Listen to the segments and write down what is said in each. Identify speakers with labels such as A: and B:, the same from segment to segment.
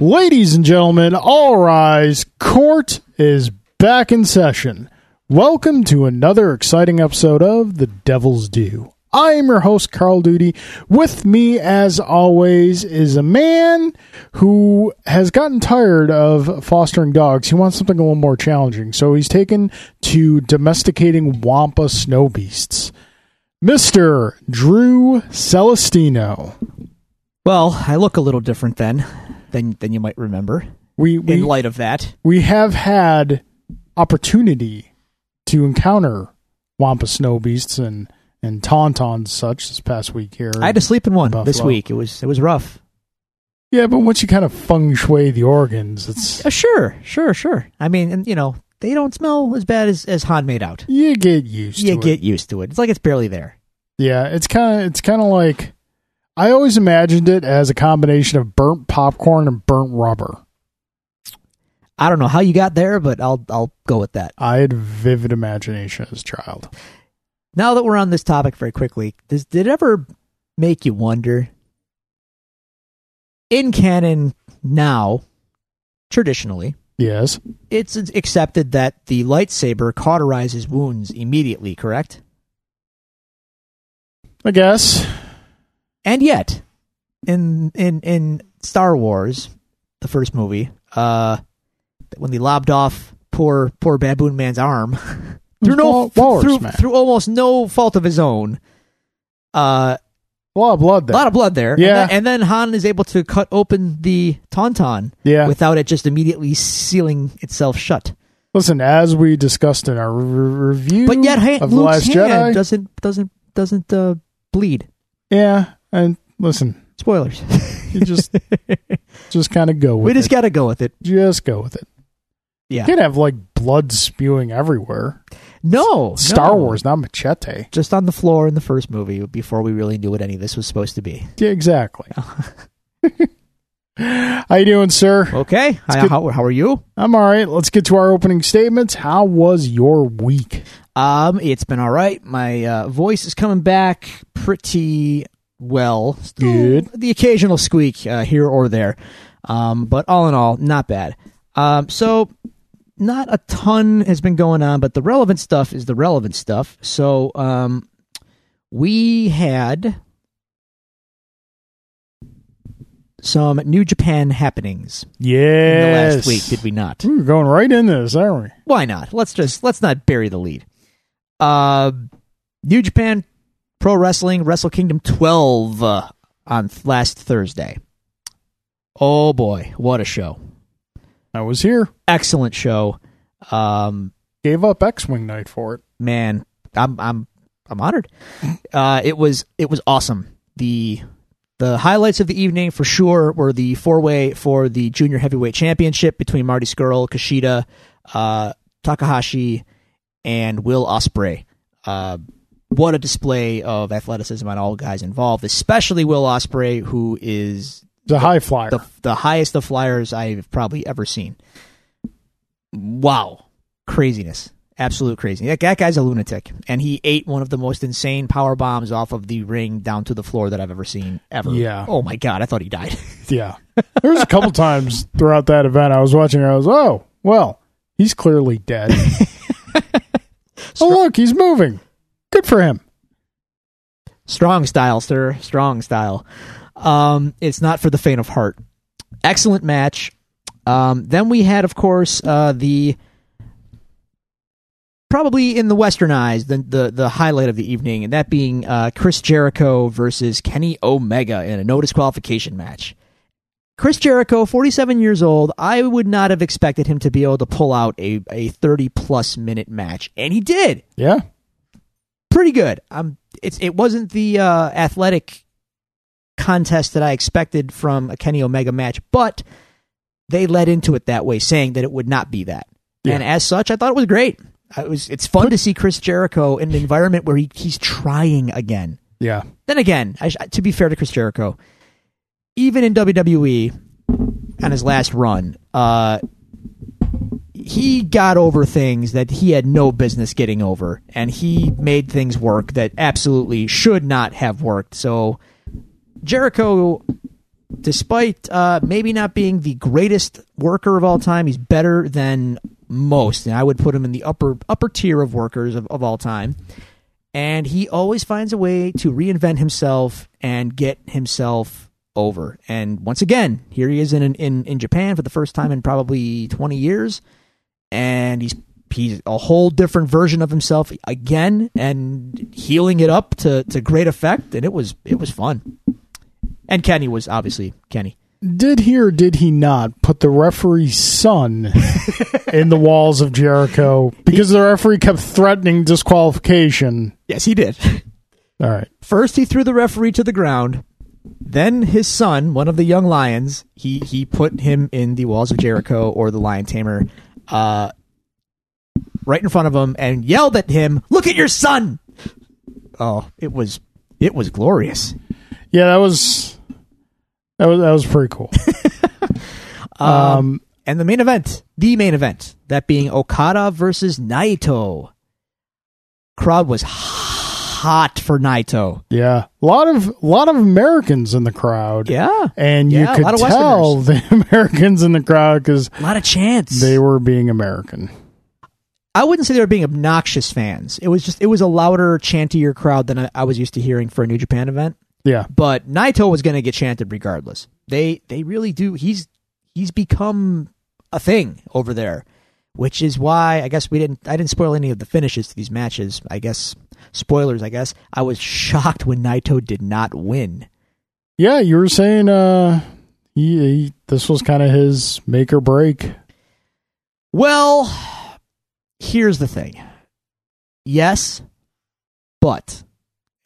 A: Ladies and gentlemen, all rise. Court is back in session. Welcome to another exciting episode of The Devil's Due. I am your host, Carl Duty. With me, as always, is a man who has gotten tired of fostering dogs. He wants something a little more challenging, so he's taken to domesticating Wampa snow beasts. Mr. Drew Celestino.
B: Well, I look a little different then than than you might remember.
A: We, we
B: In light of that,
A: we have had opportunity to encounter Wampa snow beasts and and tauntauns such this past week here.
B: I had to sleep in one this
A: Buffalo.
B: week. It was it was rough.
A: yeah, but once you kind of feng shui the organs, it's
B: Uh, sure, sure, sure. I mean, and you know, they don't smell as bad as as Han made out.
A: you get used
B: You
A: to it.
B: get used to it. It's like it's barely there.
A: Yeah, it's kind of it's kind of like I always imagined it as a combination of burnt popcorn and burnt rubber.
B: I don't know how you got there, but I'll I'll go with that.
A: I had vivid imagination as a child.
B: Now that we're on this topic, very quickly, does did it ever make you wonder? In canon now, traditionally,
A: Yes,
B: it's accepted that the lightsaber cauterizes wounds immediately, correct?
A: I guess.
B: And yet, in in in Star Wars, the first movie, uh, when they lobbed off poor poor baboon man's arm through no
A: Wal- Walrus
B: through,
A: man.
B: through almost no fault of his own, uh,
A: A lot of blood
B: a
A: there.
B: lot of blood there.
A: Yeah.
B: and then, and then Han is able to cut open the tauntaun
A: yeah.
B: without it just immediately sealing itself shut.
A: Listen, as we discussed in our re- review,
B: But yet, Han,
A: Mm-hmm. of The
B: Luke's
A: Last
B: hand
A: Jedi,
B: doesn't doesn't doesn't uh, bleed.
A: yeah, and listen,
B: Spoilers.
A: you just just kind of go with
B: we just
A: it.
B: got to go with it.
A: just go with it.
B: Yeah.
A: You can't have like blood spewing everywhere.
B: No,
A: Star
B: no.
A: Wars, not machete.
B: just on the floor in the first movie before we really knew what any of this was supposed to be.
A: Yeah, exactly. How you doing, sir?
B: Okay, Hi,
A: good.
B: how, how are you?
A: I'm all right. Let's get to our opening statements. How was your week?
B: Um, it's been all right. My uh, voice is coming back pretty well. Still
A: Good.
B: The occasional squeak uh, here or there, um, but all in all, not bad. Um, so not a ton has been going on, but the relevant stuff is the relevant stuff. So um, we had some New Japan happenings. in the
A: Yes.
B: last week, did we not?
A: We're going right into this, aren't we?
B: Why not? Let's just let's not bury the lead. Uh, New Japan Pro Wrestling Wrestle Kingdom 12 uh, on th- last Thursday. Oh boy, what a show!
A: I was here.
B: Excellent show. Um,
A: Gave up X-wing night for it.
B: man, I'm I'm I'm honored. Uh, it was it was awesome. The the highlights of the evening for sure were the four way for the junior heavyweight championship between Marty Skrull, Kushida, uh, Takahashi, and Will Osprey. Uh, what a display of athleticism on all guys involved, especially Will Osprey, who is
A: It's a high flyer.
B: the the highest of flyers I've probably ever seen. Wow, craziness, absolute craziness. That, that guy's a lunatic, and he ate one of the most insane power bombs off of the ring down to the floor that I've ever seen ever.
A: Yeah.
B: Oh my god, I thought he died.
A: Yeah. There was a couple times throughout that event I was watching and I was, oh, well, he's clearly dead. oh, look, he's moving. Good for him.
B: Strong style, sir. Strong style. Um, it's not for the faint of heart. Excellent match. Um, then we had, of course, uh, the probably in the Western eyes the, the the highlight of the evening, and that being uh, Chris Jericho versus Kenny Omega in a no disqualification match. Chris Jericho, 47 years old, I would not have expected him to be able to pull out a, a 30 plus minute match, and he did
A: Yeah.
B: pretty good. Um, it's it wasn't the uh, athletic contest that I expected from a Kenny Omega match, but they led into it that way, saying that it would not be that.
A: Yeah.
B: And as such, I thought it was great. I was it's fun to see Chris Jericho in an environment where he, he's trying again.
A: Yeah.
B: Then again, I, sh- to be fair to Chris Jericho, even in WWE on his last run, uh, he got over things that he had no business getting over, and he made things work that absolutely should not have worked. So Jericho despite uh, maybe not being the greatest worker of all time, he's better than most, and I would put him in the upper upper tier of workers of, of all time. And he always finds a way to reinvent himself and get himself over. And once again, here he is in in, in Japan for the first time in probably twenty years, and he's he's a whole different version of himself again and healing it up to, to great effect and it was it was fun and kenny was obviously kenny
A: Did he or did he not put the referee's son in the walls of Jericho because the referee kept threatening disqualification?
B: yes he did
A: All right.
B: first he threw the referee to the ground then his son one of the young lions he he put him in the walls of jericho or the lion tamer uh right in front of him and yelled at him look at your son oh it was it was glorious
A: Yeah, that was that was that was pretty cool. um,
B: And the main event, the main event, that being Okada versus Naito. Crowd was hot for Naito.
A: yeah, a lot of lot of Americans in the crowd.
B: Yeah.
A: and
B: Yeah, a
A: you
B: lot
A: could
B: of
A: tell the Americans in the crowd because
B: A lot of chance.
A: they were being American.
B: I wouldn't say they were being obnoxious fans. It was just, it was a louder, chantier crowd than I, I was used to hearing for a New Japan event.
A: Yeah,
B: But Naito was going to get chanted regardless. They, they really do. He's, he's become a thing over there, which is why I guess we didn't, I didn't spoil any of the finishes to these matches. I guess, spoilers, I guess. I was shocked when Naito did not win.
A: yeah, you were saying uh, he, he this was kind of his make or break.
B: Well, here's the thing. Yes, but,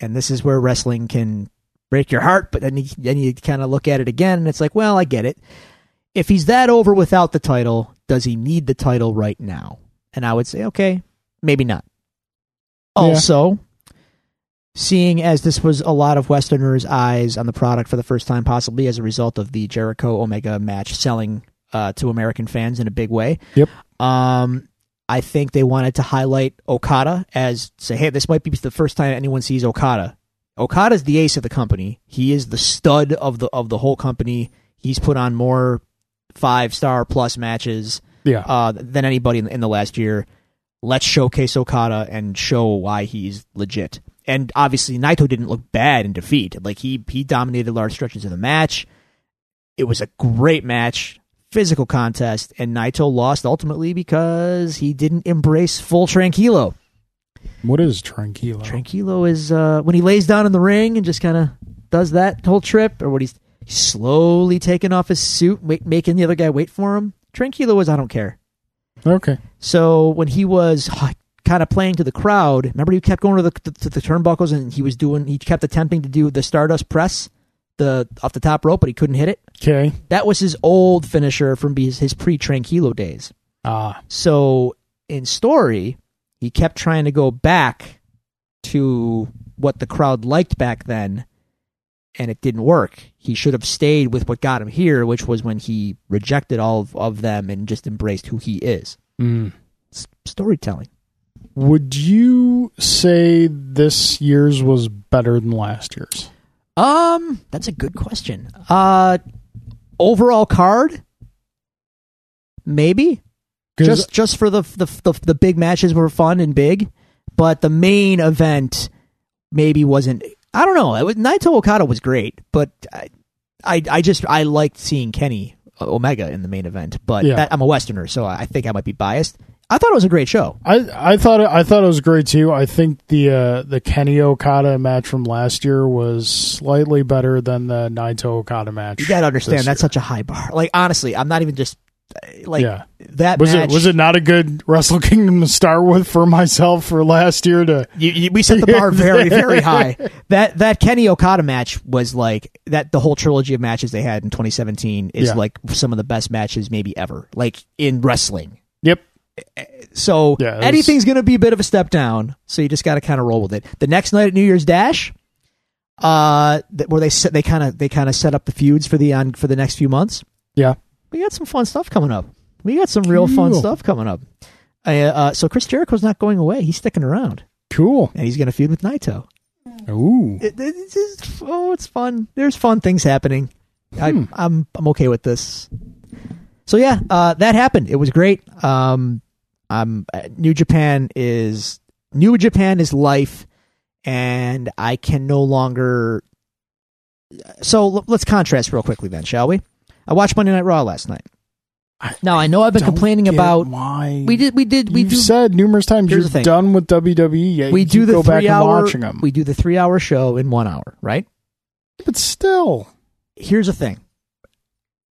B: and this is where wrestling can break your heart, but then you, then you kind of look at it again and it's like, well, I get it. If he's that over without the title, does he need the title right now? And I would say, okay, maybe not.
A: Yeah.
B: Also, seeing as this was a lot of Westerners' eyes on the product for the first time, possibly as a result of the Jericho Omega match selling uh, to American fans in a big way.
A: Yep.
B: Um, I think they wanted to highlight Okada as say, hey, this might be the first time anyone sees Okada. Okada's the ace of the company. He is the stud of the of the whole company. He's put on more five star plus matches
A: Yeah,
B: uh, than anybody in, in the last year. Let's showcase Okada and show why he's legit. And obviously, Naito didn't look bad in defeat. Like he he dominated large stretches of the match. It was a great match, physical contest, and Naito lost ultimately because he didn't embrace full tranquilo.
A: what is tranquilo?
B: Tranquilo is uh, when he lays down in the ring and just kind of does that whole trip, or when he's slowly taking off his suit, wait, making the other guy wait for him. Tranquilo is I don't care.
A: okay,
B: So when he was kind of playing to the crowd, remember he kept going to the to the turnbuckles and he was doing he kept attempting to do the Stardust press, the off the top rope, but he couldn't hit it.
A: okay,
B: That was his old finisher from his, his pre Tranquilo days.
A: ah,
B: So in story, he kept trying to go back to what the crowd liked back then, and it didn't work. He should have stayed with what got him here, which was when he rejected all of, of them and just embraced who he is.
A: mm.
B: S- storytelling.
A: Would you say this year's was better than last year's?
B: Um, that's a good question. Uh, overall card, maybe
A: 'Cause-
B: just just for the the the, the big matches were fun and big, but the main event maybe wasn't. I don't know. It was, Naito Okada was great, but I, I I just I liked seeing Kenny uh, Omega in the main event. But
A: Yeah.
B: that, I'm a Westerner, so I think I might be biased. I thought it was a great show.
A: I I thought it, I thought it was great too. I think the uh, the Kenny Okada match from last year was slightly better than the Naito Okada match.
B: You gotta understand
A: this
B: that's
A: year.
B: such a high bar. Like honestly, I'm not even just uh, like
A: Yeah.
B: that.
A: was
B: match,
A: it was it not a good Wrestle Kingdom to start with for myself for last year to
B: You, you, we set the bar very, very high. That that Kenny Okada match was like that. The whole trilogy of matches they had in 2017 is
A: Yeah.
B: like some of the best matches maybe ever, like in wrestling.
A: yep
B: So
A: Yeah, it was-
B: anything's going to be a bit of a step down. So you just got to kind of roll with it. The next night at New Year's Dash, uh, that, where they set, they kind of they kind of set up the feuds for the on for the next few months.
A: yeah
B: We got some fun stuff coming up. We got some real fun
A: Cool.
B: stuff coming up. Uh, uh, so Chris Jericho's not going away. He's sticking around,
A: cool
B: and he's going to feud with Naito
A: ooh
B: it, it- it's just, oh, it's fun. There's fun things happening.
A: Hmm.
B: I, I'm I'm okay with this. So yeah, uh, that happened. It was great. Um, um, New Japan is New Japan is life, and I can no longer. So l- let's contrast real quickly, then, shall we? I watched Monday Night Raw last night.
A: I-
B: Now I know I've been
A: Don't
B: complaining
A: get
B: about
A: why
B: we did we did we
A: You've
B: do
A: said numerous times
B: Here's the
A: you're
B: thing.
A: done with WWE. Yet
B: we
A: you
B: do
A: keep
B: the
A: go back
B: three
A: and
B: hour
A: watching them,
B: we do the three hour show in one hour, right?
A: but still,
B: here's the thing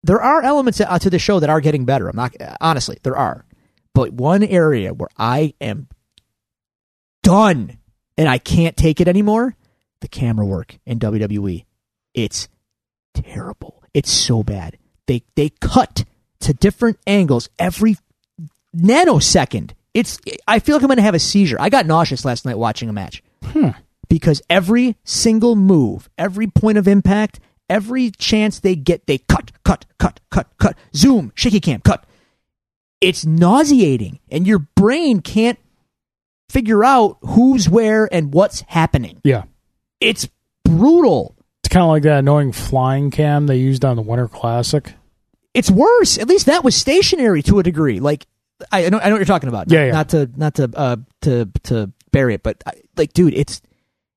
B: there are elements uh, to the show that are getting better i'm not honestly there are but one area where i am done and i can't take it anymore the camera work in wwe it's terrible it's so bad they they cut to different angles every nanosecond it's i feel like i'm gonna have a seizure i got nauseous last night watching a match because every single move, every point of impact, every chance they get, they cut, cut, cut, cut, cut, zoom, shaky cam, cut. It's nauseating, and your brain can't figure out who's where and what's happening.
A: yeah,
B: It's brutal.
A: it's kind of like that annoying flying cam they used on the Winter Classic.
B: It's worse. At least that was stationary to a degree. Like I, I know, I know what you're talking about.
A: Yeah, yeah.
B: Not to, not to, uh, to, to bury it, but I, like, dude, it's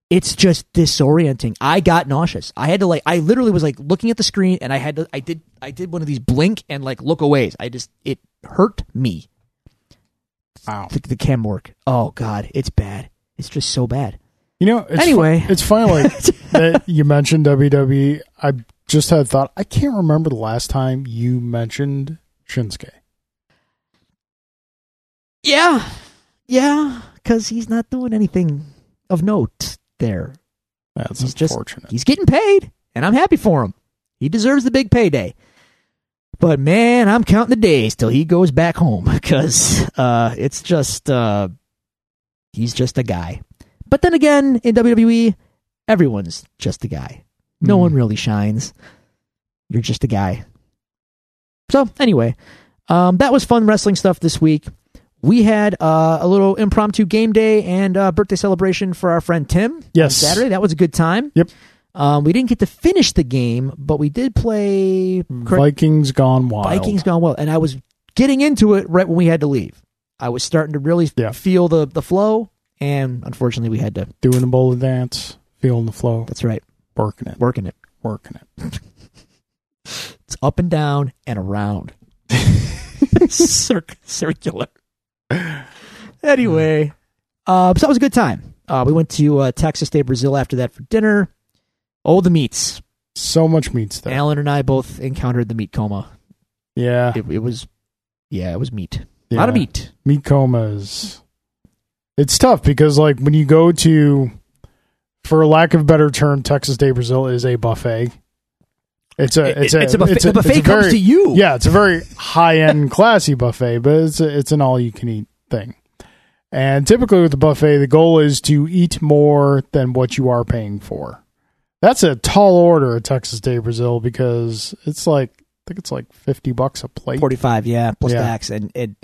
B: it's just disorienting. I got nauseous. I had to like I literally was like looking at the screen and I had to I did I did one of these blink and like look aways. I just it hurt me.
A: Wow.
B: The, the cam work. Oh god, it's bad. It's just so bad.
A: You know, it's
B: Anyway.
A: fu- it's funny like that you mentioned WWE. I just had thought I can't remember the last time you mentioned Shinsuke.
B: Yeah. Yeah, cuz he's not doing anything of note there.
A: That's
B: He's just-
A: unfortunate.
B: He's getting paid and I'm happy for him. He deserves the big payday. But man, I'm counting the days till he goes back home because uh, it's just uh, he's just a guy. But then again, in WWE, everyone's just a guy. No
A: Mm.
B: one really shines. You're just a guy. So anyway, um, that was fun wrestling stuff this week. We had uh, a little impromptu game day and uh, birthday celebration for our friend Tim. on
A: Yes.
B: Saturday that was a good time.
A: Yep.
B: Um, we didn't get to finish the game, but we did play. correct-
A: Vikings gone wild.
B: Vikings gone well, and I was getting into it right when we had to leave. I was starting to really
A: Yeah.
B: feel the the flow, and unfortunately, we had to.
A: doing the bowl dance, feeling the flow,
B: That's right,
A: working it,
B: working it.
A: working it.
B: It's up and down and around, Cir- circular. Anyway, uh, so that was a good time. Uh, we went to uh, Texas Day, Brazil after that for dinner. Oh, the meats.
A: So much meats there.
B: Alan and I both encountered the meat coma.
A: yeah,
B: It, it was, yeah, it was meat.
A: yeah.
B: A lot of meat.
A: meat comas. It's tough because like when you go to, for lack of a better term, Texas Day Brazil is a buffet. It's a it's a
B: it's a buffet.
A: it's a-
B: the buffet
A: it's a
B: comes
A: very-
B: to you.
A: Yeah, it's a very high end, classy buffet, but it's a, it's an all you can eat thing. And typically with the buffet, the goal is to eat more than what you are paying for. That's a tall order at Texas Day Brazil because it's like I think it's like fifty bucks a plate
B: 45 yeah plus
A: Yeah.
B: tax and and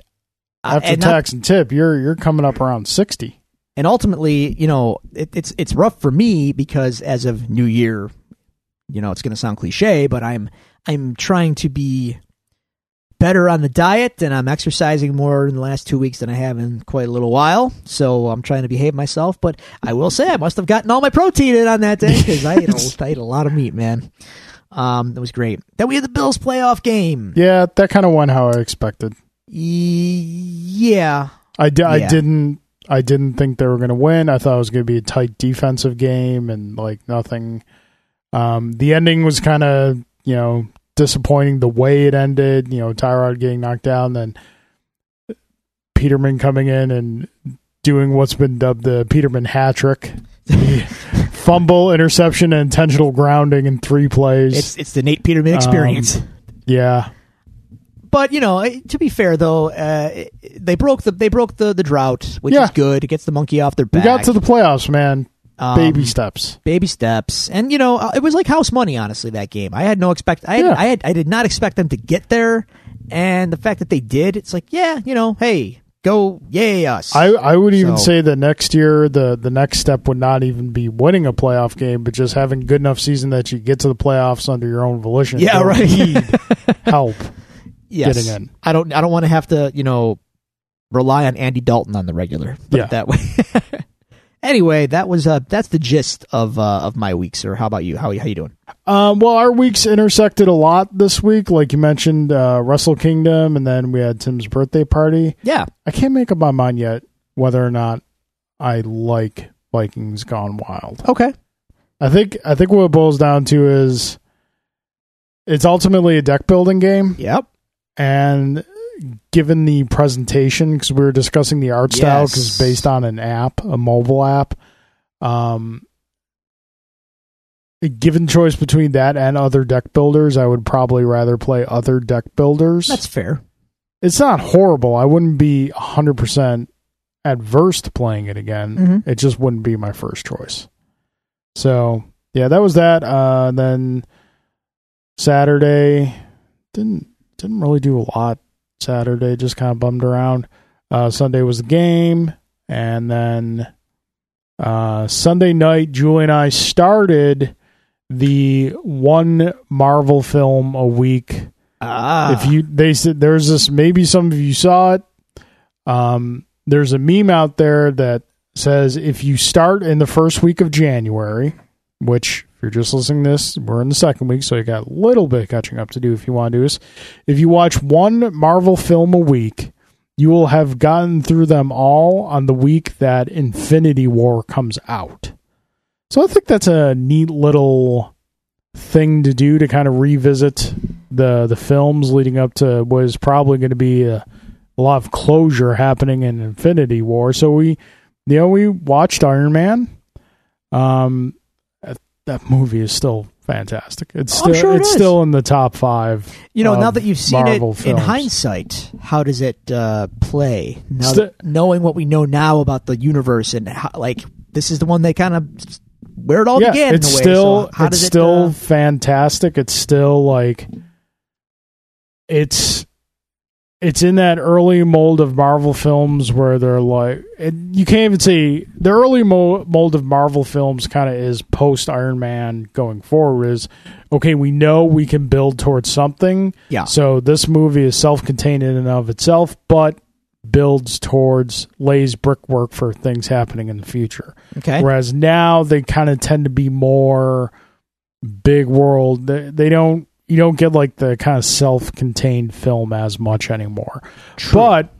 A: after
B: Uh, and, not-
A: tax and tip. You're you're coming up around sixty.
B: and ultimately you know it, it's it's rough for me because as of new year you know it's going to sound cliche but i'm i'm trying to be better on the diet and i'm exercising more in the last two weeks than i have in quite a little while so i'm trying to behave myself but i will say i must have gotten all my protein in on that day because I, ate a- I ate a lot of meat man um that was great then we had the bills playoff game
A: Yeah, that kind of went how I expected.
B: Ye- yeah
A: I, di- I
B: Yeah.
A: didn't I didn't think they were going to win. I thought it was going to be a tight defensive game and like nothing. Um, the ending was kind of you know disappointing the way it ended. You know Tyrod getting knocked down, then Peterman coming in and doing what's been dubbed the Peterman hat trick. The fumble, interception, and intentional grounding in three plays.
B: It's it's the Nate Peterman experience.
A: yeah,
B: but you know, eh, to be fair though, uh, eh, they broke the they broke the, the drought, which
A: Yeah.
B: is good. It gets the monkey off their
A: we
B: back.
A: got to the playoffs, man.
B: Um,
A: Baby steps.
B: baby steps, and you know, uh, it was like house money. Honestly, that game, I had no expect. I had,
A: Yeah.
B: I had I did not expect them to get there, and the fact that they did, it's like yeah, you know, hey, Go, yay us!
A: I, I would even
B: So-
A: say that next year the the next step would not even be winning a playoff game, but just having good enough season that you get to the playoffs under your own volition.
B: Yeah,
A: They'll
B: right.
A: need help.
B: yes.
A: getting in.
B: I don't. I don't want to have to, you know, rely on Andy Dalton on the regular. Put
A: Yeah.
B: it that way. anyway, that was uh, that's the gist of uh, of my week, sir. How about you? How how you doing?
A: Um, well, our weeks intersected a lot this week, like you mentioned, uh, Wrestle Kingdom, and then we had Tim's birthday party.
B: Yeah,
A: I can't make up my mind yet whether or not I like Vikings Gone Wild.
B: okay.
A: I think I think what it boils down to is it's ultimately a deck building game.
B: Yep.
A: and given the presentation because we were discussing the art style
B: Yes.
A: 'cause it's based on an app a mobile app um given choice between that and other deck builders i would probably rather play other deck builders
B: That's fair.
A: it's not horrible i wouldn't be 100% adverse to playing it again
B: Mhm.
A: it just wouldn't be my first choice so yeah that was that uh then saturday didn't didn't really do a lot saturday just kind of bummed around uh sunday was the game and then uh sunday night julie and i started the one marvel film a week
B: Ah,
A: if you they said there's this maybe some of you saw it um there's a meme out there that says if you start in the first week of january which if you're just listening to this we're in the second week so you got a little bit of catching up to do if you want to do this if you watch one marvel film a week you will have gotten through them all on the week that infinity war comes out so i think that's a neat little thing to do to kind of revisit the the films leading up to what is probably going to be a, a lot of closure happening in Infinity War. So we, you know, we watched Iron Man. Um, that, that movie is still fantastic. It's
B: I'm
A: still
B: Oh, sure it
A: it's
B: is.
A: still in the top five.
B: You know, now
A: of
B: that you've seen
A: Marvel
B: it in
A: films.
B: hindsight, how does it uh, play? Now
A: Sti-
B: that- knowing what we know now about the universe and how, like this is the one that kind of where it all
A: yeah,
B: began.
A: it's
B: in a way.
A: still
B: So how
A: it's
B: does it,
A: still
B: uh,
A: fantastic. It's still like it's it's in that early mold of Marvel films where they're like it, you can't even say the early mo- mold of Marvel films kind of is post Iron Man going forward is okay. We know we can build towards something.
B: Yeah.
A: So this movie is self-contained in and of itself, but builds towards lays brickwork for things happening in the future.
B: uh, okay.
A: Whereas now they kind of tend to be more big world. They, they don't you don't get like the kind of self-contained film as much anymore.
B: True.
A: But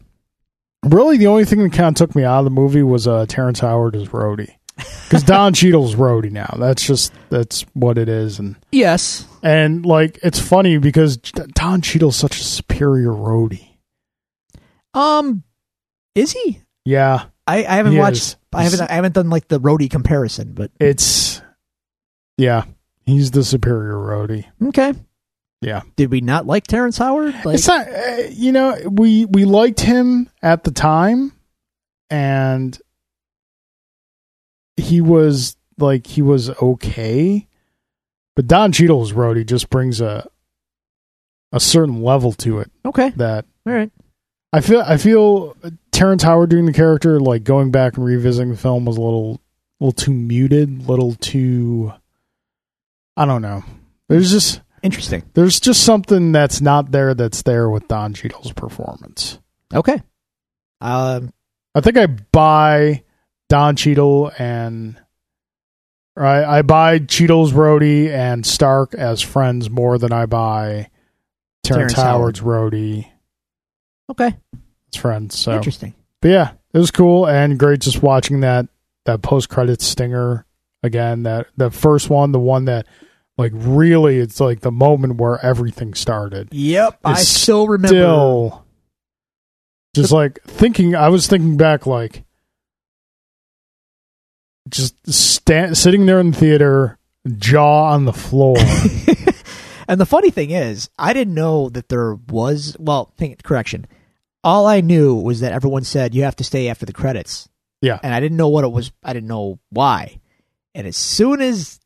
A: really, the only thing that kind of took me out of the movie was uh, Terrence Howard as Rhodey because Don Cheadle's Rhodey now. That's just that's what it is, and
B: yes,
A: and like it's funny because Don Cheadle's such a superior Rhodey.
B: um, is he?
A: Yeah,
B: I, I haven't
A: He
B: watched.
A: is.
B: I haven't. I haven't done like the roadie comparison, but
A: it's yeah, he's the superior Rhodey.
B: okay.
A: Yeah.
B: Did we not like Terrence Howard? Like,
A: it's not uh, you know we we liked him at the time and he was like he was okay but don cheadle's roadie just brings a a certain level to it
B: okay.
A: that
B: All right.
A: i feel i feel terrence howard doing the character like going back and revisiting the film was a little little too muted little too i don't know there's just
B: Interesting.
A: there's just something that's not there that's there with Don Cheadle's performance.
B: Okay. Um.
A: I think I buy Don Cheadle and or I, I buy Cheadle's Rhodey and Stark as friends more than I buy Terrence,
B: Terrence
A: Howard's Rhodey
B: Okay.
A: as friends. So,
B: Interesting.
A: but yeah, it was cool and great just watching that that post credits stinger again. That the first one, the one that like really it's like the moment where everything started.
B: Yep. I
A: It's
B: still remember.
A: still just like thinking i was thinking back like just sta- sitting there in the theater jaw on the floor
B: And the funny thing is, I didn't know that there was. Well, think, correction. All I knew was that everyone said you have to stay after the credits.
A: Yeah.
B: And I didn't know what it was. I didn't know why. And as soon as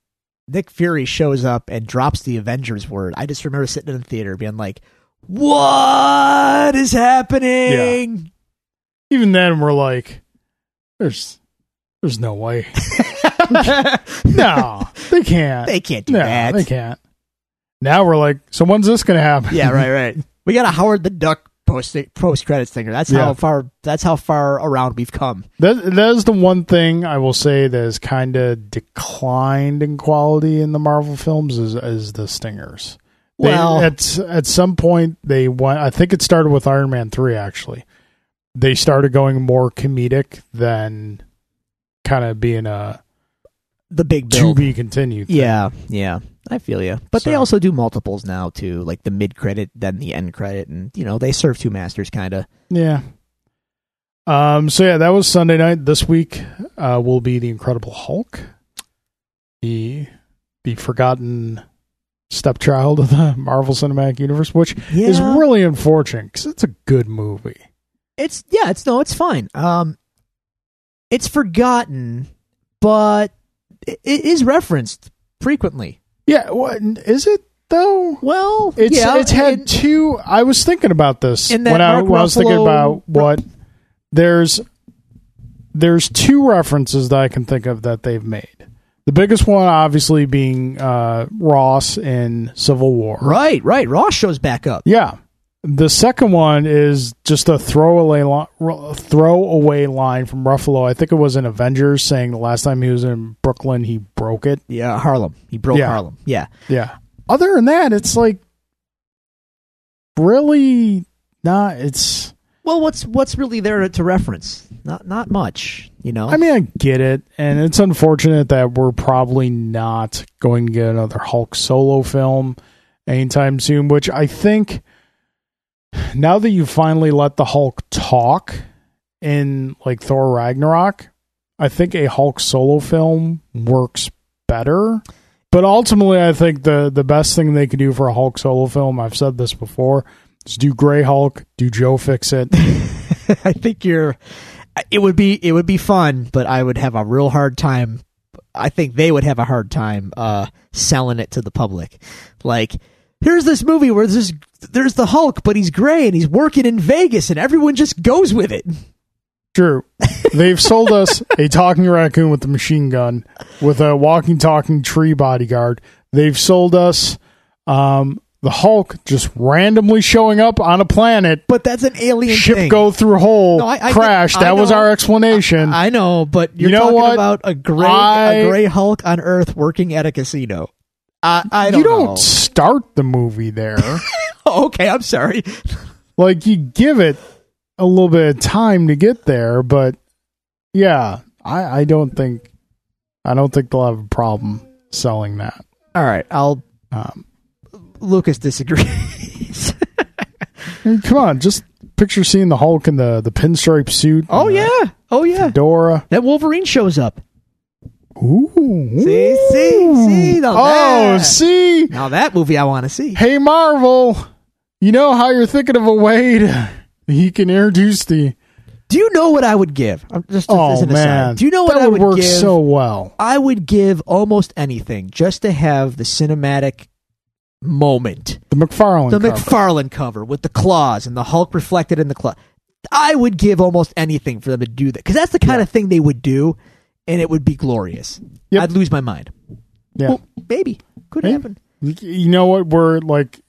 B: Nick Fury shows up and drops the Avengers word, I just remember sitting in the theater being like, "What is happening?"
A: even then we're like, there's there's no way. No, they can't.
B: they can't do
A: no,
B: that.
A: they can't. Now we're like, so when's this going to happen?
B: yeah, right, right. We got a Howard the Duck post post credits thinger. That's
A: Yeah.
B: how far. That's how far around we've come.
A: That that is the one thing I will say that has kind of declined in quality in the Marvel films is is the stingers. They-
B: Well-
A: at s- at some point they went. I think it started with Iron Man three. Actually, they started going more comedic than kind of being a
B: The big
A: to
B: build.
A: be continued. thing.
B: Yeah, yeah. I feel you. But they
A: So-
B: also do multiples now too, like the mid credit, then the end credit, and you know they serve two masters kind of.
A: yeah. Um. So yeah, that was Sunday night. This week uh, will be the Incredible Hulk, the the forgotten stepchild of the Marvel Cinematic Universe, which
B: Yeah,
A: is really unfortunate because it's a good movie.
B: it's yeah, it's no, it's fine. Um, it's forgotten, but it, it is referenced frequently.
A: Yeah, what is it though?
B: Well,
A: It's
B: yeah,
A: it's had
B: and-
A: two. I was thinking about this
B: And
A: when
B: that
A: I,
B: Mark
A: when I was thinking
B: Ruffalo-
A: about what there's there's two references that I can think of that they've made. The biggest one, obviously, being uh, Ross in Civil War.
B: right, right. Ross shows back up.
A: Yeah. The second one is just a throwaway li- throwaway line from Ruffalo. I think it was in Avengers saying the last time he was in Brooklyn, he broke it.
B: Yeah, Harlem. He broke
A: Yeah.
B: Harlem. Yeah,
A: Yeah. Other than that, it's like really not. It's.
B: Well, what's what's really there to reference? Not not much, you know.
A: I mean, I get it, and it's unfortunate that we're probably not going to get another Hulk solo film anytime soon. Which I think now that you finally let the Hulk talk in like Thor Ragnarok, I think a Hulk solo film works better. But ultimately, I think the the best thing they could do for a Hulk solo film, I've said this before, is do Gray Hulk, do Joe Fix It.
B: I think you're. It would be it would be fun, but I would have a real hard time. I think they would have a hard time uh, selling it to the public. Like, here's this movie where there's there's the Hulk, but he's gray and he's working in Vegas, and everyone just goes with it.
A: True. They've sold us a talking raccoon with a machine gun, with a walking, talking tree bodyguard. They've sold us um, the Hulk just randomly showing up on a planet,
B: But that's an alien
A: ship
B: thing.
A: go through hole,
B: No, I- I get-
A: crash.
B: I
A: that was
B: know.
A: our explanation.
B: I know, but you're
A: You know
B: talking
A: what?
B: about a gray
A: I-
B: a gray Hulk on Earth working at a casino. I, I don't
A: you don't
B: know.
A: start the movie there.
B: Oh, okay, I'm sorry.
A: like you give it a little bit of time to get there, but yeah, I, I don't think I don't think they'll have a problem selling that.
B: All right, I'll.
A: Um,
B: Lucas disagrees.
A: I mean, come on, just picture seeing the Hulk in the, the pinstripe suit.
B: oh
A: and the
B: yeah, oh yeah.
A: Dora.
B: That Wolverine shows up.
A: Ooh,
B: See, see, see, now
A: Oh,
B: there.
A: see,
B: Now that movie I want to see.
A: hey Marvel, you know how you're thinking of a way to he can introduce the.
B: Do you know what I would give? I'm just, just as
A: Oh
B: an aside.
A: man,
B: Do you know what
A: that
B: I would
A: work
B: give?
A: so well?
B: I would give almost anything just to have the cinematic moment,
A: The McFarlane.
B: the
A: cover.
B: McFarlane cover with the claws and the Hulk reflected in the claw. I would give almost anything for them to do that because that's the kind of thing they would do, and it would be glorious.
A: Yep.
B: I'd lose my mind.
A: yeah.
B: Well, maybe could
A: Maybe.
B: happen.
A: you know what? We're like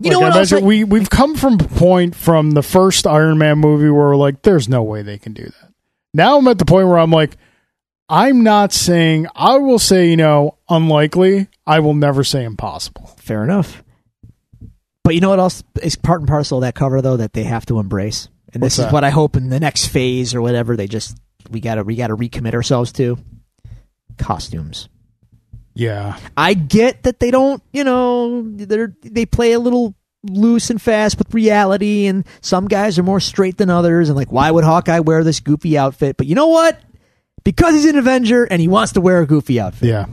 B: You
A: Like,
B: know what
A: I
B: else?
A: imagine
B: I-
A: we we've come from a point from the first Iron Man movie where we're like, there's no way they can do that. Now I'm at the point where I'm like, I'm not saying I will say you know unlikely. I will never say impossible.
B: Fair enough. But you know what else is part and parcel of that cover though that they have to embrace, and
A: What's
B: this is
A: that?
B: what I hope in the next phase or whatever they just we gotta we gotta recommit ourselves to costumes.
A: Yeah,
B: I get that they don't, you know, they're they play a little loose and fast with reality, and some guys are more straight than others, and like why would Hawkeye wear this goofy outfit? But you know what? Because he's an Avenger and he wants to wear a goofy outfit.
A: yeah.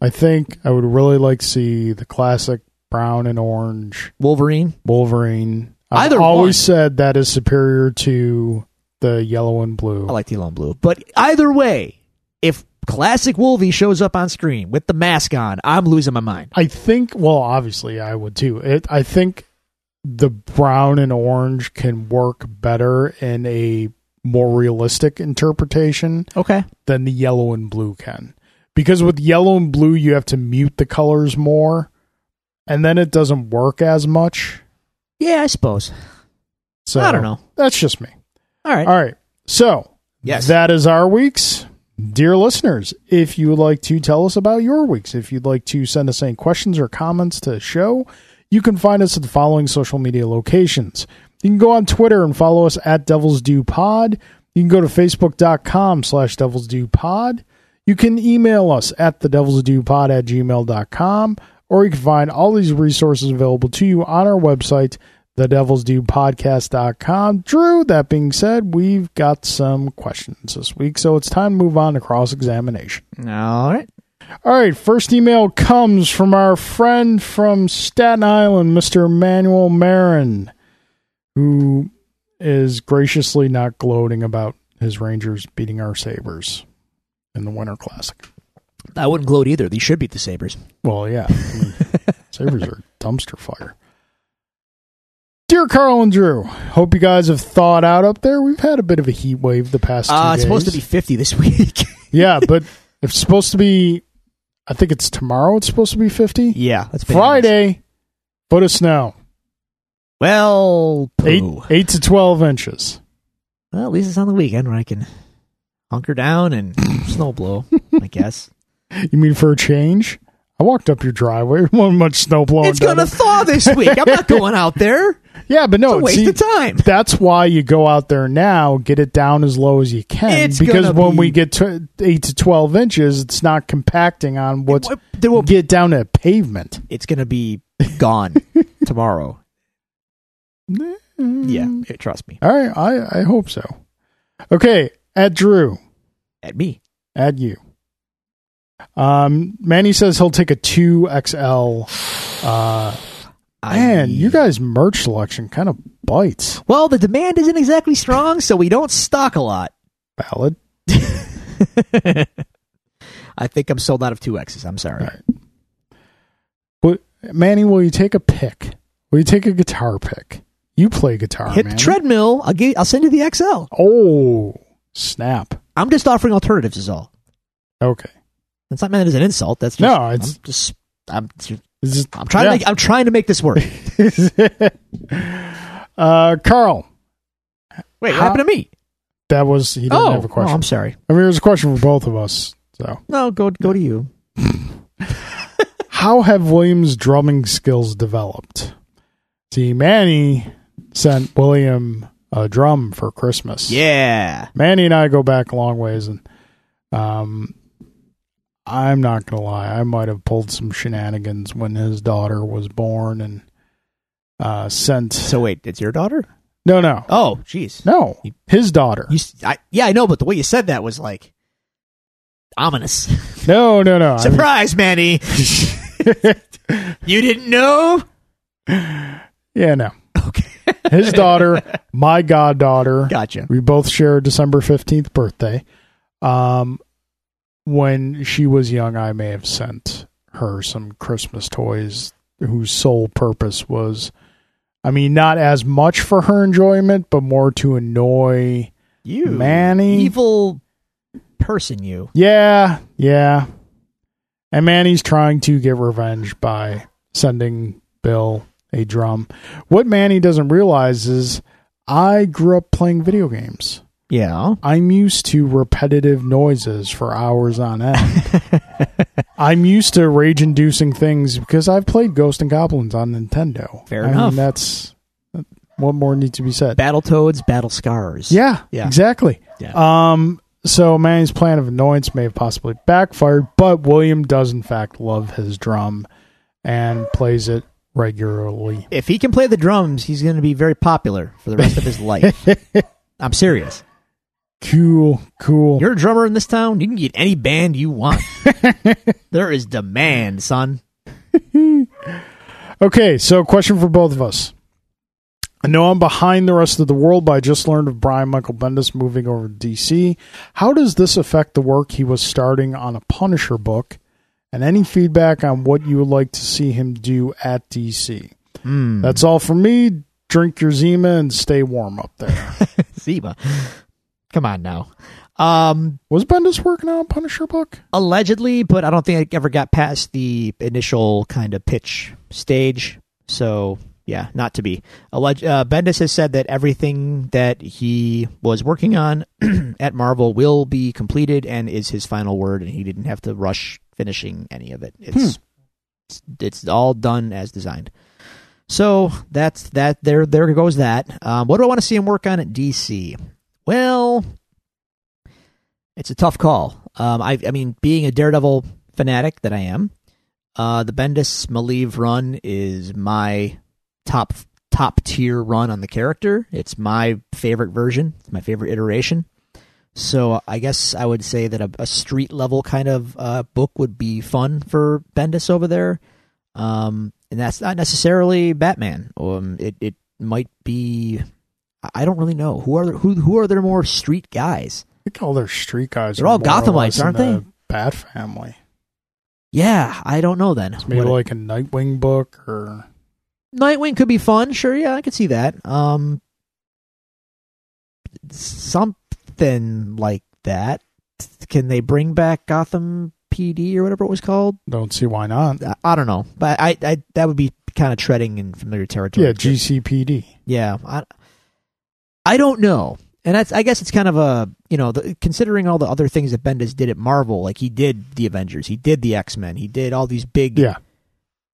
A: I think I would really like to see the classic brown and orange
B: Wolverine,
A: Wolverine. I've
B: Either
A: always
B: one.
A: said that is superior to the yellow and blue.
B: I like the yellow and blue. But either way, if classic Wolvie shows up on screen with the mask on, I'm losing my mind.
A: I think. Well, obviously, I would too. It, I think the brown and orange can work better in a more realistic interpretation
B: Okay.
A: than the yellow and blue can. Because with yellow and blue, you have to mute the colors more, and then it doesn't work as much.
B: Yeah, I suppose.
A: So
B: I don't know.
A: That's just me.
B: All right.
A: All right. So
B: Yes.
A: that is our weeks. Dear listeners, if you would like to tell us about your weeks, if you'd like to send us any questions or comments to the show, you can find us at the following social media locations. You can go on Twitter and follow us at Devils Do Pod. You can go to Facebook.com slash Devils Do Pod. You can email us at the Devils Do Pod at gmail.com, or you can find all these resources available to you on our website, the devils do podcast.com drew that being said we've got some questions this week so it's time to move on to cross-examination
B: All right.
A: all right first email comes from our friend from staten island mr manuel marin who is graciously not gloating about his rangers beating our sabres in the winter classic
B: I wouldn't gloat either. These should beat the Sabres.
A: well, yeah. I mean, Sabres are dumpster fire. Dear Carl and Drew, hope you guys have thawed out up there. We've had a bit of a heat wave the past two
B: Uh,
A: days.
B: it's supposed to be 50 this week.
A: Yeah, but it's supposed to be, I think it's tomorrow it's supposed to be 50.
B: yeah. That's
A: Friday, foot of snow,
B: Well,
A: eight,
B: poo.
A: eight to 12 inches.
B: Well, at least it's on the weekend where I can hunker down and snow blow, I guess.
A: You mean for a change? I walked up your driveway. Wasn't much snow blowing.
B: it's going to
A: down
B: thaw this week. I'm not going out there.
A: there. yeah, but no,
B: It's a waste
A: see,
B: of time.
A: that's why you go out there now, get it down as low as you can,
B: It's
A: because
B: gonna
A: when
B: be-
A: we get to eight to twelve inches, it's not compacting on what's
B: What- There will
A: get down to pavement.
B: it's going to be gone tomorrow. Mm. Yeah, it- trust me.
A: All right, I I hope so. Okay, at Drew,
B: At me.
A: at you. Um, Manny says he'll take a two XL. Uh,
B: I-
A: man, you guys' merch selection kind of bites.
B: Well, the demand isn't exactly strong, so we don't stock a lot.
A: Valid.
B: I think I'm sold out of two X's. I'm sorry.
A: All right. Manny, will you take a pick? Will you take a guitar pick? You play guitar.
B: Hit the
A: Manny.
B: treadmill. I'll give. I'll send you the XL.
A: Oh, snap.
B: I'm just offering alternatives. Is all.
A: Okay.
B: That's not meant as an insult. That's just,
A: No, it's-
B: I'm just. I'm. just-
A: This is-
B: I'm trying. To make, I'm trying to make this work.
A: uh, Carl,
B: Wait, what
A: How-
B: happened to me?
A: that was, he didn't
B: Oh,
A: have a
B: oh,
A: question.
B: I'm sorry.
A: I mean, it was a question for both of us. So,
B: No, go go to you.
A: how have William's drumming skills developed? See, Manny sent William a drum for Christmas.
B: Yeah.
A: Manny and I go back a long ways, and um, I'm not gonna lie, I might have pulled some shenanigans when his daughter was born and uh, sent.
B: So wait, it's your daughter?
A: No, no,
B: Oh, jeez.
A: no, his daughter.
B: You, s- I, yeah, I know, but the way you said that was like ominous.
A: No, no, no. I mean-
B: Surprise, Manny. you didn't know?
A: yeah, no.
B: Okay.
A: His daughter, my goddaughter.
B: Gotcha.
A: We both share a December 15th birthday. Um, when she was young, I may have sent her some Christmas toys whose sole purpose was, I mean, not as much for her enjoyment, but more to annoy.
B: You
A: Manny.
B: evil person you.
A: Yeah, yeah. And Manny's trying to get revenge by sending Bill a drum. What Manny doesn't realize is I grew up playing video games.
B: Yeah.
A: I'm used to repetitive noises for hours on end. I'm used to rage inducing things because I've played Ghost and Goblins on Nintendo.
B: Fair
A: I
B: enough.
A: Mean, that's uh, what more needs to be said.
B: Battletoads, battle scars.
A: Yeah,
B: Yeah.
A: exactly.
B: Yeah.
A: Um, so Manny's plan of annoyance may have possibly backfired, but William does in fact love his drum and plays it regularly.
B: If he can play the drums, he's going to be very popular for the rest of his life. I'm serious.
A: Cool, cool.
B: You're a drummer in this town, you can get any band you want. there is demand, son.
A: Okay, so question for both of us. I know I'm behind the rest of the world, but I just learned of Brian Michael Bendis moving over to DC. How does this affect the work he was starting on a Punisher book? And any feedback on what you would like to see him do at DC?
B: Hmm.
A: That's all for me. Drink your Zima and stay warm up there.
B: Zima. Come on now. Um,
A: Was Bendis working on a Punisher book?
B: allegedly, but I don't think it ever got past the initial kind of pitch stage. So yeah, not to be. Alleg- uh, Bendis has said that everything that he was working on at Marvel will be completed and is his final word, and he didn't have to rush finishing any of it. It's it's, it's all done as designed. So that's that. There, there goes that. Um, what do I want to see him work on at DC? Well, it's a tough call. Um, I, I mean, being a Daredevil fanatic that I am, uh, the Bendis Malieve run is my top top tier run on the character. It's my favorite version. It's my favorite iteration. So I guess I would say that a, a street level kind of uh, book would be fun for Bendis over there. Um, and that's not necessarily Batman. Um, it it might be. I- I don't really know who are who who are there more street guys.
A: I think all their street guys
B: They're
A: are
B: all
A: more or
B: Gothamites,
A: less in
B: aren't
A: the
B: they?
A: Bat family.
B: Yeah, I don't know then.
A: Maybe
B: What-
A: like a Nightwing book or
B: Nightwing could be fun, sure. Yeah, I could see that. Um, something like that. Can they bring back Gotham PD or whatever it was called?
A: don't see why not.
B: I, I don't know, but I, I that would be kind of treading in familiar territory.
A: Yeah, GCPD.
B: Yeah, I, I don't know, and that's I guess it's kind of a you know the, considering all the other things that Bendis did at Marvel, like he did the Avengers, he did the X Men, he did all these big
A: Yeah.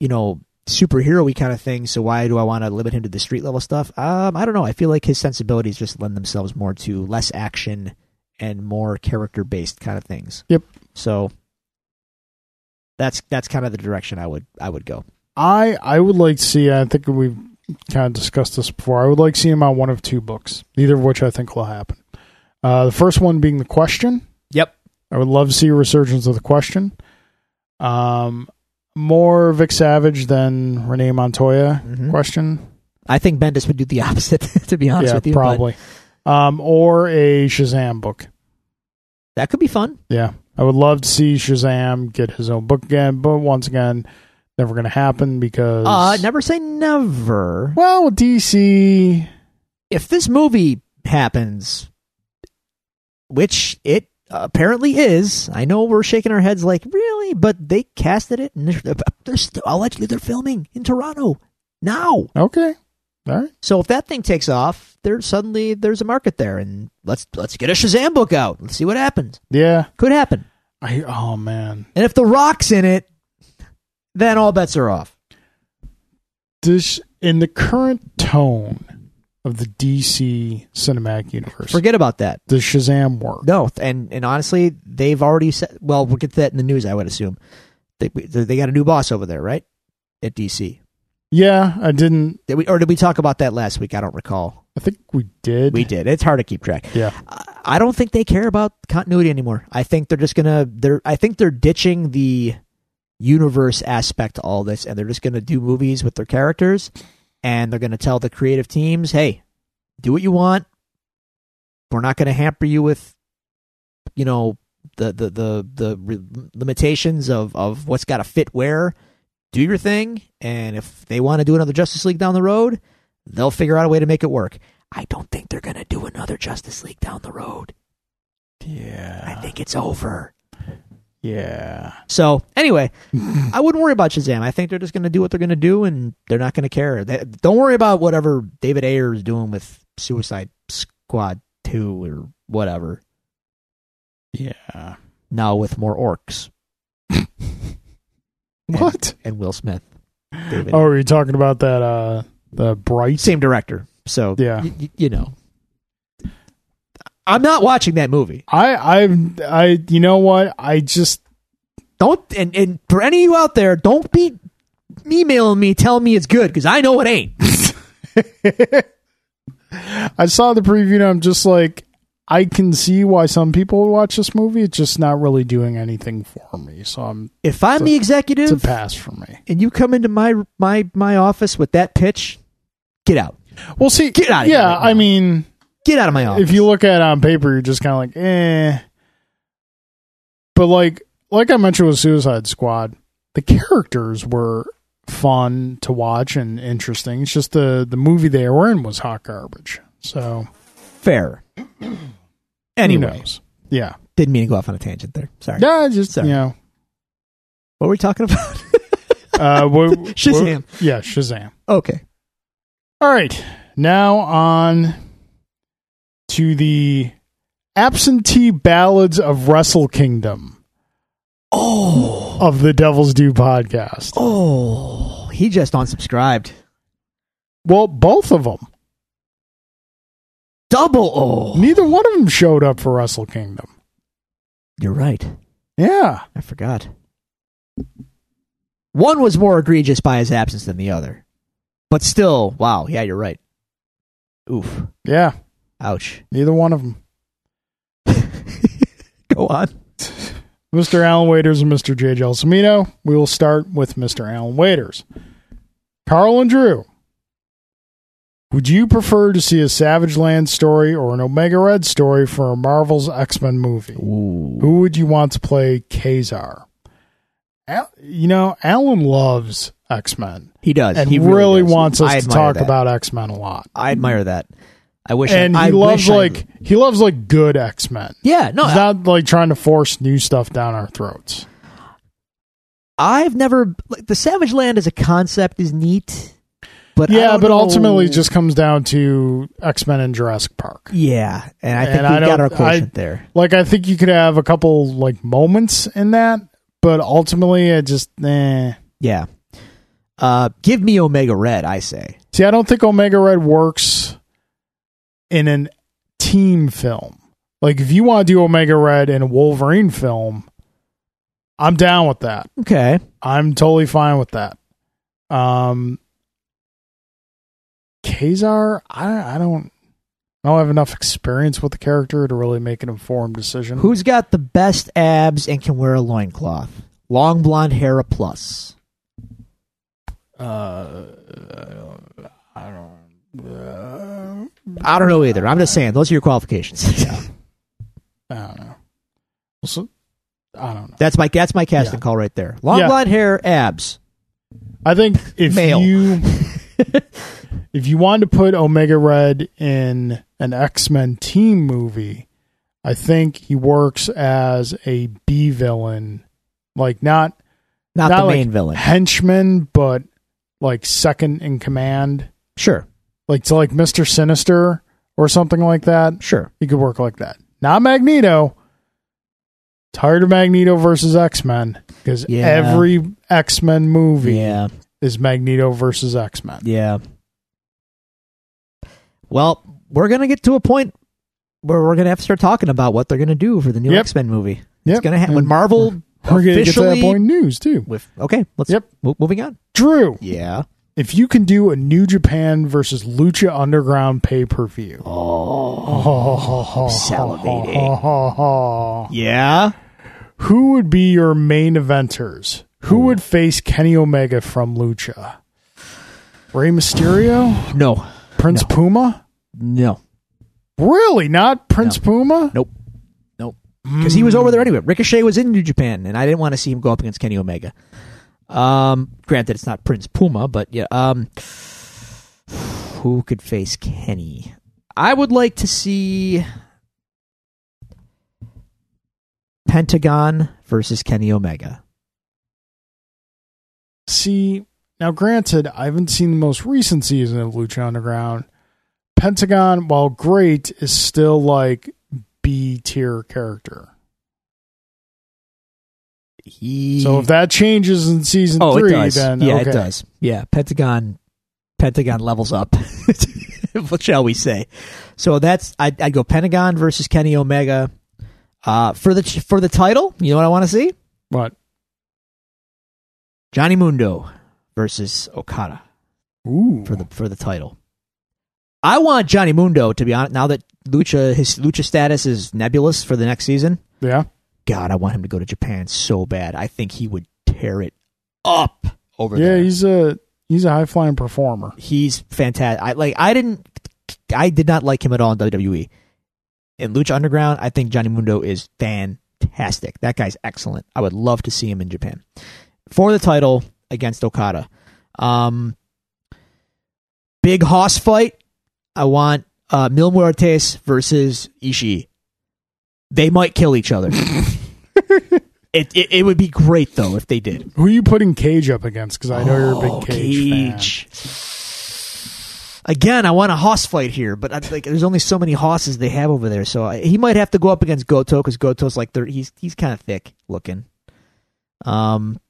B: you know superhero-y kind of thing so why do i want to limit him to the street level stuff um i don't know i feel like his sensibilities just lend themselves more to less action and more character based kind of things
A: Yep.
B: so that's that's kind of the direction i would i would go
A: I I would like to see. I think we've kind of discussed this before. I would like to see him on one of two books, neither of which I think will happen. Uh, the first one being the question.
B: Yep.
A: I would love to see a resurgence of the question. Um, more Vic Savage than Renee Montoya
B: Mhm.
A: question.
B: i think bendis would do the opposite to be honest
A: yeah,
B: with you but
A: probably. Um, or a Shazam book.
B: that could be fun
A: Yeah. I would love to see Shazam get his own book again, but once again, never going to happen because.
B: uh never say never
A: Well, with DC,
B: if this movie happens, which it apparently is, I know we're shaking our heads like, really? But they casted it, and they're, they're still, allegedly they're filming in Toronto now.
A: Okay. All right.
B: So if that thing takes off, there suddenly there's a market there, and let's let's get a Shazam book out. Let's see what happens.
A: Yeah.
B: Could happen.
A: I oh man.
B: And if The Rock's in it, then all bets are off.
A: This in the current tone of the DC cinematic universe.
B: Forget about that.
A: does Shazam work?
B: No, and and honestly, they've already said. Well, we'll get to that in the news. I would assume they they got a new boss over there, right? At DC,
A: Yeah, I didn't
B: did we or did we talk about that last week? I don't recall.
A: I think we did.
B: We did. It's hard to keep track.
A: Yeah.
B: I- I don't think they care about continuity anymore. I think they're just gonna. They're. I think they're ditching the universe aspect to all this, and they're just gonna do movies with their characters, and they're gonna tell the creative teams, "Hey, do what you want. We're not gonna hamper you with, you know, the the the the re- limitations of of what's got to fit where. Do your thing, and if they want to do another Justice League down the road, they'll figure out a way to make it work." I don't think they're going to do another Justice League down the road. I
A: Yeah.
B: think it's over.
A: Yeah.
B: So, anyway, I wouldn't worry about Shazam. I think they're just going to do what they're going to do and they're not going to care. They, don't worry about whatever David Ayer is doing with Suicide Squad 2 or whatever.
A: Yeah.
B: Now with more orcs
A: What?
B: and Will Smith. David
A: Oh, are you talking about that uh the bright
B: Same director. So,
A: Yeah.
B: y- y- you know. I'm not watching that movie.
A: I I I you know what? I just
B: Don't and, and for any of you out there, don't be emailing me telling me it's good because I know it ain't.
A: I saw the preview and I'm just like I can see why some people would watch this movie. It's just not really doing anything for me. So I'm
B: If I'm the
A: it's a
B: executive
A: pass for me.
B: and you come into my my my office with that pitch, get out.
A: Well, see,
B: Get outta
A: yeah,
B: here right
A: I
B: now.
A: mean,
B: Get out of my office.
A: if you look at it on paper, you're just kind of like, eh. But like, like I mentioned with Suicide Squad, the characters were fun to watch and interesting. It's just the the movie they were in was hot garbage. So
B: Fair.
A: who
B: Anyway,
A: knows? Yeah.
B: didn't mean to go off on a tangent there. Sorry.
A: Yeah, it's just
B: Sorry.
A: you know.
B: What were we talking about?
A: Uh, what,
B: Shazam.
A: yeah, Shazam.
B: okay.
A: All right. Now on to the absentee ballads of Wrestle Kingdom
B: Oh.
A: of the Devil's Due podcast.
B: Oh. He just unsubscribed.
A: Well, both of them.
B: Double oh.
A: Neither one of them showed up for Wrestle Kingdom.
B: You're right.
A: Yeah.
B: I forgot. One was more egregious by his absence than the other. But still, wow. Yeah, you're right. Oof.
A: Yeah.
B: Ouch.
A: Neither one of them.
B: Go on.
A: Mr. Alan Waiters and Mr. J. Gelsomino. We will start with Mr. Alan Waiters. Carl and Drew. Would you prefer to see a Savage Land story or an Omega Red story for a Marvel's X Men movie?
B: Ooh.
A: Who would you want to play Kazar? Al- you know, Alan loves X Men
B: He does.
A: and
B: he
A: really,
B: does.
A: wants
B: I
A: us to
B: admire
A: talk
B: that.
A: about X Men a lot.
B: I admire that. I wish.
A: And
B: I,
A: he
B: I
A: loves
B: wish I-
A: like he loves like good X Men.
B: yeah. No.
A: He's not like trying to force new stuff down our throats.
B: I've never like the Savage Land as a concept is neat, but I
A: Yeah,
B: don't
A: but
B: know-
A: ultimately it just comes down to X Men and Jurassic Park.
B: yeah, and I think
A: And
B: we
A: I
B: got our
A: don't- I-
B: quotient there.
A: Like I think you could have a couple like moments in that, but ultimately it just eh.
B: Yeah, uh, give me Omega Red, I say.
A: See, I don't think Omega Red works in an team film. Like if you want to do Omega Red in a Wolverine film, I'm down with that.
B: Okay,
A: I'm totally fine with that. Um Kazar, I I don't I don't have enough experience with the character to really make an informed decision.
B: who's got the best abs and can wear a loincloth? Long blonde hair, a plus.
A: uh I don't uh,
B: I don't know either. I'm just saying those are your qualifications.
A: I don't know. So, I don't know.
B: that's my that's my casting
A: Yeah.
B: call right there. Long
A: Yeah.
B: blonde hair, abs.
A: I think if
B: Male.
A: you if you wanted to put Omega Red in an X Men team movie, I think he works as a B villain, like not
B: Not,
A: Not
B: the
A: like-
B: main villain.
A: henchman, but like second in command,
B: Sure,
A: like to like Mister Sinister or something like that.
B: sure.
A: He could work like that. Not Magneto. Tired of Magneto versus X Men because
B: Yeah.
A: every X Men movie
B: Yeah.
A: is Magneto versus X Men.
B: Yeah. Well, we're gonna get to a point where we're gonna have to start talking about what they're gonna do for the new
A: Yep.
B: X Men movie. It's
A: Yep.
B: gonna happen when
A: And
B: Marvel
A: We're gonna get to that
B: officially
A: point in news too.
B: with okay. Let's
A: Yep.
B: mo- moving on.
A: Drew,
B: Yeah.
A: if you can do a New Japan versus Lucha Underground pay per view,
B: Oh.
A: salivating.
B: Yeah.
A: Who would be your main eventers? Who would face Kenny Omega from Lucha? Rey Mysterio,
B: No.
A: Prince Puma.
B: No.
A: Really, not Prince Puma?
B: Nope. Nope. Because he was over there anyway. Ricochet was in New Japan, and I didn't want to see him go up against Kenny Omega. Um, granted, it's not Prince Puma, but yeah. Um, who could face Kenny? I would like to see Pentagon versus Kenny Omega.
A: See, now granted, I haven't seen the most recent season of Lucha Underground. Pentagon, while great, is still like B tier character.
B: He,
A: So if that changes in season
B: oh,
A: three,
B: it does.
A: then
B: yeah,
A: okay.
B: it does. Yeah, Pentagon. Pentagon levels up. what shall we say? So that's I'd, I'd go Pentagon versus Kenny Omega uh, for the for the title. You know what I want to see?
A: But
B: Johnny Mundo versus Okada
A: ooh,
B: for the for the title. I want Johnny Mundo to be honest. Now that Lucha his Lucha status is nebulous for the next season,
A: yeah,
B: God, I want him to go to Japan so bad. I think he would tear it up over
A: yeah,
B: there.
A: he's a he's a high flying performer.
B: he's fantastic. I like. I didn't. I did not like him at all in WWE. In Lucha Underground, I think Johnny Mundo is fantastic. That guy's excellent. I would love to see him in Japan for the title against Okada. Um, big Hoss fight. I want uh, Mil Muertes versus Ishii. They might kill each other. it, it it would be great though if they did.
A: Who are you putting Cage up against? Because I know you're
B: Oh,
A: a big Cage, fan.
B: Again, I want a hoss fight here, but I, like, there's only so many hosses they have over there. So I, he might have to go up against Goto because Goto's like thir he's he's kind of thick looking. Um,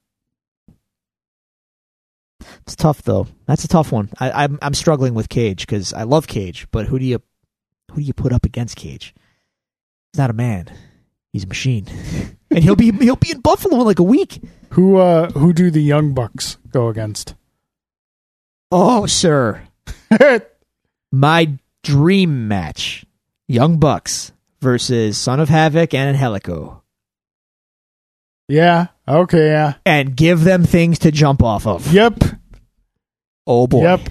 B: it's tough though. That's a tough one. I, I'm I'm struggling with Cage because I love Cage, but who do you who do you put up against Cage? He's not a man. He's a machine, and he'll be he'll be in Buffalo in like a week.
A: Who uh who do the Young Bucks go against?
B: Oh, sir. my dream match Young Bucks versus Son of Havoc and Helico.
A: yeah. Okay. Yeah.
B: And give them things to jump off of.
A: Yep.
B: Oh boy.
A: Yep.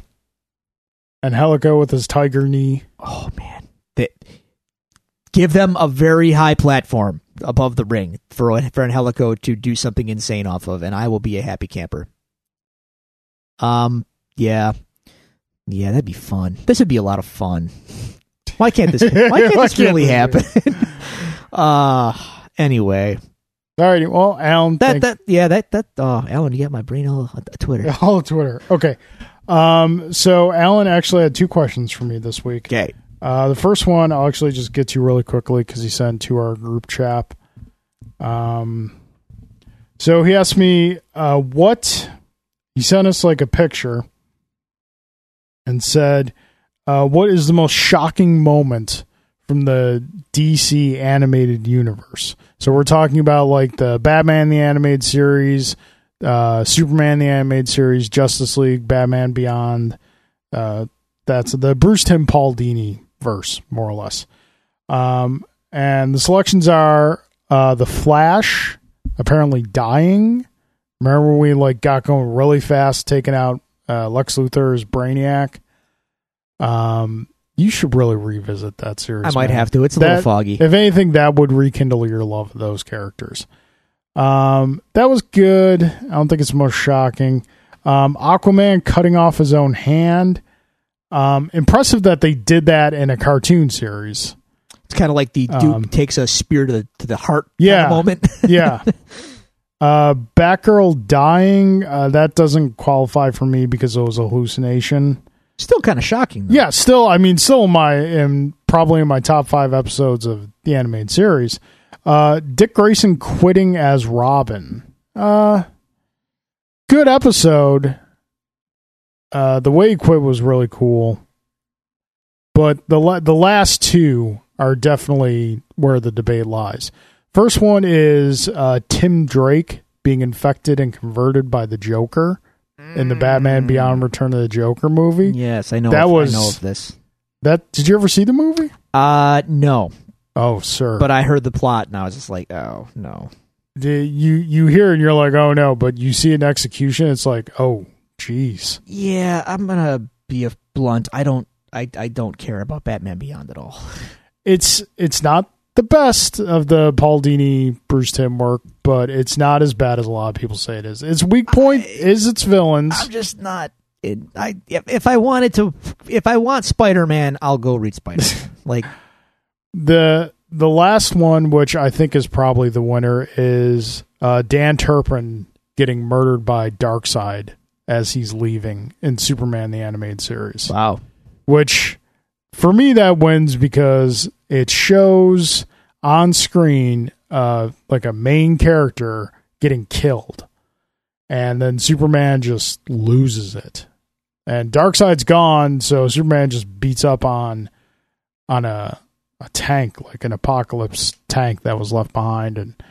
A: And Helico with his tiger knee.
B: Oh man. They, give them a very high platform above the ring for for an Helico to do something insane off of, and I will be a happy camper. Um. Yeah. Yeah, that'd be fun. This would be a lot of fun. Why can't this? Why can't
A: Why
B: this
A: can't
B: really
A: this
B: happen? uh anyway,
A: All righty. Well, Alan.
B: That
A: thank-
B: that yeah that that oh Alan you got my brain all on Twitter.
A: all Twitter. Okay. Um. So Alan actually had two questions for me this week.
B: Okay.
A: Uh, the first one I'll actually just get to really quickly because he sent to our group chat. Um, so he asked me uh, what he sent us like a picture and said, uh, "What is the most shocking moment from the DC animated universe?" So we're talking about like the Batman the animated series, uh, Superman the animated series, Justice League, Batman Beyond. Uh, that's the Bruce Tim Paul Dini verse, more or less. Um, and the selections are uh, the Flash apparently dying. Remember when we like got going really fast, taking out uh, Lex Luthor's Brainiac. Um, you should really revisit that series.
B: I might
A: man.
B: have to. It's a
A: That-
B: little foggy.
A: If anything, that would rekindle your love of those characters. Um, that was good. I don't think it's most shocking. Um, Aquaman cutting off his own hand. Um, impressive that they did that in a cartoon series.
B: It's kind of like the Duke
A: Um,
B: takes a spear to the to the heart kinda
A: Yeah.
B: moment.
A: Yeah. uh, Batgirl dying. Uh, that doesn't qualify for me because it was a hallucination.
B: Still kind of shocking. Though.
A: Yeah, still, I mean, still in my in probably in my top five episodes of the animated series. Uh, Dick Grayson quitting as Robin. Uh, good episode. Uh, the way he quit was really cool, but the la- the last two are definitely where the debate lies. First one is uh, Tim Drake being infected and converted by the Joker in the Batman Beyond Return of the Joker movie.
B: Mm. Yes, I know.
A: That
B: of,
A: was-
B: I know of this.
A: That did you ever see the movie?
B: Uh no,
A: Oh, sir.
B: but I heard the plot and I was just like, oh no.
A: The- you you hear and you're like, oh no, but you see an execution, it's like, oh, jeez.
B: Yeah, I'm gonna be a blunt. I don't. I, I don't care about Batman Beyond at all.
A: It's it's not the best of the Paul Dini Bruce Tim work, but it's not as bad as a lot of people say it is. Its weak point is its villains.
B: I'm just not. It, I if, if I wanted to, if I want Spider Man, I'll go read Spider. man Like
A: The the last one, which I think is probably the winner, is uh, Dan Turpin getting murdered by Darkseid as he's leaving in Superman the animated series.
B: wow,
A: which for me that wins because it shows on screen uh like a main character getting killed and then superman just loses it and darkseid's gone so superman just beats up on on a a tank like an apocalypse tank that was left behind and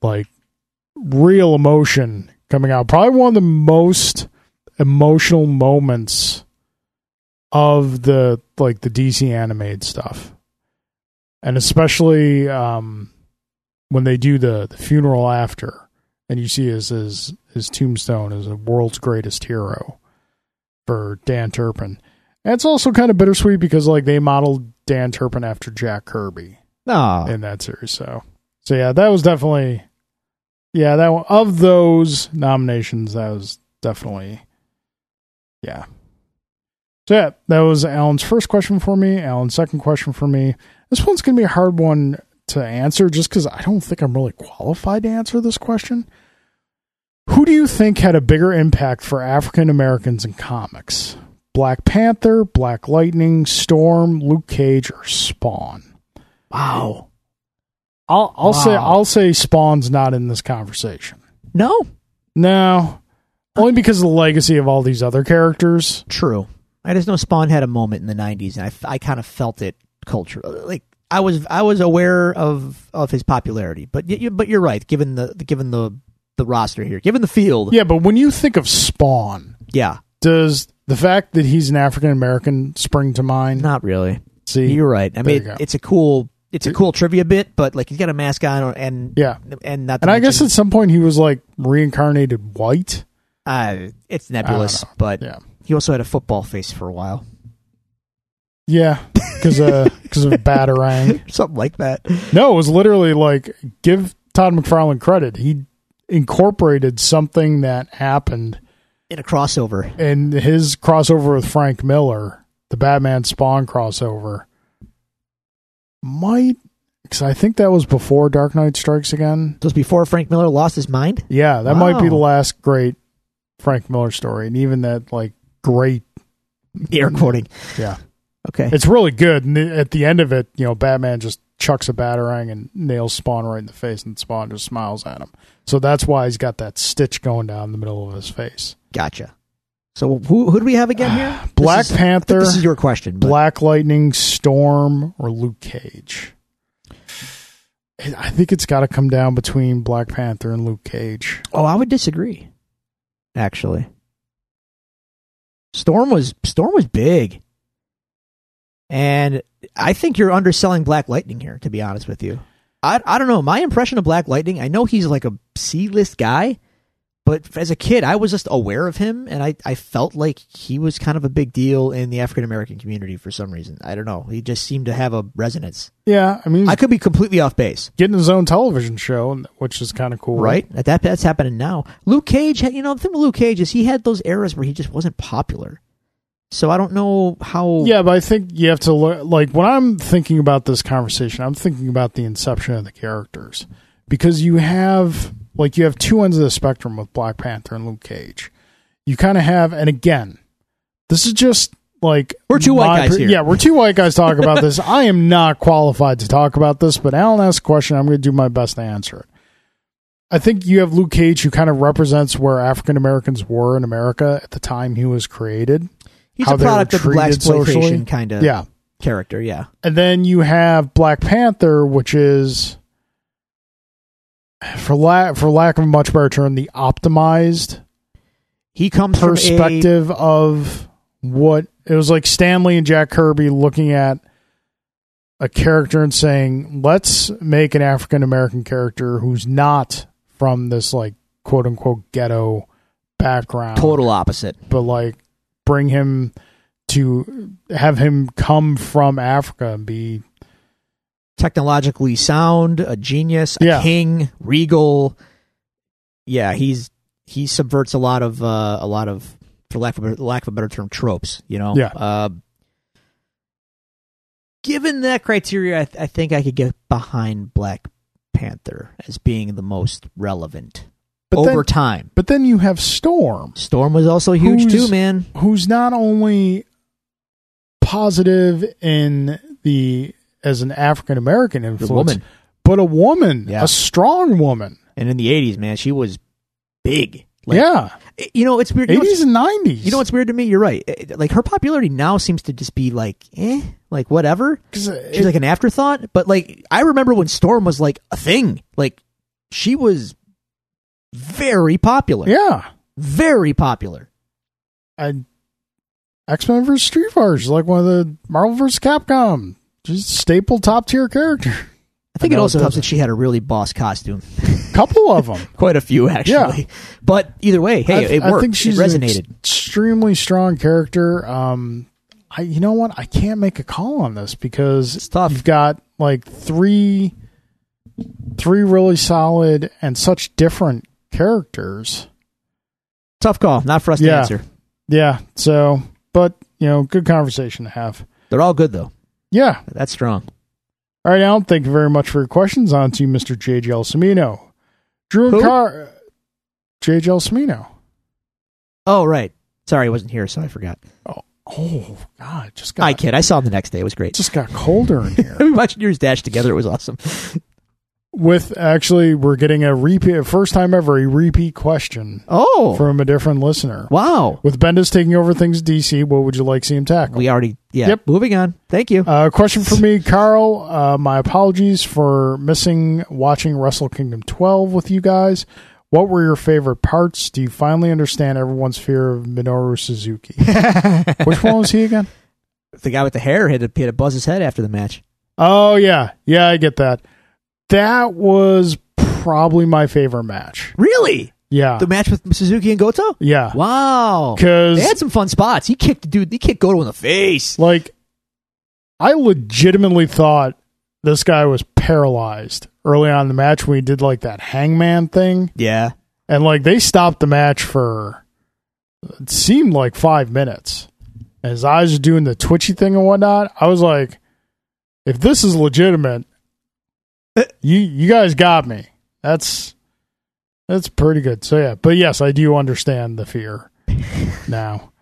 A: like real emotion coming out probably one of the most emotional moments of the like the DC animated stuff, and especially um, when they do the, the funeral after, and you see his his, his tombstone as the world's greatest hero for Dan Turpin. And it's also kind of bittersweet because like they modeled Dan Turpin after Jack Kirby
B: no,
A: in that series. So, so yeah, that was definitely, yeah, that one of those nominations. That was definitely Yeah. So yeah, that was Alan's first question for me. Alan's second question for me. This one's gonna be a hard one to answer just because I don't think I'm really qualified to answer this question. Who do you think had a bigger impact for African Americans in comics? Black Panther, Black Lightning, Storm, Luke Cage, or Spawn?
B: Wow.
A: I'll I'll say
B: Wow.
A: I'll say Spawn's not in this conversation.
B: No.
A: No. Only because of the legacy of all these other characters.
B: True. I just know Spawn had a moment in the '90s, and I, I kind of felt it culturally. Like I was I was aware of of his popularity, but y- you, but you're right. Given the given the the roster here, given the field,
A: Yeah, but when you think of Spawn,
B: yeah,
A: does the fact that he's an African American spring to mind?
B: not really.
A: See,
B: You're right. I
A: There
B: mean,
A: you go.
B: it's a cool it's a cool trivia bit, but like he's got a mask on, or, and
A: yeah,
B: and not. to
A: and I guess
B: mention,
A: at some point he was like reincarnated white.
B: uh, it's nebulous,
A: know.
B: but
A: Yeah,
B: he also had a football face for a while,
A: yeah, because uh, because of Batarang.
B: something like that.
A: No, it was literally like give Todd McFarlane credit. He incorporated something that happened
B: In a crossover,
A: in his crossover with Frank Miller, the Batman Spawn crossover. Might because I think that was before Dark Knight Strikes Again.
B: just before Frank Miller lost his mind.
A: Yeah, that might be the
B: Wow.
A: last great Frank Miller story, and even that like great,
B: Air quoting.
A: yeah,
B: Okay.
A: it's really good. And at the end of it, you know, Batman just chucks a batarang and nails Spawn right in the face, and Spawn just smiles at him. So that's why he's got that stitch going down the middle of his face.
B: Gotcha. So who who do we have again here? This
A: Black
B: is- I think
A: Panther,
B: This is your question. but-
A: Black Lightning, Storm, or Luke Cage. I think it's got to come down between Black Panther and Luke Cage.
B: Oh, I would disagree. Actually, Storm was Storm was big, and I think you're underselling Black Lightning here. To be honest with you, I I don't know. My impression of Black Lightning, I know he's like a C list guy, but as a kid, I was just aware of him, and I I felt like he was kind of a big deal in the African American community for some reason. I don't know. He just seemed to have a resonance.
A: Yeah, I mean, he's
B: I could be completely off base.
A: getting his own television show, and- which is kind of cool,
B: Right? That, that that's happening now. Luke Cage, had- you know, the thing with Luke Cage is he had those eras where he just wasn't popular. So I don't know how.
A: Yeah, but I think you have to look like when I'm thinking about this conversation, I'm thinking about the inception of the characters because you have like you have two ends of the spectrum with Black Panther and Luke Cage. You kind of have, and again, this is just like
B: We're two white
A: my
B: guys here.
A: Yeah, we're two white guys talking about this. I am not qualified to talk about this, but Alan asked a question. I'm going to do my best to answer it. I think you have Luke Cage, who kind of represents where African Americans were in America at the time he was created.
B: he's
A: how
B: a
A: they were
B: product of the black
A: treated socially.
B: exploitation kind of
A: Yeah.
B: character. Yeah.
A: And then you have Black Panther, which is for lack for lack of a much better term, the optimized
B: He comes from
A: perspective of what it was like Stanley and Jack Kirby looking at a character and saying, Let's make an African American character who's not from this like quote unquote ghetto
B: a
A: background.
B: total opposite.
A: But like bring him to have him come from Africa and be
B: Technologically sound, a genius, a
A: Yeah.
B: king, regal. Yeah, he's he subverts a lot of uh, a lot of for lack of a, lack of a better term tropes. You know.
A: Yeah.
B: Uh, given that criteria, I, th- I think I could get behind Black Panther as being the most relevant
A: but
B: over
A: then-
B: time.
A: But then you have Storm,
B: Storm was also huge
A: Who's-
B: too, man.
A: who's not only positive in the as an African American
B: The
A: influence,
B: woman,
A: but a woman,
B: Yeah.
A: a strong woman.
B: and in the '80s, man, she was big. Like,
A: yeah,
B: You know, it's weird. You know what's-
A: eighties and nineties.
B: You know what's weird to me? You're right. Eh, Like her popularity now seems to just be like, eh, like whatever.
A: Cause
B: She's
A: it,
B: like an afterthought. But like I remember when Storm was like a thing. Like she was very popular.
A: yeah,
B: Very popular.
A: I, X Men versus Street Fighter is like one of the Marvel versus Capcom, just staple top tier character.
B: I think
A: I
B: it
A: know
B: also
A: it
B: helps that
A: doesn't.
B: she had a really boss costume.
A: Couple of them.
B: Quite a few actually. But either way, hey,
A: I,
B: it
A: I
B: worked.
A: think she's
B: it
A: an ex-
B: resonated.
A: extremely strong character. Um, I you know what? I can't make a call on this because
B: It's tough.
A: You've got like three, three really solid and such different characters.
B: Tough call. Not for us to
A: Yeah.
B: answer.
A: Yeah. So, but you know, good conversation to have.
B: They're all good though.
A: Yeah.
B: That's strong.
A: All right, Alan. Thank you very much for your questions. On to Mr. J.J. Semino. Drew
B: Who?
A: and Car. J.J. Semino.
B: Oh right. Sorry, I wasn't here, so I forgot.
A: Oh God, just
B: I
A: got
B: kid. I saw him the next day. It was great.
A: just got colder in here.
B: we watched Year's Dash together. It was awesome.
A: With actually, we're getting a repeat, first time ever, a repeat question
B: Oh
A: from a different listener.
B: wow.
A: With Bendis taking over things at DC, what would you like to see him tackle?
B: We already yeah.
A: Yep.
B: Moving on. Thank you.
A: Uh, question for me, Carl. Uh, my apologies for missing watching Wrestle Kingdom 12 with you guys. What were your favorite parts? Do you finally understand everyone's fear of Minoru Suzuki? Which one was he again?
B: the guy with the hair had to, had to buzz his head after the match.
A: Oh, yeah. Yeah, I get that. That was probably my favorite match.
B: Really?
A: Yeah.
B: The match with Suzuki and Goto?
A: yeah.
B: Wow. They
A: Because,
B: had some fun spots. He kicked the dude. He kicked Goto in the face.
A: like, I legitimately thought this guy was paralyzed early on in the match when he did, like, that hangman thing.
B: Yeah.
A: And like they stopped the match for it seemed like five minutes. As I was doing the twitchy thing and whatnot, I was like, if this is legitimate, you you guys got me. That's that's pretty good. So yeah, but yes, I do understand the fear now.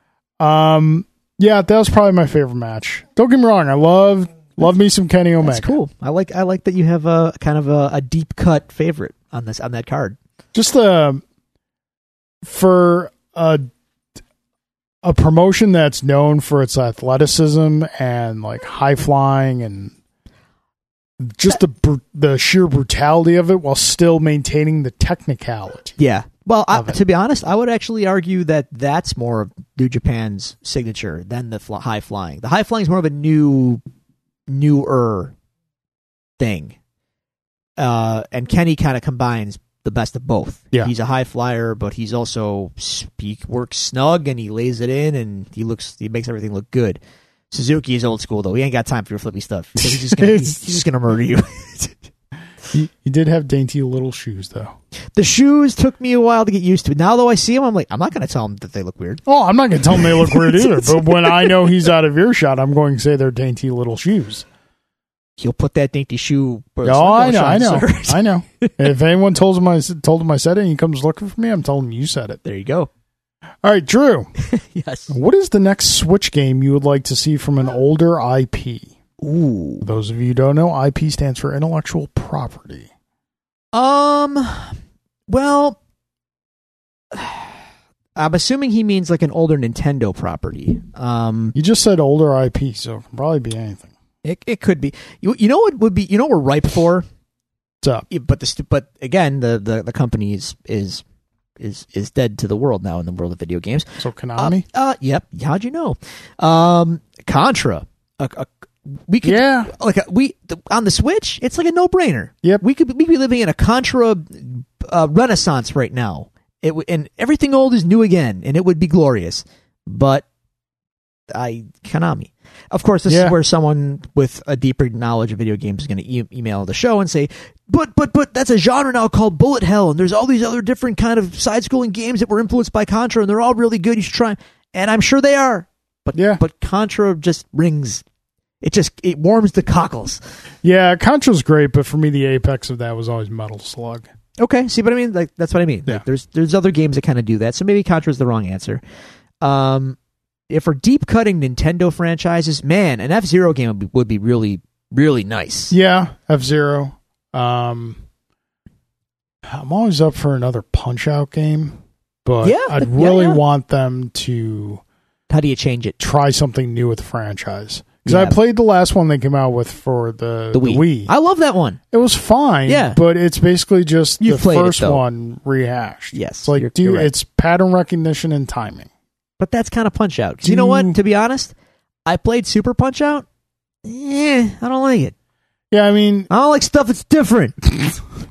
A: Um yeah, that was probably my favorite match. Don't get me wrong, I love love me some Kenny Omega.
B: That's cool. I like I like that you have a kind of a, a deep cut favorite on this on that card.
A: just uh for a a promotion that's known for its athleticism and like high flying and just the br- the sheer brutality of it while still maintaining the technicality.
B: Yeah. Well, I,
A: Love it.
B: to be honest, I would actually argue that that's more of New Japan's signature than the fl- high flying. The high flying is more of a new, newer thing. Uh, and Kenny kind of combines the best of both.
A: Yeah.
B: he's a high flyer, but he's also speak works snug and he lays it in and he looks he makes everything look good. Suzuki is old school though. He ain't got time for your flippy stuff. So he's just gonna, he's, he's just gonna murder you.
A: He, he did have dainty little shoes though.
B: the shoes took me a while to get used to. Now though I see them, I'm like, I'm not gonna tell him that they look weird.
A: Oh, I'm not going to tell him they look weird either, but when I know he's out of earshot, I'm going to say they're dainty little shoes.
B: he'll put that dainty shoe. or
A: Oh, I know, I
B: sunglass
A: know,
B: on his shirt.
A: I know. If anyone told him I s- told him I said it, and he comes looking for me, I'm telling him you said it.
B: There you go.
A: All right, Drew.
B: Yes.
A: What is the next Switch game you would like to see from an older IP?
B: Ooh.
A: For those of you who don't know, IP stands for intellectual property.
B: Um. Well, I'm assuming he means like an older Nintendo property. Um.
A: You just said older IP, so it can probably be anything.
B: It it could be. You you know what would be. You know what we're ripe for.
A: What's up?
B: But the stu- but again the the the company is is is is dead to the world now in the world of video games.
A: So Konami?
B: Uh, uh, yep. How'd you know? Um, Contra. A- a- we could,
A: Yeah.
B: Like a, we the, on the Switch, it's like a no-brainer.
A: Yep.
B: We could we could be living in a Contra uh, renaissance right now. It w- and everything old is new again, and it would be glorious. But I Konami. Of course, this
A: Yeah.
B: is where someone with a deeper knowledge of video games is going to e- email the show and say, "But, but, but that's a genre now called bullet hell, and there's all these other different kind of side-scrolling games that were influenced by Contra, and they're all really good. You should try 'em." And I'm sure they are. But
A: Yeah.
B: but Contra just rings. It just it warms the cockles.
A: yeah, Contra's great, but for me, the apex of that was always Metal Slug.
B: Okay, see, but I mean, like that's what I mean.
A: Yeah.
B: Like, there's there's other games that kind of do that, so maybe Contra is the wrong answer. Um, if we're deep cutting Nintendo franchises, man, an F Zero game would be, would be really really nice.
A: Yeah, F Zero. Um, I'm always up for another Punch Out game, but
B: Yeah,
A: I'd
B: yeah,
A: really
B: yeah.
A: want them to
B: How do you change it?
A: try something new with the franchise. Because I
B: Yeah.
A: played the last one they came out with for the,
B: The Wii. I love that one.
A: It was fine.
B: Yeah.
A: But it's basically just
B: You've
A: the
B: played it,
A: first
B: though.
A: one rehashed.
B: Yes,
A: It's like,
B: you're-
A: dude,
B: you're right.
A: it's pattern recognition and timing.
B: But that's kind of Punch Out. 'Cause
A: Do
B: you know
A: you-
B: what? To be honest, I played Super Punch Out. Yeah, I don't like it.
A: Yeah, I mean,
B: I don't like stuff that's different.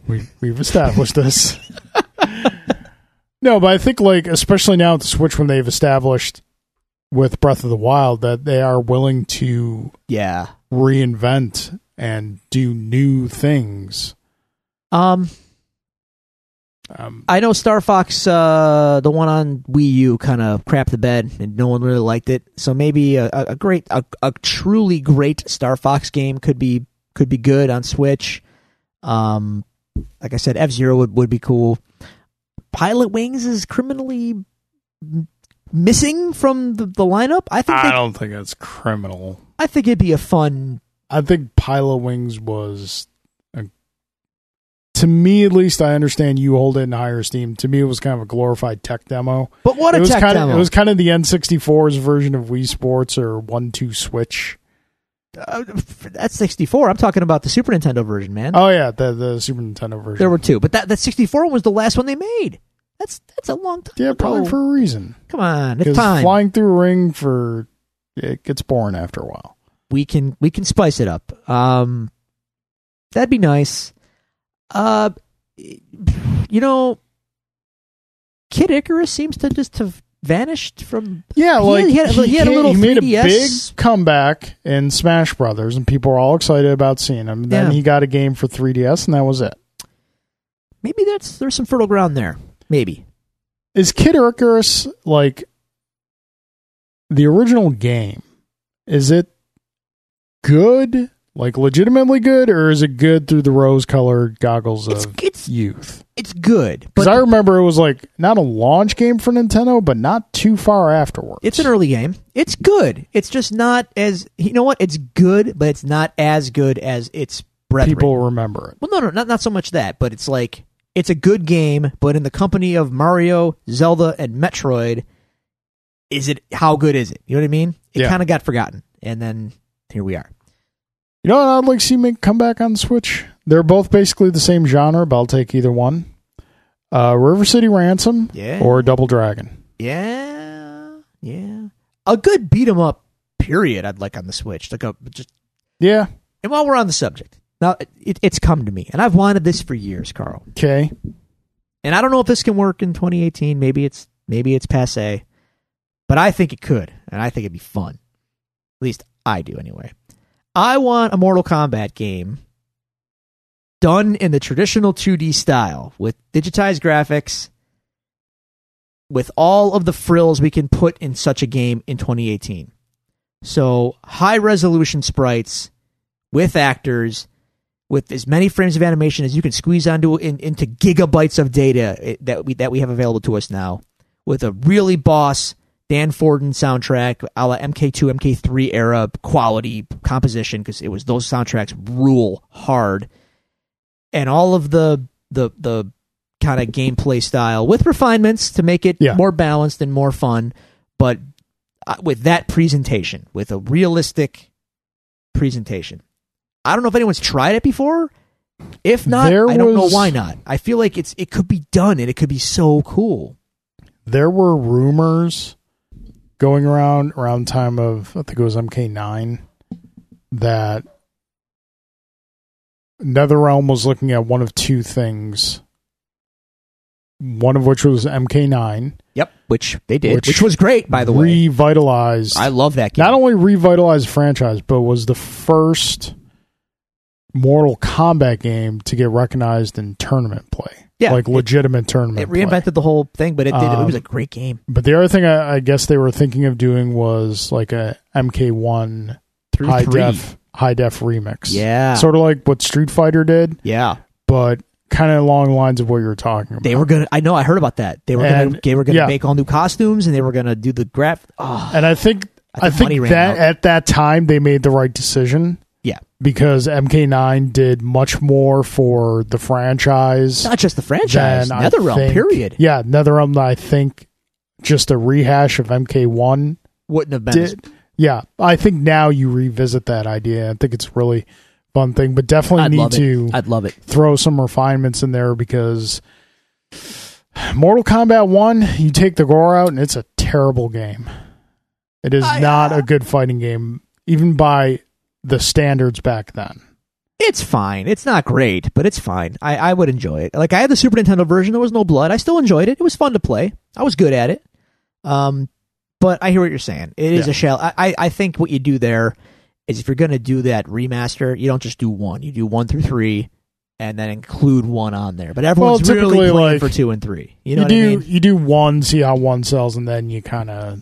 A: we, we've established this. no, but I think, like, especially now at the Switch, when they've established with Breath of the Wild that they are willing to
B: yeah.
A: reinvent and do new things.
B: Um.
A: Um,
B: I know Star Fox, uh, the one on Wii U, kind of crapped the bed, and no one really liked it. So maybe a, a a great, a, a truly great Star Fox game could be could be good on Switch. Um, like I said, F Zero would, would be cool. Pilot Wings is criminally m- missing from the, the lineup. I think
A: I
B: they,
A: don't think that's criminal.
B: I think it'd be a fun.
A: I think Pilot Wings was, a, to me at least, I understand you hold it in higher esteem. To me, it was kind of a glorified tech demo.
B: But what
A: it
B: a
A: was
B: tech
A: kind
B: demo!
A: of it was kind of the N64's version of Wii Sports or One Two Switch.
B: Uh, that's sixty four. I'm talking about the Super Nintendo version, man.
A: Oh yeah, the the Super Nintendo version.
B: There were two, but that that 64 was the last one they made. That's that's a long time.
A: yeah, probably
B: ago.
A: for a reason.
B: Come on, it's
A: Because
B: time.
A: flying through a ring for it gets boring after a while.
B: we can we can spice it up. Um, that'd be nice. Uh, you know, Kid Icarus seems to just have vanished from.
A: Yeah,
B: He-
A: like
B: he had- he had a
A: came-
B: little
A: he made
B: 3DS.
A: a big comeback in Smash Brothers, and people were all excited about seeing him. Then
B: Yeah.
A: he got a game for 3DS, and that was it.
B: Maybe that's there's some fertile ground there. Maybe
A: Is Kid Icarus like the original game? Is it good, like legitimately good, or is it good through the rose-colored goggles
B: it's
A: of
B: it's
A: youth?
B: it's good,
A: Because
B: but
A: Uh, I remember it was like not a launch game for Nintendo, but not too far afterwards.
B: It's an early game. It's good. It's just not as you know what? It's good, but it's not as good as its brethren.
A: people remember it.
B: Well, no, no, not not so much that, but it's like it's a good game, but in the company of Mario, Zelda, and Metroid, is it how good is it? You know what I mean? It
A: Yeah.
B: kind of got forgotten, and then here we are.
A: You know what I'd like to see make come back on Switch? They're both basically the same genre, but I'll take either one. Uh, River City Ransom
B: Yeah,
A: or Double Dragon.
B: yeah, yeah. A good beat 'em up period. I'd like on the Switch, like a just
A: Yeah.
B: And while we're on the subject, now it, it's come to me, and I've wanted this for years, Carl.
A: Okay.
B: And I don't know if this can work in 2018. Maybe it's maybe it's passe, but I think it could, and I think it'd be fun. At least I do, anyway. I want a Mortal Kombat game done in the traditional 2D style with digitized graphics, with all of the frills we can put in such a game in 2018. So high resolution sprites with actors with as many frames of animation as you can squeeze onto in, into gigabytes of data eh, that we that we have available to us now, with a really boss Dan Forden soundtrack, a la MK2, MK3 era quality composition, because it was those soundtracks rule hard, and all of the the the kind of gameplay style with refinements to make it
A: Yeah.
B: more balanced and more fun, but uh, with that presentation, with a realistic presentation. I don't know if anyone's tried it before. If not,
A: There
B: I don't know
A: was-
B: why not. I feel like it's it could be done and it could be so cool.
A: There were rumors going around around time of I think it was MK9 that NetherRealm was looking at one of two things. One of which was MK9
B: Yep, which they did,
A: Which-
B: which, was great by the way.
A: revitalized
B: I love that game.
A: not only revitalized the franchise, but was the first Mortal Kombat game to get recognized in tournament play.
B: Yeah,
A: like
B: it-
A: legitimate tournament.
B: it reinvented
A: play.
B: the whole thing, but it did. it
A: Um,
B: was a great game.
A: But the other thing I, I guess they were thinking of doing was like a MK1
B: Through
A: high
B: three.
A: def high def remix.
B: Yeah.
A: sort of like what Street Fighter did,
B: Yeah,
A: but kind of along the lines of what you were talking about.
B: they were gonna. I know. I heard about that. They were
A: And-
B: gonna. They were gonna
A: yeah.
B: make all new costumes and they were gonna do the graph. Oh,
A: and I think
B: I
A: I
B: think
A: think,
B: money ran
A: that
B: out.
A: at that time they made the right decision.
B: Yeah.
A: because MK9 did much more for the franchise
B: not just the franchise.
A: than I
B: NetherRealm.
A: think-
B: period.
A: Yeah, NetherRealm. I think just a rehash of MK1
B: Wouldn't have been. as-
A: did. Yeah, I think now you revisit that idea. I think it's a really fun thing, but definitely
B: I'd
A: need
B: love
A: to
B: it. I'd love it.
A: throw some refinements in there because Mortal Kombat 1, you take the gore out and it's a terrible game. It is
B: I,
A: not
B: uh,
A: a good fighting game, even by the standards back then.
B: It's fine. It's not great, but it's fine. I, I would enjoy it. Like I had the Super Nintendo version. There was no blood. I still enjoyed it. It was fun to play. I was good at it. Um, but I hear what you're saying. It is
A: Yeah.
B: a shell. I, I I think what you do there is if you're gonna do that remaster, you don't just do one. You do one through three, and then include one on there. But everyone's
A: Well,
B: really
A: typically,
B: playing
A: like,
B: for two and three. You know
A: you
B: what
A: do
B: I mean?
A: you do one, see how one sells, and then you kind of.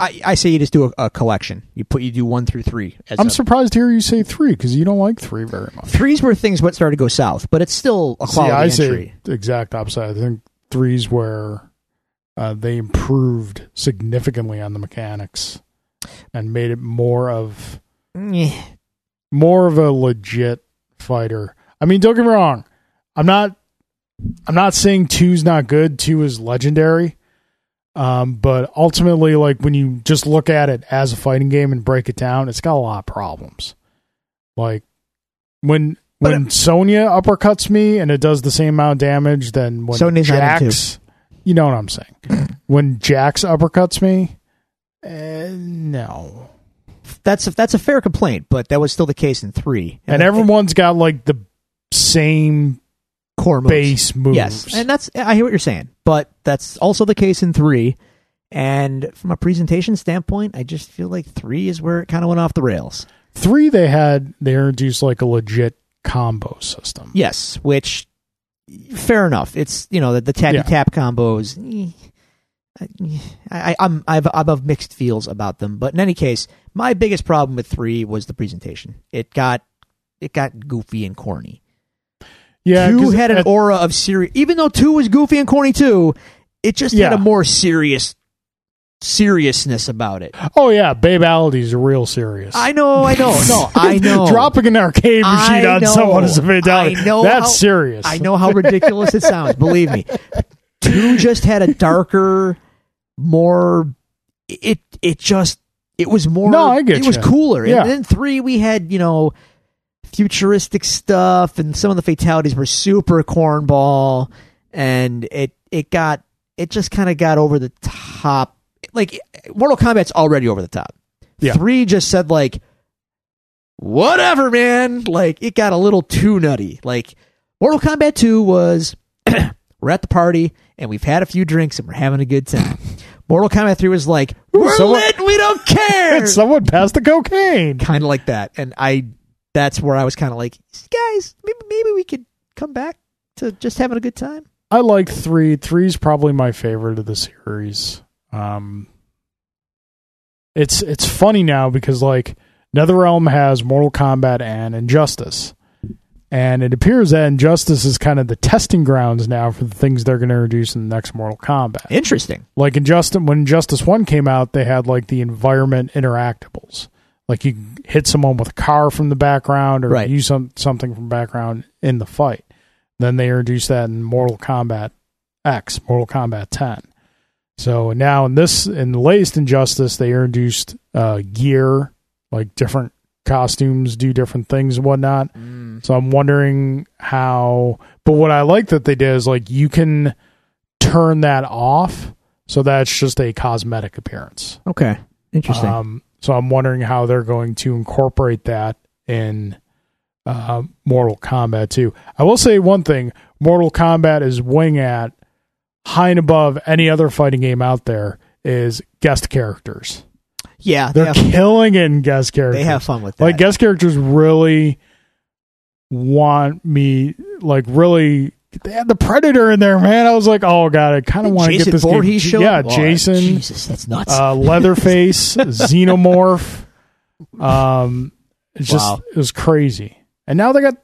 B: I, I say you just do a, a collection. You put you do one through three. As
A: I'm
B: a-
A: surprised to hear you say three because you don't like three very much.
B: three's where things what started to go south, but it's still a
A: See, I
B: quality entry.
A: say the exact opposite. I think threes where uh, they improved significantly on the mechanics and made it more of
B: Nyeh.
A: more of a legit fighter. I mean, don't get me wrong. I'm not I'm not saying two's not good. Two is legendary. Um, but ultimately, like when you just look at it as a fighting game and break it down, it's got a lot of problems. Like when
B: But
A: when Sonya uppercuts me and it does the same amount of damage than when
B: Sonya's not in two.
A: Jax, you know what I'm saying? when Jax uppercuts me, eh, no,
B: That's a, that's a fair complaint, but that was still the case in three.
A: and
B: the-
A: everyone's got like the same
B: core moves.
A: base moves.
B: Yes, and that's I hear what you're saying, but that's also the case in three. And from a presentation standpoint, I just feel like three is where it kind of went off the rails.
A: Three, they had they introduced like a legit combo system.
B: Yes, which fair enough. It's you know the, the tappy
A: Yeah.
B: tap combos. eh, I, I, I'm I've I'm of mixed feels about them, but in any case, my biggest problem with three was the presentation. It got it got goofy and corny.
A: Yeah,
B: two
A: 'cause
B: had an
A: at-
B: aura of serious. Even though two was goofy and corny too, it just had
A: Yeah.
B: a more serious seriousness about it.
A: oh yeah, Babe Aldi's real serious.
B: I know, I know, no, I know.
A: Dropping an arcade
B: I
A: machine on
B: know.
A: someone is a fatality.
B: I know
A: That's
B: how-
A: serious.
B: I know how ridiculous it sounds. Believe me, two just had a darker, more. It it just it was more.
A: No, I get
B: It was
A: you.
B: cooler.
A: Yeah.
B: And then three, we had you know futuristic stuff, and some of the fatalities were super cornball, and it it got it just kind of got over the top. Like Mortal Kombat's already over the top.
A: Yeah.
B: Three just said like whatever, man. Like it got a little too nutty. Like Mortal Kombat 2 was we're at the party and we've had a few drinks and we're having a good time. Mortal Kombat 3 was like we're
A: someone-
B: lit, we don't care.
A: And someone passed the cocaine.
B: kind of like that, and I that's where I was kind of like, guys, maybe maybe we could come back to just having a good time.
A: I like three. Three's probably my favorite of the series. Um, it's it's funny now because like NetherRealm has Mortal Kombat and Injustice, and it appears that Injustice is kind of the testing grounds now for the things they're going to introduce in the next Mortal Kombat.
B: Interesting.
A: Like Injustice, when Injustice One came out, they had like the environment interactables. Like you hit someone with a car from the background, or
B: Right.
A: use some something from background in the fight. Then they introduced that in Mortal Kombat X, Mortal Kombat 10. So now in this, in the latest Injustice, they introduced uh, gear, like different costumes do different things and whatnot. So I'm wondering how. But what I like that they did is like you can turn that off, so that's just a cosmetic appearance.
B: Okay, interesting.
A: Um, so I'm wondering how they're going to incorporate that in uh, Mortal Kombat 2. I will say one thing: Mortal Kombat is wing at high and above any other fighting game out there. Is guest characters?
B: yeah, they
A: They're
B: have,
A: killing it in guest characters.
B: they have fun with that.
A: Like guest characters really want me. Like really, they had the Predator in there, man. I was like, oh god, I kind of want to
B: Jason
A: get this
B: Voorhees
A: game.
B: showed
A: yeah,
B: up? Oh,
A: Jason
B: Jesus, that's nuts.
A: uh, Leatherface, Xenomorph. Um, it's just
B: Wow.
A: it was crazy. And now they got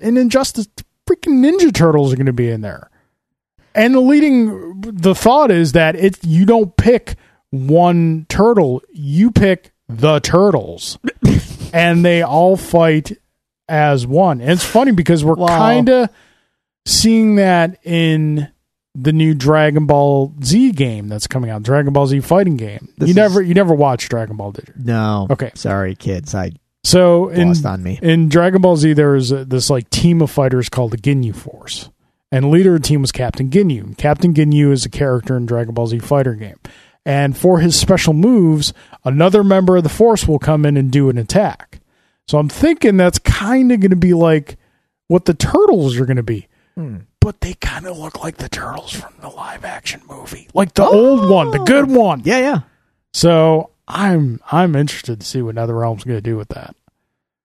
A: an injustice. the Freaking Ninja Turtles are going to be in there. And the leading the thought is that it you don't pick one turtle, you pick the turtles, and they all fight as one. And it's funny because we're
B: Wow.
A: kind of seeing that in the new Dragon Ball Z game that's coming out, Dragon Ball Z fighting game.
B: This
A: you
B: is-
A: never you never watched Dragon Ball, did you?
B: no.
A: Okay.
B: Sorry, kids. I
A: So in
B: lost on me.
A: in Dragon Ball Z there was a, this like team of fighters called the Ginyu Force. And leader of the team was Captain Ginyu. Captain Ginyu is a character in Dragon Ball Z fighter game. And for his special moves, another member of the force will come in and do an attack. So I'm thinking that's kind of going to be like what the turtles are going to be.
B: Hmm.
A: But they kind of look like the turtles from the live action movie. Like the old one, the good one.
B: Oh! Yeah, yeah.
A: So I'm I'm interested to see what NetherRealm's going to do with that.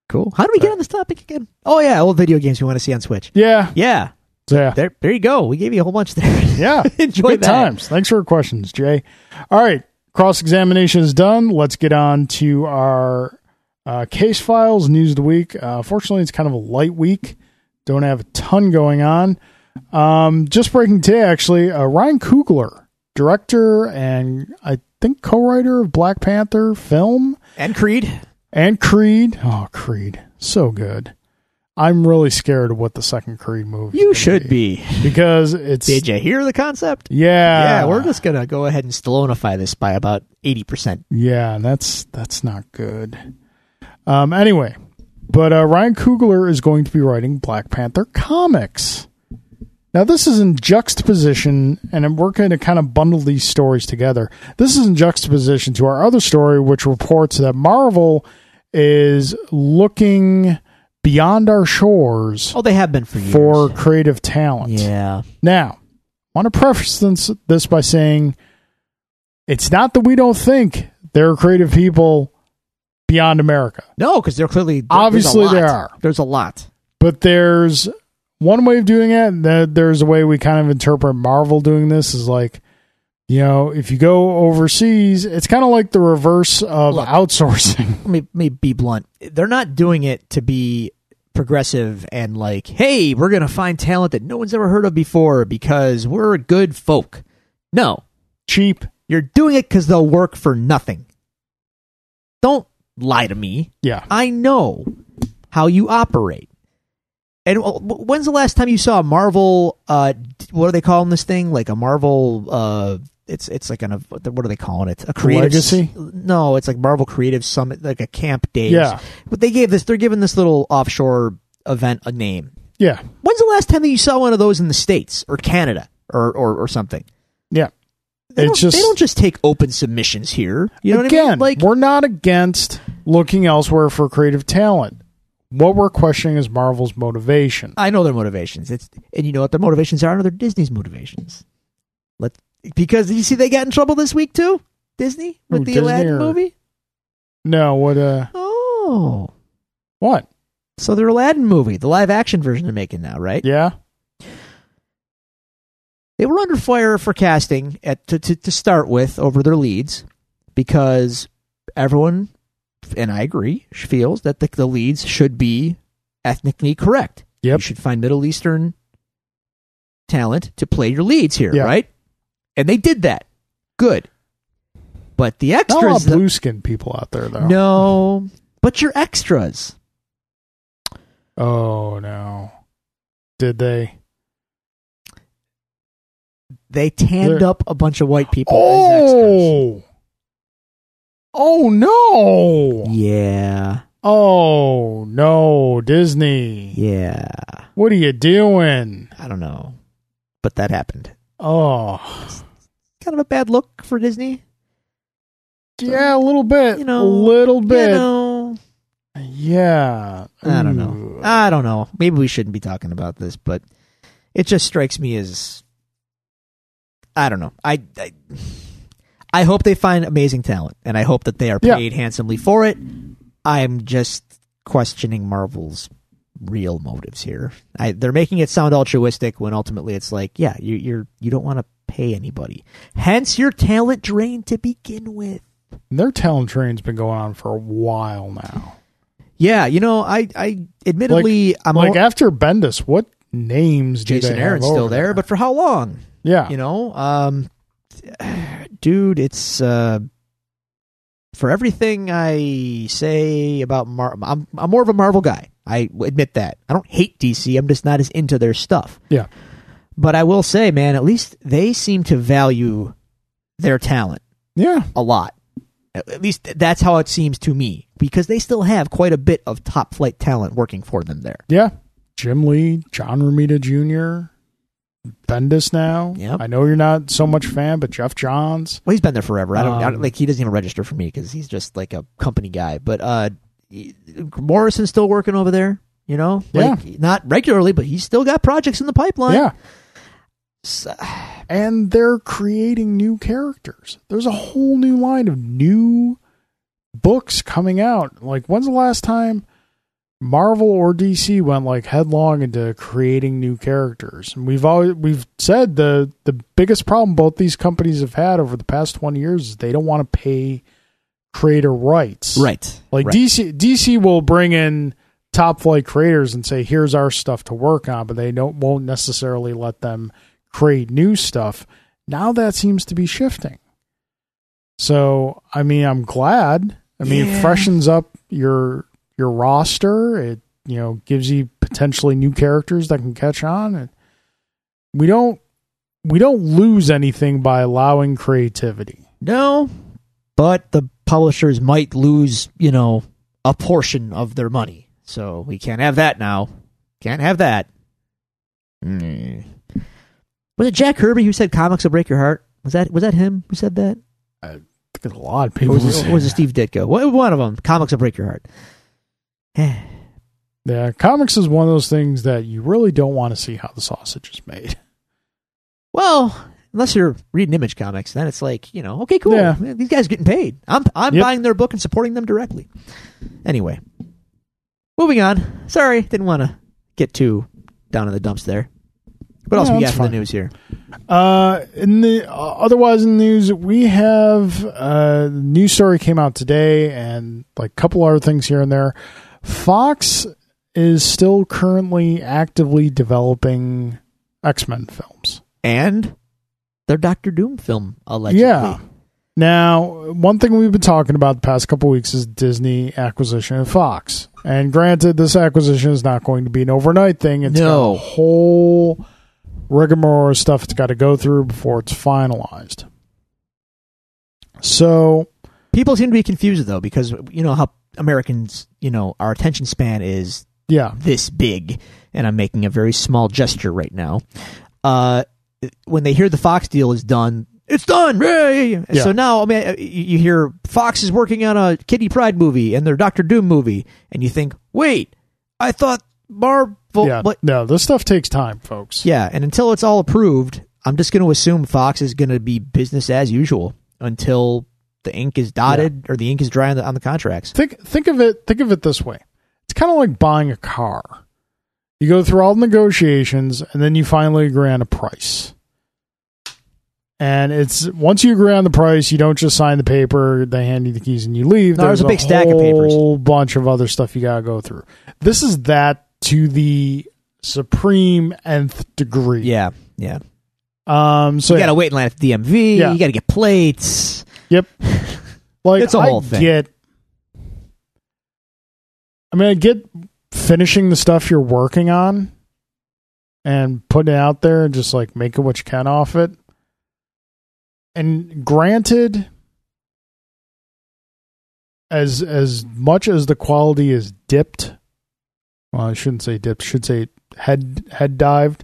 B: Cool. How do we get on this topic again? Oh yeah, old video games we want to see on Switch.
A: Yeah.
B: Yeah.
A: Yeah.
B: There, there you go. We gave you a whole bunch there.
A: Yeah.
B: Enjoy
A: Good
B: that.
A: times. Thanks for your questions, Jay. All right. Cross examination is done. Let's get on to our uh, case files, news of the week. Uh, fortunately, it's kind of a light week. Don't have a ton going on. Um, just breaking today, actually, uh, Ryan Coogler, director and I think co writer of Black Panther film
B: And Creed.
A: and Creed. Oh, Creed. So good. I'm really scared of what the second Creed movie
B: You should be.
A: because it's.
B: Did you hear the concept?
A: Yeah.
B: yeah, we're just gonna go ahead and Stallonify this by about eighty percent.
A: Yeah, that's that's not good. Um, anyway, but uh, Ryan Coogler is going to be writing Black Panther comics. Now, this is in juxtaposition, and we're going to kind of bundle these stories together. This is in juxtaposition to our other story, which reports that Marvel is looking beyond our shores
B: Oh, they have been for years.
A: for creative talent.
B: yeah,
A: Now, I want to preface this, this by saying it's not that we don't think there are creative people beyond America,
B: no, because they're clearly there-
A: Obviously
B: there's a lot.
A: there are.
B: There's a lot.
A: but there's one way of doing it. And th- there's a way we kind of interpret Marvel doing this is like, you know, if you go overseas, it's kind of like the reverse of
B: Look.
A: outsourcing.
B: Let me, let me be blunt. They're not doing it to be progressive and like, hey, we're gonna find talent that no one's ever heard of before because we're good folk. No,
A: Cheap.
B: you're doing it because they'll work for nothing. Don't lie to me.
A: Yeah.
B: I know how you operate. And uh, w- when's the last time you saw a Marvel? Uh, d- what are they calling this thing? Like a Marvel? Uh, it's it's like an ev- what are they calling it? A creative
A: Legacy?
B: No, it's like Marvel Creative Summit, like a camp day.
A: Yeah.
B: But they gave this. They're giving this little offshore event a name.
A: Yeah.
B: When's the last time that you saw one of those in the states or Canada or or, or something?
A: Yeah.
B: They
A: It's
B: don't, they
A: just-
B: don't just take open submissions here. You know
A: Again,
B: what I mean? Like
A: we're not against looking elsewhere for creative talent. What we're questioning is Marvel's motivation.
B: I know their motivations. It's and you know what their motivations are. They're Disney's motivations. Let because you see they got in trouble this week too. Disney with
A: Ooh,
B: the
A: Disney
B: Aladdin
A: or-
B: movie.
A: No, what uh
B: Oh,
A: what?
B: so their Aladdin movie, the live action version they're making now, right?
A: Yeah.
B: They were under fire for casting at to, to to start with over their leads because everyone and I agree feels that the, the leads should be ethnically correct.
A: Yep.
B: You should find Middle Eastern talent to play your leads here,
A: Yeah.
B: right? And they did that. Good. But the
A: Not a lot
B: extras
A: of blue skinned people out there though.
B: No. But your extras.
A: Oh no. Did they?
B: They tanned
A: They're-
B: up a bunch of white people as
A: Oh. Oh no.
B: extras. Yeah.
A: Oh no, Disney.
B: Yeah.
A: What are you doing?
B: I don't know. But that happened.
A: Oh.
B: Kind of a bad look for Disney.
A: Yeah, a little bit.
B: You
A: a
B: know,
A: little bit.
B: You know,
A: yeah.
B: I don't
A: Ooh.
B: know. I don't know. Maybe we shouldn't be talking about this, but it just strikes me as I don't know. I I, I hope they find amazing talent, and I hope that they are
A: Yeah.
B: paid handsomely for it. I'm just questioning Marvel's real motives here. I, they're making it sound altruistic when ultimately it's like, yeah, you, you're you don't want to pay anybody. Hence your talent drain to begin with.
A: Their talent train's been going on for a while now.
B: Yeah, you know, I I admittedly I'm
A: like
B: al-
A: after Bendis, what names do
B: Jason
A: they have
B: Aaron's still
A: over
B: there, but for how long?
A: yeah,
B: You know, um, dude, it's uh, for everything I say about Mar. I'm I'm more of a Marvel guy. I admit that. I don't hate DC. I'm just not as into their stuff.
A: yeah,
B: But I will say, man, at least they seem to value their talent
A: yeah.
B: a lot. At at least that's how it seems to me, because they still have quite a bit of top flight talent working for them there.
A: Yeah. Jim Lee, John Romita Jr., Bendis now.
B: Yep.
A: I know you're not so much fan, but Jeff Johns.
B: Well, he's been there forever. I don't, I don't
A: Um,
B: like he doesn't even register for me because he's just like a company guy. But uh, he- Morrison's still working over there. You know, like not regularly, but he's still got projects in the pipeline.
A: Yeah.
B: So-
A: And they're creating new characters. There's a whole new line of new books coming out. Like, when's the last time Marvel or DC went like headlong into creating new characters. And we've always we've said the the biggest problem both these companies have had over the past 20 years is they don't want to pay creator rights.
C: Right.
A: Like
C: right.
A: DC DC will bring in top flight creators and say here's our stuff to work on, but they don't won't necessarily let them create new stuff. Now that seems to be shifting. So, I mean, I'm glad. I mean, it
C: Yeah.
A: freshens up your your roster. It you know gives you potentially new characters that can catch on. And we don't we don't lose anything by allowing creativity.
B: No, but the publishers might lose, you know, a portion of their money. So we can't have that now. Can't have that. Mm. Was it Jack Kirby who said comics will break your heart? Was that was that him who said that?
A: I think a lot of
B: Or
A: people.
B: was it, or was it Steve Ditko? One one of them. Comics will break your heart. Eh.
A: yeah, comics is one of those things that you really don't want to see how the sausage is made.
B: Well, unless you're reading Image Comics, then it's like you know, okay, cool.
A: Yeah.
B: These guys are getting paid. I'm I'm
A: Yep.
B: buying their book and supporting them directly. Anyway, moving on. Sorry, didn't want to get too down in the dumps there. What else
A: No,
B: we got
A: that's
B: for the
A: fine.
B: news here?
A: Uh, in the uh, otherwise in the news, we have uh, the news story came out today, and like a couple other things here and there. Fox is still currently actively developing X Men films.
B: And their Doctor Doom film allegedly.
A: Yeah. Now, one thing we've been talking about the past couple weeks is Disney acquisition of Fox. And granted, this acquisition is not going to be an overnight thing. It's got
C: No.
A: a whole rigmarole of stuff it's got to go through before it's finalized. So,
B: People seem to be confused though because you know how Americans, you know, our attention span is
A: yeah,
B: this big, and I'm making a very small gesture right now. Uh, when they hear the Fox deal is done, it's done. Yeah, yeah, yeah.
A: Yeah.
B: So now, I mean, uh, you you hear Fox is working on a Kitty Pride movie and their Doctor Doom movie, and you think, wait, I thought Marvel.
A: yeah.
B: But
A: no, this stuff takes time, folks.
B: yeah, and until it's all approved, I'm just going to assume Fox is going to be business as usual until the ink is dotted or the ink is dry on the, on the contracts.
A: Think think of it think of it this way. It's kind of like buying a car. You go through all the negotiations and then you finally agree on a price. And it's once you agree on the price, you don't just sign the paper, they hand you the keys and you leave.
B: No, there's a big stack of papers.
A: whole bunch of other stuff you got to go through. This is that to the supreme nth degree.
B: Yeah, yeah.
A: Um so
B: You
A: yeah.
B: got to wait in line at the DMV.
A: Yeah.
B: You got to get plates.
A: Yep. Like
B: It's a whole
A: I
B: thing.
A: get. I mean, I get finishing the stuff you're working on and putting it out there and just like making what you can off it. And granted, as as much as the quality is dipped, well, I shouldn't say dipped, should say head head dived,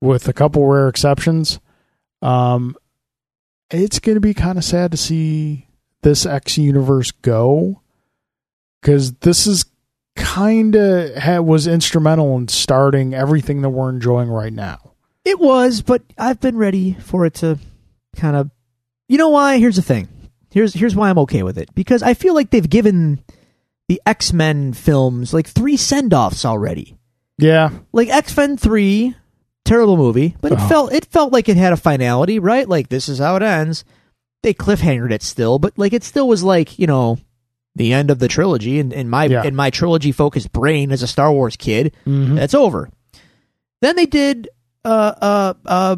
A: with a couple rare exceptions. Um, it's going to be kind of sad to see this X universe go because this is kind of ha- was instrumental in starting everything that we're enjoying right now.
B: It was, but I've been ready for it to kind of You know why? Here's the thing. Here's here's why I'm okay with it. Because I feel like they've given the X-Men films like three send-offs already.
A: Yeah,
B: Like X-Men 3, terrible movie, but it
A: Oh.
B: felt it felt like it had a finality, right? Like this is how it ends. They cliffhangered it still, but like it still was like, you know, the end of the trilogy and in, my
A: Yeah.
B: in my trilogy focused brain as a Star Wars kid,
A: mm-hmm.
B: that's over. Then they did uh uh uh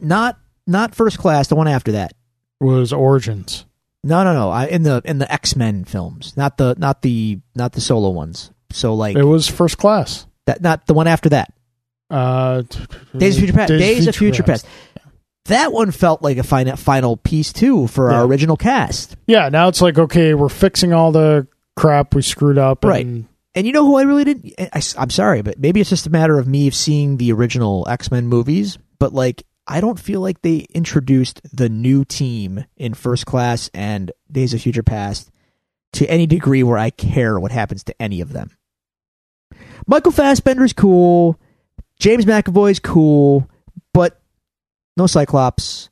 B: not not first class, the one after that.
A: was Origins.
B: No, no, no. I, in the in the X Men films, not the not the not the solo ones. So like
A: It was First Class.
B: that, not the one after that.
A: Uh,
B: Days of Future Past. Days, of Future Past. That one felt like a final final piece too for
A: Yeah.
B: our original cast.
A: Yeah, now it's like okay, we're fixing all the crap we screwed up.
B: Right.
A: and-
B: And you know who I really didn't. I, am sorry, but maybe it's just a matter of me seeing the original X Men movies. But like, I don't feel like they introduced the new team in First Class and Days of Future Past to any degree where I care what happens to any of them. Michael Fassbender's cool. James McAvoy's cool, but no Cyclops.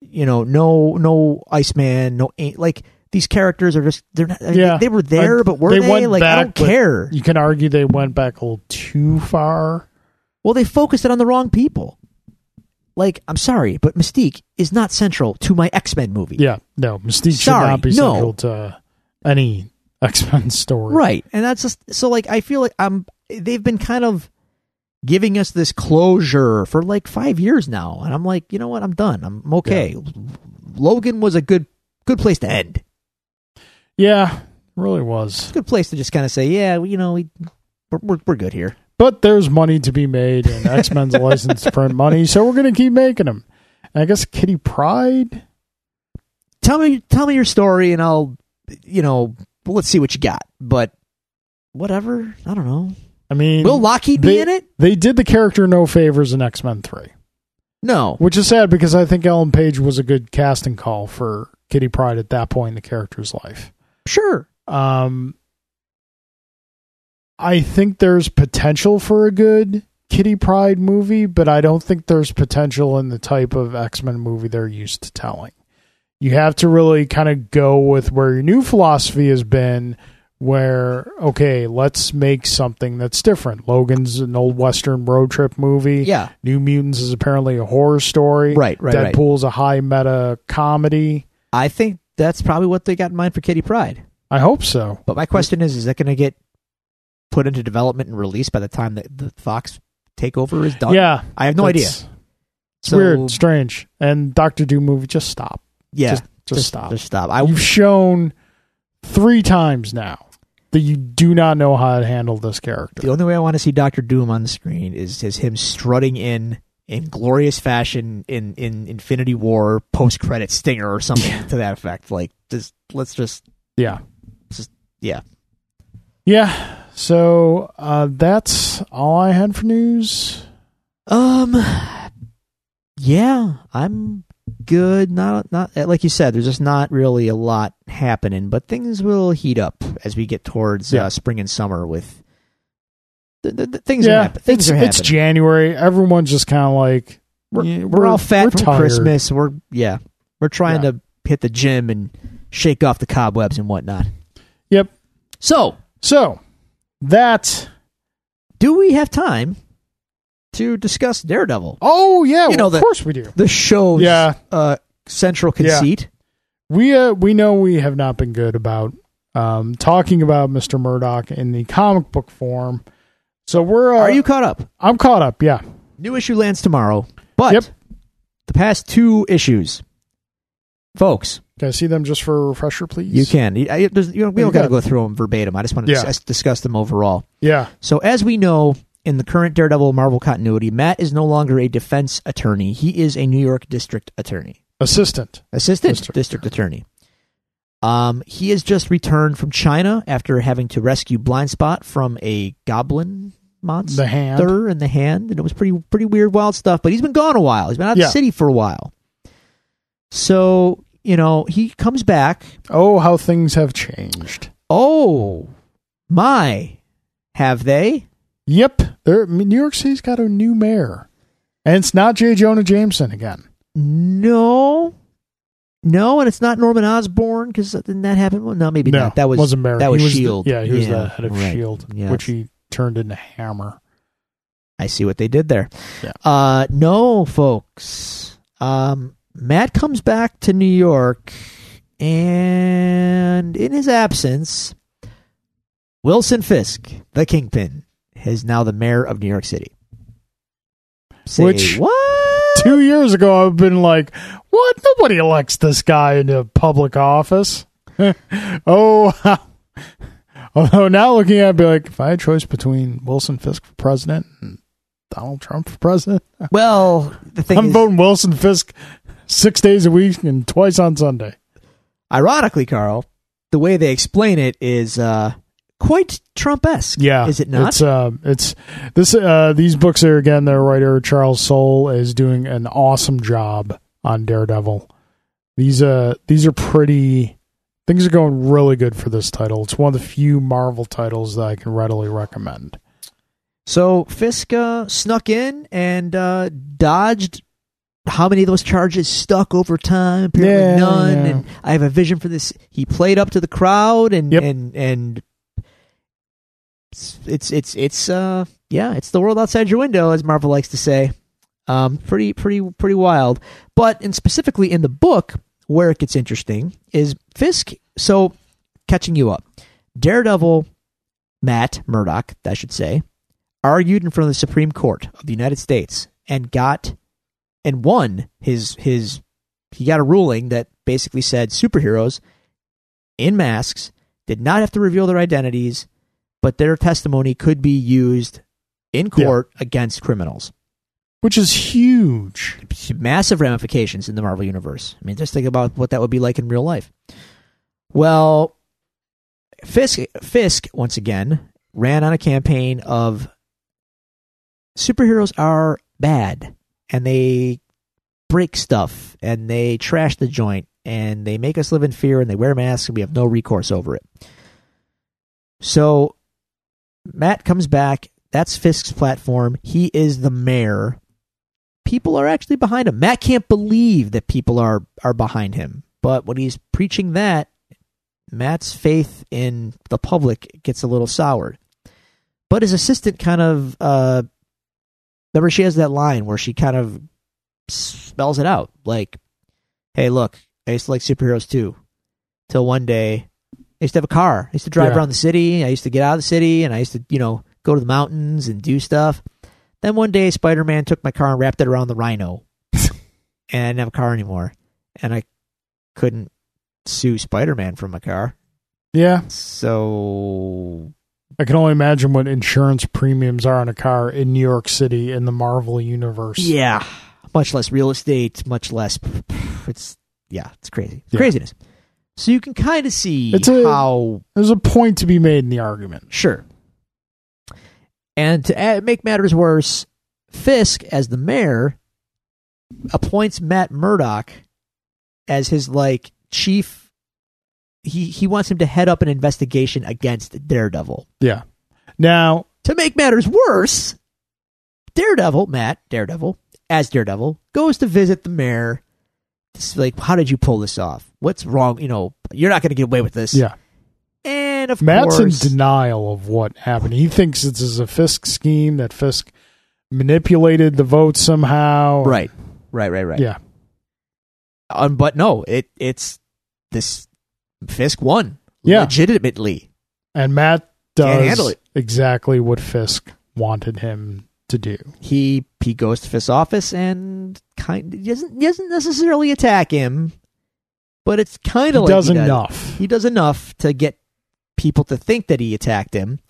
B: You know, no no Iceman, no Ain- like these characters are just they're not. I mean,
A: Yeah.
B: Uh, they, they were there,
A: I-
B: but were
A: they
B: they?
A: went
B: Like I
A: back,
B: don't
A: but-
B: care.
A: You can argue they went back a little too far.
B: Well, they focused it on the wrong people. Like I'm sorry, but Mystique is not central to my X Men movie.
A: Yeah, no, Mystique
B: Sorry,
A: should not be
B: no.
A: central to any X Men story.
B: Right. And that's just so like I feel like I'm they've been kind of giving us this closure for like 5 years now and I'm like, you know what? I'm done. I'm, I'm okay. Logan was a good good place to end.
A: Yeah, really was.
B: Good place to just kind of say, yeah, well, you know, we we're, we're, we're good here.
A: But there's money to be made, and X Men's license to print money, so we're gonna keep making them. And I guess Kitty Pride.
B: Tell me tell me your story and I'll you know, let's see what you got. But whatever, I don't know.
A: I mean,
B: Will Lockheed be
A: they-
B: in it?
A: they did the character no favors in X Men Three,
B: No.
A: which is sad because I think Ellen Page was a good casting call for Kitty Pride at that point in the character's life.
B: Sure.
A: Um, I think there's potential for a good Kitty Pride movie, but I don't think there's potential in the type of X Men movie they're used to telling. You have to really kind of go with where your new philosophy has been, where, okay, let's make something that's different. Logan's an old Western road trip movie.
B: Yeah.
A: New Mutants is apparently a horror story.
B: Right, right, right.
A: Deadpool's a high meta comedy.
B: I think that's probably what they got in mind for Kitty Pride.
A: I hope so.
B: But my question is, is that going to get put into development and released by the time that the Fox takeover is done?
A: yeah.
B: I have no idea.
A: that's- It's
B: So,
A: weird, strange. And Doctor Doom movie, just stop.
B: Yeah,
A: Just, just, stop.
B: Just stop. I
A: You've shown three times now that you do not know how to handle this character.
B: the only way I want to see Doctor Doom on the screen is is him strutting in in glorious fashion in in Infinity War post credit stinger or something to that effect. Like, just let's just
A: Yeah.
B: Just- yeah.
A: Yeah. So uh, that's all I had for news.
B: um, yeah, I'm good. Not not eh, like you said. There's just not really a lot happening, but things will heat up as we get towards
A: Yeah.
B: uh, spring and summer with. The, the, the things are
A: yeah.
B: happening. Things
A: it's
B: are
A: it's
B: happening.
A: January. Everyone's just kind of like we're,
B: Yeah, we're, all fat
A: we're
B: from
A: tired.
B: Christmas. We're yeah, we're trying
A: Yeah.
B: to hit the gym and shake off the cobwebs and whatnot.
A: Yep.
B: So,
A: So that.
B: do we have time to discuss Daredevil?
A: Oh yeah.
B: You know
A: of
B: that-
A: course we do.
B: The show's
A: Yeah.
B: uh, central
A: Yeah.
B: conceit.
A: we uh, we know we have not been good about um, talking about Mr. Murdoch in the comic book form. So we're uh,
B: Are you caught up?
A: I'm caught up. Yeah,
B: New issue lands tomorrow, but
A: Yep.
B: the past two issues, folks,
A: can I see them just for a refresher, please?
B: you can. I- I- there's- you know, we
A: You
B: don't got to
A: can.
B: go through them verbatim. I just want to
A: Yeah.
B: discuss them overall.
A: Yeah,
B: So, as we know in the current Daredevil Marvel continuity, Matt is no longer a defense attorney. He is a New York district attorney,
A: assistant.
B: assistant
A: District
B: district, attorney. Um, he has just returned from China after having to rescue Blind Spot from a goblin monster
A: The hand.
B: in the hand, and it was pretty pretty weird, wild stuff. But he's been gone a while. He's been out of
A: Yeah.
B: the city for a while. So you know he comes back.
A: Oh, how things have changed.
B: Oh my, have they?
A: Yep, there. I mean, New York City's got a new mayor, and it's not J. Jonah Jameson again.
B: No, no, and it's not Norman Osborn because didn't that happen? Well, no, maybe
A: no,
B: not. That was
A: wasn't mayor.
B: that
A: He
B: was
A: the-
B: Shield.
A: yeah, he was
B: E Yeah,
A: the head of
B: right.
A: Shield,
B: Yes.
A: E which he turned into Hammer.
B: I see what they did there.
A: Yeah.
B: Uh, no, folks. Um, Matt comes back to New York, and in his absence, Wilson Fisk, the kingpin, is now the mayor of New York City. Say
A: Which-
B: what?
A: Two years ago, I've been like, "What? Nobody elects this guy into public office." oh, although now looking at, it, I'd be like, if I had a choice between Wilson Fisk for president and Donald Trump for president,
B: Well, the thing
A: I'm
B: is,
A: voting Wilson Fisk six days a week and twice on Sunday.
B: ironically, Carl, the way they explain it is uh, quite Trump-esque.
A: Yeah,
B: is it not?
A: It's uh, it's this. Uh, these books are again. The writer Charles Soule is doing an awesome job on Daredevil. These uh, these are pretty. Things are going really good for this title. It's one of the few Marvel titles that I can readily recommend.
B: so Fisk uh, snuck in and uh, dodged how many of those charges stuck over time? Apparently
A: Yeah,
B: none.
A: yeah.
B: And I have a vision for this. He played up to the crowd, and
A: Yep.
B: and and it's it's it's, it's uh yeah, it's the world outside your window, as Marvel likes to say. Um, pretty pretty pretty wild. But and specifically in the book, where it gets interesting is Fisk. So catching you up, Daredevil, Matt Murdock, I should say, argued in front of the Supreme Court of the United States and got and won his his he got a ruling that basically said superheroes in masks did not have to reveal their identities, but their testimony could be used in
A: Yeah.
B: court against criminals.
A: which is huge.
B: Massive ramifications in the Marvel universe. I mean, just think about what that would be like in real life. Well, Fisk Fisk once again ran on a campaign of superheroes are bad and they break stuff and they trash the joint and they make us live in fear and they wear masks and we have no recourse over it. So Matt comes back. That's Fisk's platform. He is the mayor. People are actually behind him. Matt can't believe that people are are behind him. But when he's preaching that, Matt's faith in the public gets a little soured. But his assistant kind of uh remember she has that line where she kind of spells it out like hey look i used to like superheroes too till one day i used to have a car i used to drive
A: Yeah.
B: around the city i used to get out of the city and i used to you know go to the mountains and do stuff then one day spider-man took my car and wrapped it around the rhino and i didn't have a car anymore and i couldn't sue spider-man for my car
A: Yeah,
B: so
A: I can only imagine what insurance premiums are on a car in New York City in the Marvel universe.
B: yeah, much less real estate, much less. It's yeah, it's crazy, It's
A: Yeah.
B: craziness. So you can kind of see
A: It's a-
B: how
A: There's a point to be made in the argument.
B: sure. And to add, make matters worse, Fisk as the mayor appoints Matt Murdock as his like chief. He he wants him to head up an investigation against Daredevil.
A: Yeah. Now,
B: To make matters worse, Daredevil, Matt, Daredevil, as Daredevil, goes to visit the mayor. It's like, how did you pull this off? What's wrong? You know, you're not going to get away with this.
A: yeah,
B: And of
A: Matt's
B: course,
A: in denial of what happened. He thinks this is a Fisk scheme that Fisk manipulated the vote somehow.
B: right, right, right, right.
A: Yeah.
B: Um, but no, it it's this Fisk won.
A: Yeah.
B: legitimately.
A: And Matt does
B: Can't handle it.
A: exactly what Fisk wanted him to do.
B: He he goes to Fisk's office and kind he doesn't he doesn't necessarily attack him, but it's kind of
A: He
B: like
A: does
B: he does.
A: enough.
B: he does enough to get people to think that he attacked him.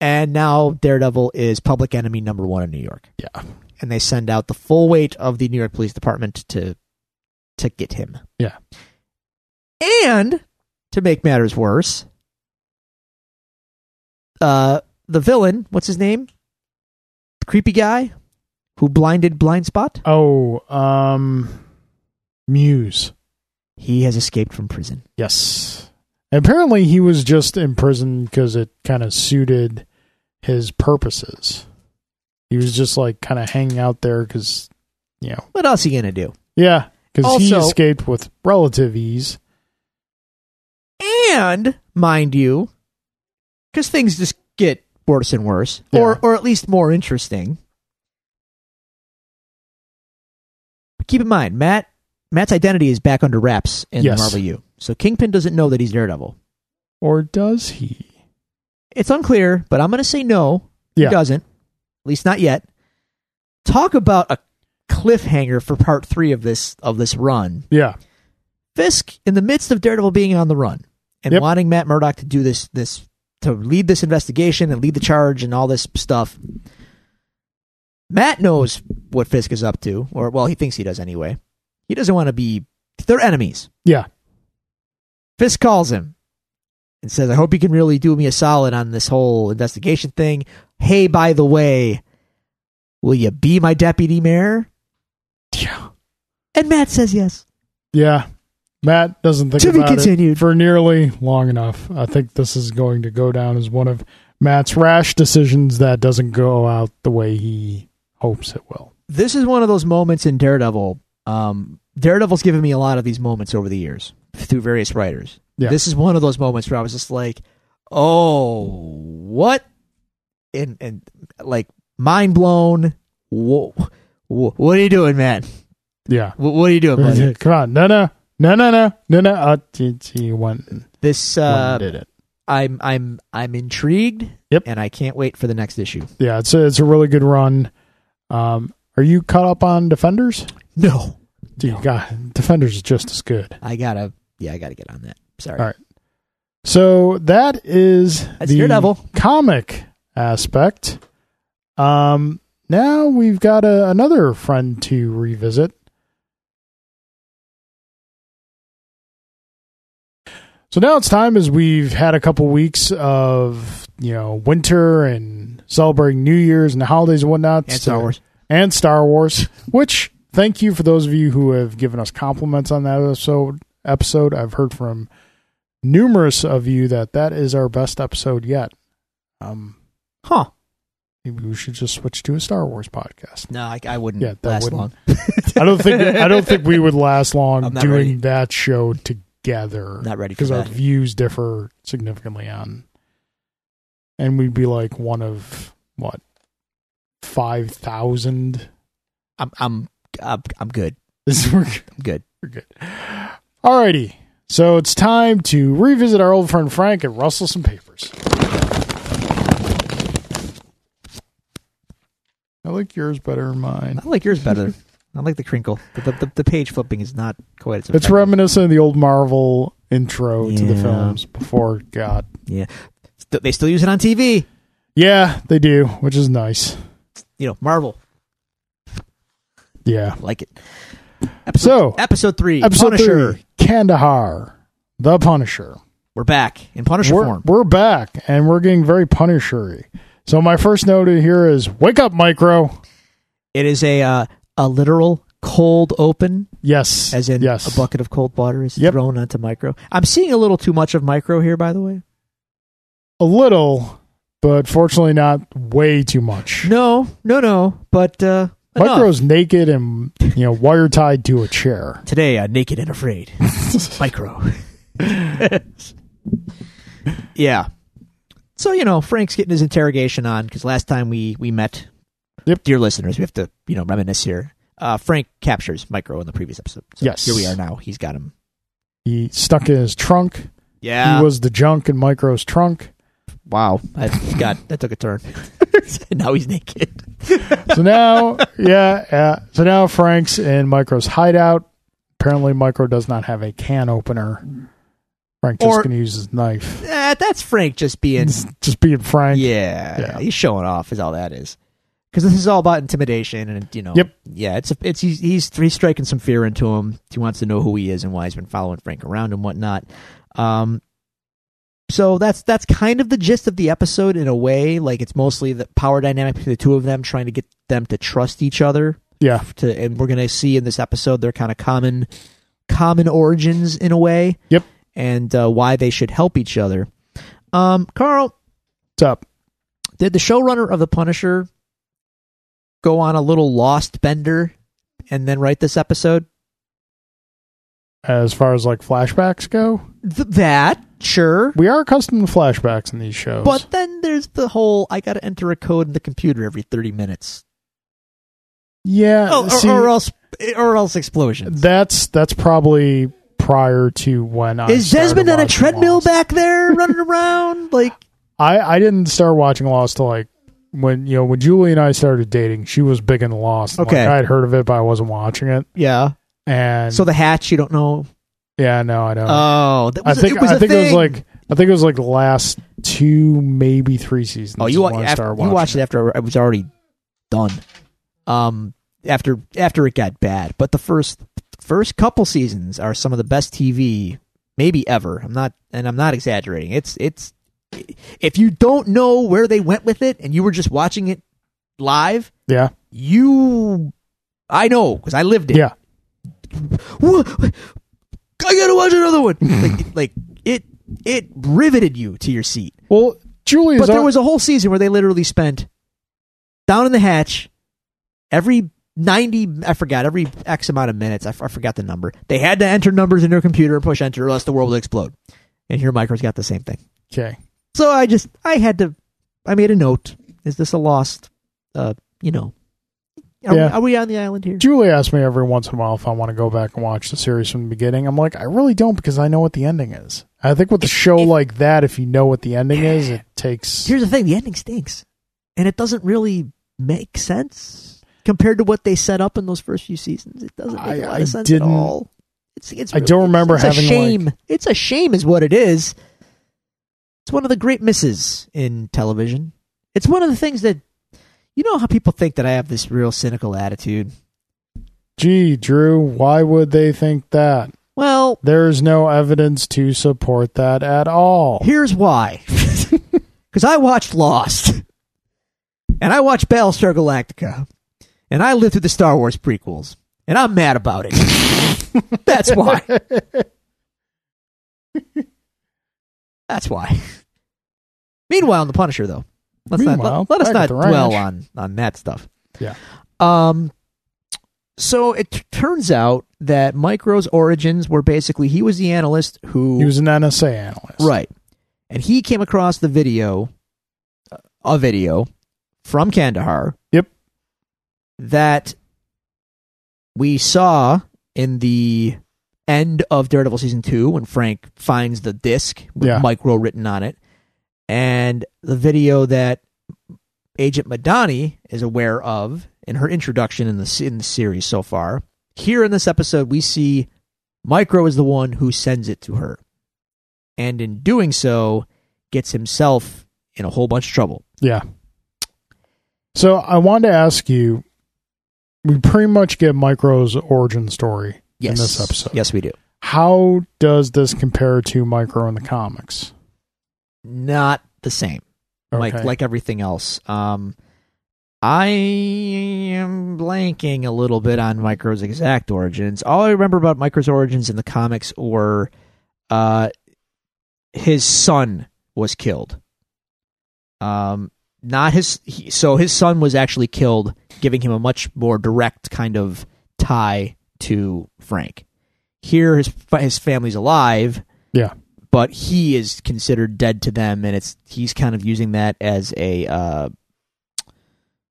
B: And now Daredevil is public enemy number one in New York.
A: Yeah.
B: And they send out the full weight of the New York Police Department to to get him.
A: Yeah.
B: And to make matters worse, uh the villain, what's his name? The creepy guy who blinded Blind Spot?
A: Oh, um, Muse.
B: He has escaped from prison.
A: Yes. Apparently, he was just imprisoned because it kind of suited his purposes. He was just like kind of hanging out there because, you know,
B: What else he gonna do?
A: yeah, because he
B: Also-
A: escaped with relative ease.
B: and mind you, because things just get worse and worse, or
A: Yeah.
B: or at least more interesting. Keep in mind, Matt Matt's identity is back under wraps in
A: Yes.
B: Marvel U, so Kingpin doesn't know that he's Daredevil.
A: Or does he?
B: It's unclear, but I'm going to say no.
A: Yeah.
B: He doesn't, at least not yet. Talk about a cliffhanger for part three of this of this run.
A: Yeah.
B: Fisk, in the midst of Daredevil being on the run and
A: Yep.
B: wanting Matt Murdock to do this, this to lead this investigation and lead the charge and all this stuff, Matt knows what Fisk is up to, or well, he thinks he does anyway. He doesn't want to be. They're enemies.
A: Yeah.
B: Fisk calls him and says, "I hope you can really do me a solid on this whole investigation thing." Hey, by the way, will you be my deputy mayor?
A: Yeah.
B: And Matt says yes.
A: Yeah. Matt doesn't think
B: To be
A: about it
B: continued.
A: for nearly long enough. I think this is going to go down as one of Matt's rash decisions that doesn't go out the way he hopes it will.
B: this is one of those moments in Daredevil. Um, Daredevil's given me a lot of these moments over the years through various writers.
A: Yeah.
B: This is one of those moments where I was just like, "Oh, what?" And and like mind blown. Whoa, whoa, what are you doing, man?
A: Yeah.
B: What, what are you doing, buddy?
A: Come on. No, no. No, no, no. No, no. Uh, t- t- you went and
B: This
A: went and
B: uh,
A: did it.
B: I'm I'm I'm intrigued.
A: Yep.
B: And I can't wait for the next issue.
A: Yeah, it's a, it's a really good run. Um, are you caught up on Defenders?
B: No,
A: Dude, God, Defenders is just as good.
B: I gotta. Yeah, I gotta get on that. Sorry.
A: All right. So that is
B: That's
A: the
B: Daredevil.
A: comic aspect. Um, now we've got a, another friend to revisit. So now it's time, as we've had a couple weeks of you know winter and celebrating New Year's and the holidays and whatnot,
B: And Star
A: to-
B: Wars.
A: and Star Wars. Which thank you for those of you who have given us compliments on that episode. Episode I've heard from numerous of you that that is our best episode yet. Um,
B: Huh.
A: maybe we should just switch to a Star Wars podcast.
B: No, I, I wouldn't
A: Yeah, that
B: last
A: wouldn't-
B: long.
A: I don't think I don't think we would last long
B: I'm not
A: doing
B: ready.
A: that show together
B: Not ready for
A: because our
B: that.
A: views differ significantly on, and we'd be like one of what five thousand.
B: I'm I'm I'm, I'm good. I'm good.
A: We're good. Alrighty. So it's time to revisit our old friend Frank and rustle some papers. I like yours better than mine.
B: I like yours better. I like the crinkle. The, the, the, the page flipping is not quite as.
A: It's
B: effective.
A: reminiscent of the old Marvel intro to the
B: Yeah.
A: films before God.
B: Yeah, St- they still use it on TV.
A: Yeah, they do, which is nice.
B: You know, Marvel
A: Yeah.
B: I like it. Episode,
A: So-
B: episode three,
A: Episode
B: Punisher.
A: three, Kandahar, the Punisher.
B: We're back in Punisher
A: we're,
B: form.
A: we're back and we're getting very Punishery. So my first note here is wake up, Micro.
B: It is a uh, a literal cold open,
A: Yes,
B: as in
A: yes.
B: a bucket of cold water is
A: Yep.
B: thrown onto Micro. I'm seeing a little too much of Micro here, by the way.
A: a little, but fortunately not way too much.
B: No, no, no. But uh, enough.
A: Micro's naked and you know wire tied to a chair.
B: Today, uh, naked and afraid. Micro. yeah. So you know, Frank's getting his interrogation on because last time we we met,
A: Yep.
B: dear listeners, we have to you know reminisce here. Uh, Frank captures Micro in the previous episode. So
A: Yes.
B: Here we are now. He's got him.
A: He stuck in his trunk.
B: Yeah.
A: he was the junk in Micro's trunk.
B: wow. I got that took a turn. now he's naked.
A: So now, yeah, yeah. So now Frank's in Micro's hideout. Apparently, Micro does not have a can opener. Frank just
B: Or-
A: gonna use his knife.
B: Eh, that's Frank just being
A: Just being Frank.
B: Yeah,
A: Yeah.
B: he's showing off is all that is. Because this is all about intimidation, and you know,
A: Yep.
B: yeah, it's a, it's he's, he's he's striking some fear into him. He wants to know who he is and why he's been following Frank around and whatnot. Um, so that's that's kind of the gist of the episode in a way. Like it's mostly the power dynamic between the two of them, trying to get them to trust each other.
A: Yeah.
B: To and we're gonna see in this episode their kind of common common origins in a way.
A: Yep.
B: And uh, why they should help each other. Um, Carl,
A: What's up?
B: did the showrunner of the Punisher go on a little lost bender and then write this episode?
A: As far as like flashbacks go,
B: Th- that sure,
A: we are accustomed to flashbacks in these shows.
B: but then there's the whole I got to enter a code in the computer every thirty minutes,
A: yeah,
B: oh, or,
A: Uh, see-
B: or else or else explosions.
A: That's that's probably prior to when I
B: Is
A: started
B: Desmond on a
A: watching
B: treadmill
A: Lost.
B: back there running around like?
A: I I didn't start watching Lost till like when you know when Julie and I started dating. She was big into Lost. Like,
B: Okay.
A: I had heard of it, but I wasn't watching it.
B: Yeah.
A: And
B: So the hatch, you don't know.
A: yeah, no, I don't.
B: Oh, that
A: I
B: was,
A: think
B: it was
A: I
B: a
A: think
B: thing.
A: it was like I think it was like the last two maybe three seasons.
B: Oh, you
A: is
B: wa-
A: when I
B: after,
A: started
B: you
A: watching
B: watched it after it was already done. Um, after after it got bad, but the first first couple seasons are some of the best TV maybe ever. I'm not, and I'm not exaggerating. It's it's if you don't know where they went with it, and you were just watching it live,
A: Yeah,
B: you, I know because I lived it.
A: yeah,
B: Wha- I gotta watch another one. like, like it it riveted you to your seat.
A: Well, Julie is
B: But there
A: al-
B: was a whole season where they literally spent down in the hatch every 90 i forgot every x amount of minutes I f- I forgot the number they had to enter numbers in their computer and push enter or else the world would explode and here micro's got the same thing
A: Okay.
B: so i just i had to i made a note is this a lost uh you know are,
A: Yeah.
B: we, are we on the island here
A: Julie asks me every once in a while if I want to go back and watch the series from the beginning. I'm like, I really don't because I know what the ending is. I think with a show like that, if you know what the ending is, it takes.
B: here's the thing the ending stinks and it doesn't really make sense compared to what they set up in those first few seasons it doesn't make
A: I-
B: a lot
A: I
B: of sense
A: didn't-
B: at all it's, it's
A: I
B: really-
A: don't
B: it's-
A: remember
B: it's
A: having,
B: a
A: like-
B: shame it's a shame is what it is it's one of the great misses in television it's one of the things that you know how people think that i have this real cynical attitude
A: Gee, Drew, why would they think that?
B: well
A: There's no evidence to support that at all.
B: Here's why. Because I watched Lost, and I watched Battlestar Galactica, and I lived through the Star Wars prequels, and I'm mad about it. That's why. That's why. Meanwhile, in The Punisher, though, let's not
A: Meanwhile,
B: let, let us
A: back
B: not
A: at the ranch.
B: dwell on on that stuff.
A: Yeah.
B: Um. So it t- turns out that Micro's origins were basically he was the analyst who
A: He was an NSA analyst.
B: Right. And he came across the video, a video from Kandahar.
A: Yep.
B: That we saw in the end of Daredevil season two when Frank finds the disc with
A: Yeah.
B: micro written on it, and the video that Agent Madani is aware of in her introduction in the se- in the series so far. Here in this episode, we see Micro is the one who sends it to her, and in doing so, gets himself in a whole bunch of trouble.
A: Yeah. So I wanted to ask you we pretty much get Micro's origin story
B: Yes,
A: in this episode.
B: yes, we do.
A: How does this compare to Micro in the comics?
B: Not the same. like
A: Okay.
B: like everything else. Um, I am blanking a little bit on Micro's exact origins. All I remember about Micro's origins in the comics were, uh, his son was killed. Um, not his. He, so his son was actually killed, giving him a much more direct kind of tie to Frank. Here, his his family's alive
A: yeah.
B: but he is considered dead to them, and it's he's kind of using that as a uh,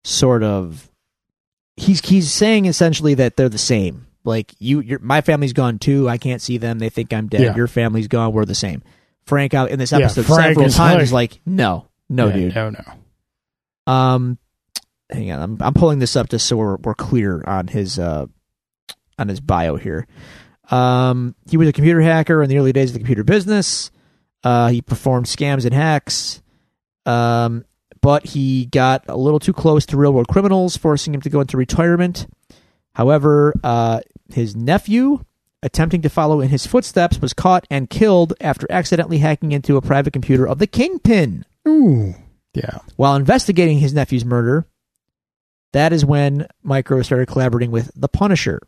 B: sort of he's he's saying essentially that they're the same. Like you, your my family's gone too. I can't see them. They think I'm dead.
A: Yeah.
B: Your family's gone. We're the same. Frank out in this
A: Yeah,
B: episode
A: Frank
B: several
A: is
B: times is like, no, no,
A: Yeah,
B: dude.
A: No, no.
B: Um, hang on, I'm I'm pulling this up just so we're we're clear on his uh on his bio here. Um, he was a computer hacker in the early days of the computer business. Uh, he performed scams and hacks. Um, but he got a little too close to real world criminals, forcing him to go into retirement. However, uh, his nephew, attempting to follow in his footsteps, was caught and killed after accidentally hacking into a private computer of the kingpin.
A: Ooh. Yeah.
B: While investigating his nephew's murder, that is when Micro started collaborating with the Punisher,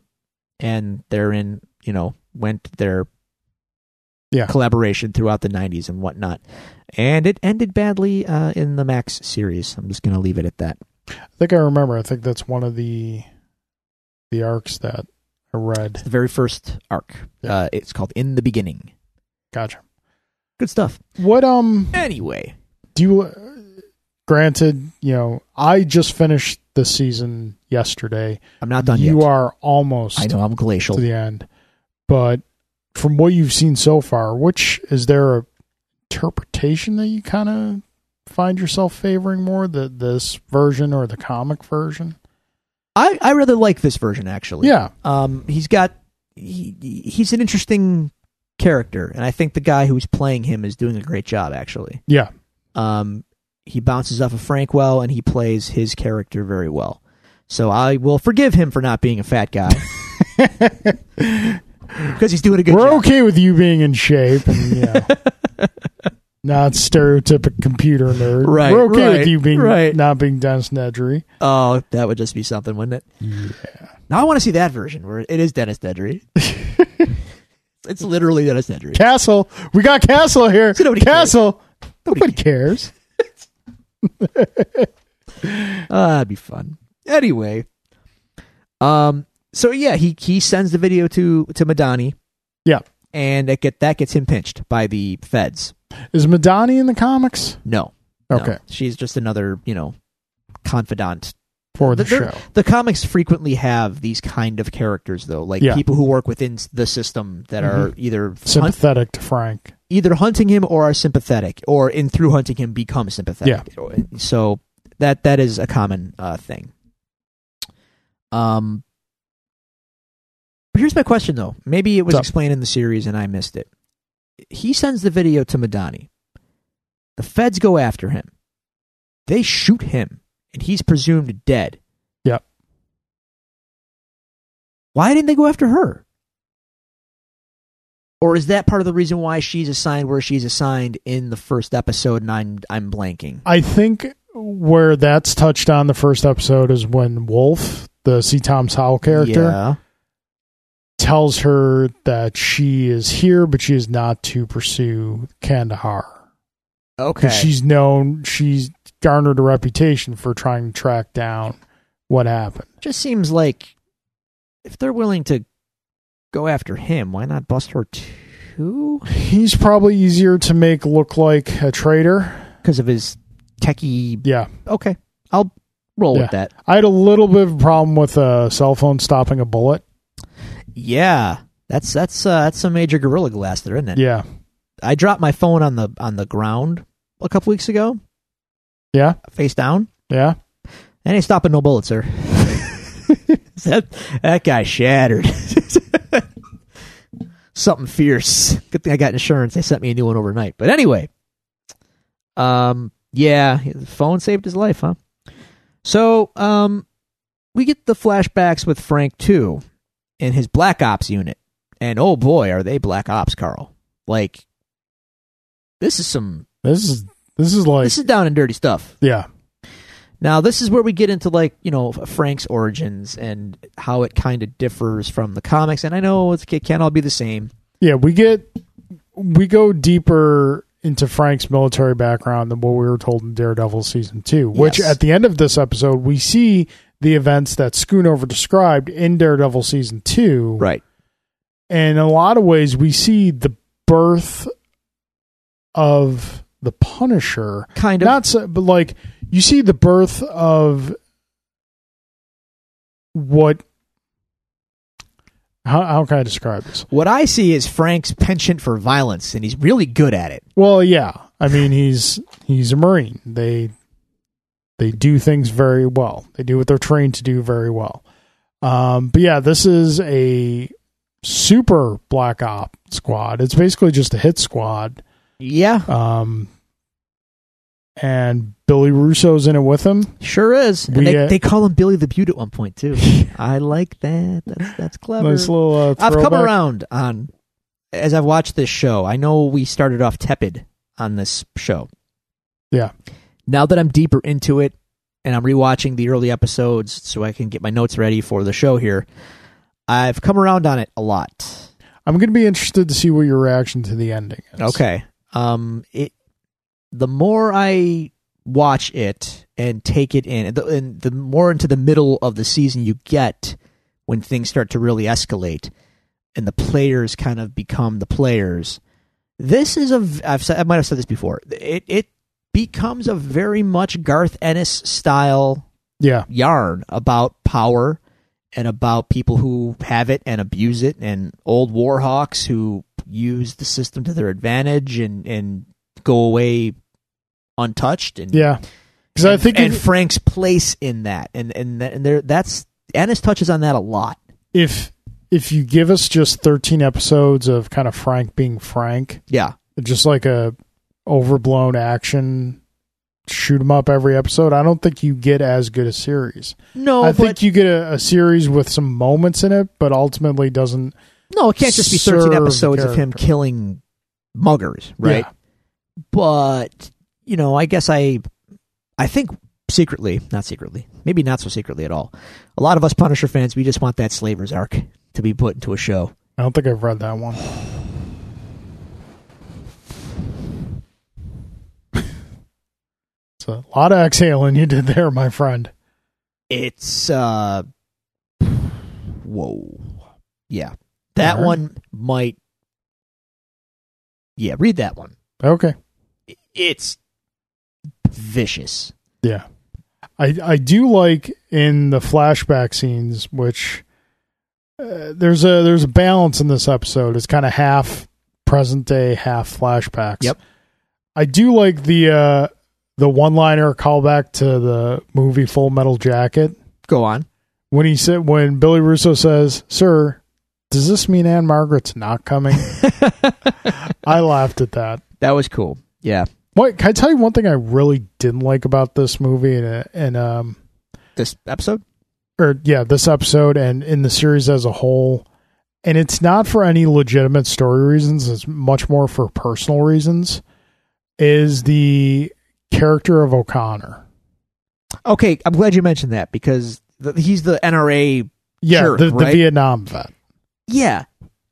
B: and therein, you know, went their
A: Yeah.
B: collaboration throughout the '90s and whatnot. And it ended badly uh, in the Max series. I'm just going to leave it at that.
A: I think I remember. I think that's one of the the arcs that I read.
B: The very first arc.
A: Yeah.
B: Uh, it's called "In the Beginning."
A: Gotcha.
B: Good stuff.
A: What um
B: Anyway,
A: do you granted, you know, I just finished the season yesterday.
B: I'm not done
A: you
B: yet.
A: are almost
B: I know I'm
A: to
B: glacial.
A: the end. But from what you've seen so far, which is there a interpretation that you kind of find yourself favoring more, the this version or the comic version?
B: I, I rather like this version actually.
A: Yeah,
B: Um, he's got he, he's an interesting character, and I think the guy who's playing him is doing a great job actually.
A: yeah,
B: Um, he bounces off of Frank well, and he plays his character very well. So I will forgive him for not being a fat guy because he's doing a good
A: we're
B: job.
A: okay with you being in shape. And, you know, not stereotypic computer nerd.
B: Right,
A: we're okay
B: right,
A: with you being
B: right.
A: not being Dennis Nedry.
B: Oh, that would just be something, wouldn't it? Now I want to see that version where it is Dennis Nedry. it's literally Dennis Nedry.
A: Castle, we got Castle here.
B: So nobody cares.
A: Castle, nobody cares.
B: Ah, that'd be fun. Anyway, Um, so yeah, he he sends the video to to Madani.
A: Yeah.
B: and it get that gets him pinched by the feds.
A: Is Madani in the comics?
B: No, no.
A: Okay,
B: she's just another you know confidant
A: for the
B: They're- they're-
A: show.
B: The comics frequently have these kind of characters, though, like
A: Yeah. Mm-hmm.
B: people who work within s- the system that are either hunt,
A: Sympathetic to Frank.
B: either hunting him or are sympathetic, or in through hunting him become sympathetic. So that that is a common uh, thing. Um, but here's my question, though. Maybe it was
A: What's up?
B: explained in the series and I missed it. He sends the video to Madani. The feds go after him. They shoot him, and he's presumed dead.
A: Yep.
B: Why didn't they go after her? Or is that part of the reason why she's assigned where she's assigned in the first episode? And I'm I'm blanking.
A: I think where that's touched on the first episode is when Wolf, the C. Tom Howell character,
B: Yeah.
A: tells her that she is here, but she is not to pursue Kandahar.
B: Okay.
A: Because she's known, she's garnered a reputation for trying to track down what happened.
B: just seems like if they're willing to go after him, why not bust her too?
A: He's probably easier to make look like a traitor.
B: Because of his techie.
A: Yeah.
B: Okay, I'll roll with that.
A: I had a little bit of a problem with a cell phone stopping a bullet.
B: Yeah, that's that's uh, that's some major gorilla glass there, isn't it?
A: Yeah.
B: I dropped my phone on the on the ground a couple weeks ago,
A: Yeah.
B: face down,
A: Yeah.
B: and ain't stopping no bullets, sir. that that guy shattered. Something fierce. Good thing I got insurance. They sent me a new one overnight. But anyway, um, yeah, the phone saved his life, huh? So, um, we get the flashbacks with Frank too, and his Black Ops unit, and oh boy, are they Black Ops, Carl? Like, this is some
A: This is, this is like,
B: this is down and dirty stuff.
A: yeah.
B: Now, this is where we get into like you know Frank's origins and how it kind of differs from the comics. And I know it's, it can't all be the same.
A: Yeah, we get we go deeper into Frank's military background than what we were told in Daredevil season two, which
B: Yes.
A: at the end of this episode we see the events that Schoonover described in Daredevil season two.
B: Right.
A: And in a lot of ways we see the birth of the Punisher.
B: Kind of.
A: Not so, but like you see the birth of what how how can I describe this?
B: what I see is Frank's penchant for violence, and he's really good at it.
A: Well, yeah. I mean, he's he's a marine. They they do things very well. They do what they're trained to do very well. Um, but yeah, this is a super black op squad. It's basically just a hit squad.
B: Yeah,
A: Um, and Billy Russo's in it with him.
B: sure is. And
A: We,
B: they,
A: uh,
B: they call him Billy the Butte at one point too. I like that. That's that's clever.
A: Nice little uh,
B: I've
A: throwback.
B: come around on as I've watched this show. I know we started off tepid on this show.
A: Yeah.
B: Now that I'm deeper into it and I'm rewatching the early episodes so I can get my notes ready for the show here, I've come around on it a lot.
A: I'm going to be interested to see what your reaction to the ending is.
B: Okay. Um it the more I watch it and take it in and the, and the more into the middle of the season you get when things start to really escalate and the players kind of become the players. This is a v- I've said, I might have said this before. It it becomes a very much Garth Ennis style
A: Yeah.
B: yarn about power and about people who have it and abuse it and old warhawks who use the system to their advantage and and go away untouched and
A: Yeah. Because I
B: and-
A: think
B: and
A: if,
B: Frank's place in that and and th- and there that's Ennis touches on that a lot.
A: if if you give us just 13 episodes of kind of Frank being Frank,
B: Yeah.
A: just like a overblown action shoot 'em up every episode i don't think you get as good a series
B: No,
A: i
B: Oh, but
A: think you get a, a series with some moments in it but ultimately doesn't
B: no, it can't just be 13
A: serve
B: episodes of him
A: character.
B: killing muggers, right?
A: Yeah.
B: but you know i guess i i think secretly not secretly maybe not so secretly at all a lot of us punisher fans we just want that slaver's arc to be put into a show
A: i don't think i've read that one it's a lot of exhaling you did there my friend
B: it's uh whoa, yeah, that
A: Alright.
B: one might. Yeah, read that one.
A: Okay.
B: I- It's vicious.
A: Yeah. I I do like in the flashback scenes which uh, there's a there's a balance in this episode. It's kind of half present day, half flashbacks.
B: Yep.
A: I do like the uh the one-liner callback to the movie Full Metal Jacket
B: Go on.
A: when he said when Billy Russo says, "Sir, does this mean Anne Margaret's not coming?" I laughed at that.
B: That was cool. Yeah,
A: Wait, can I tell you one thing I really didn't like about this movie and uh, and um
B: this episode.
A: or yeah, this episode and in the series as a whole. And it's not for any legitimate story reasons, it's much more for personal reasons. Is the character of O'Connor.
B: Okay, I'm glad you mentioned that because the, he's the NRA.
A: Yeah,
B: Sure,
A: the, the
B: right?
A: Vietnam vet.
B: Yeah,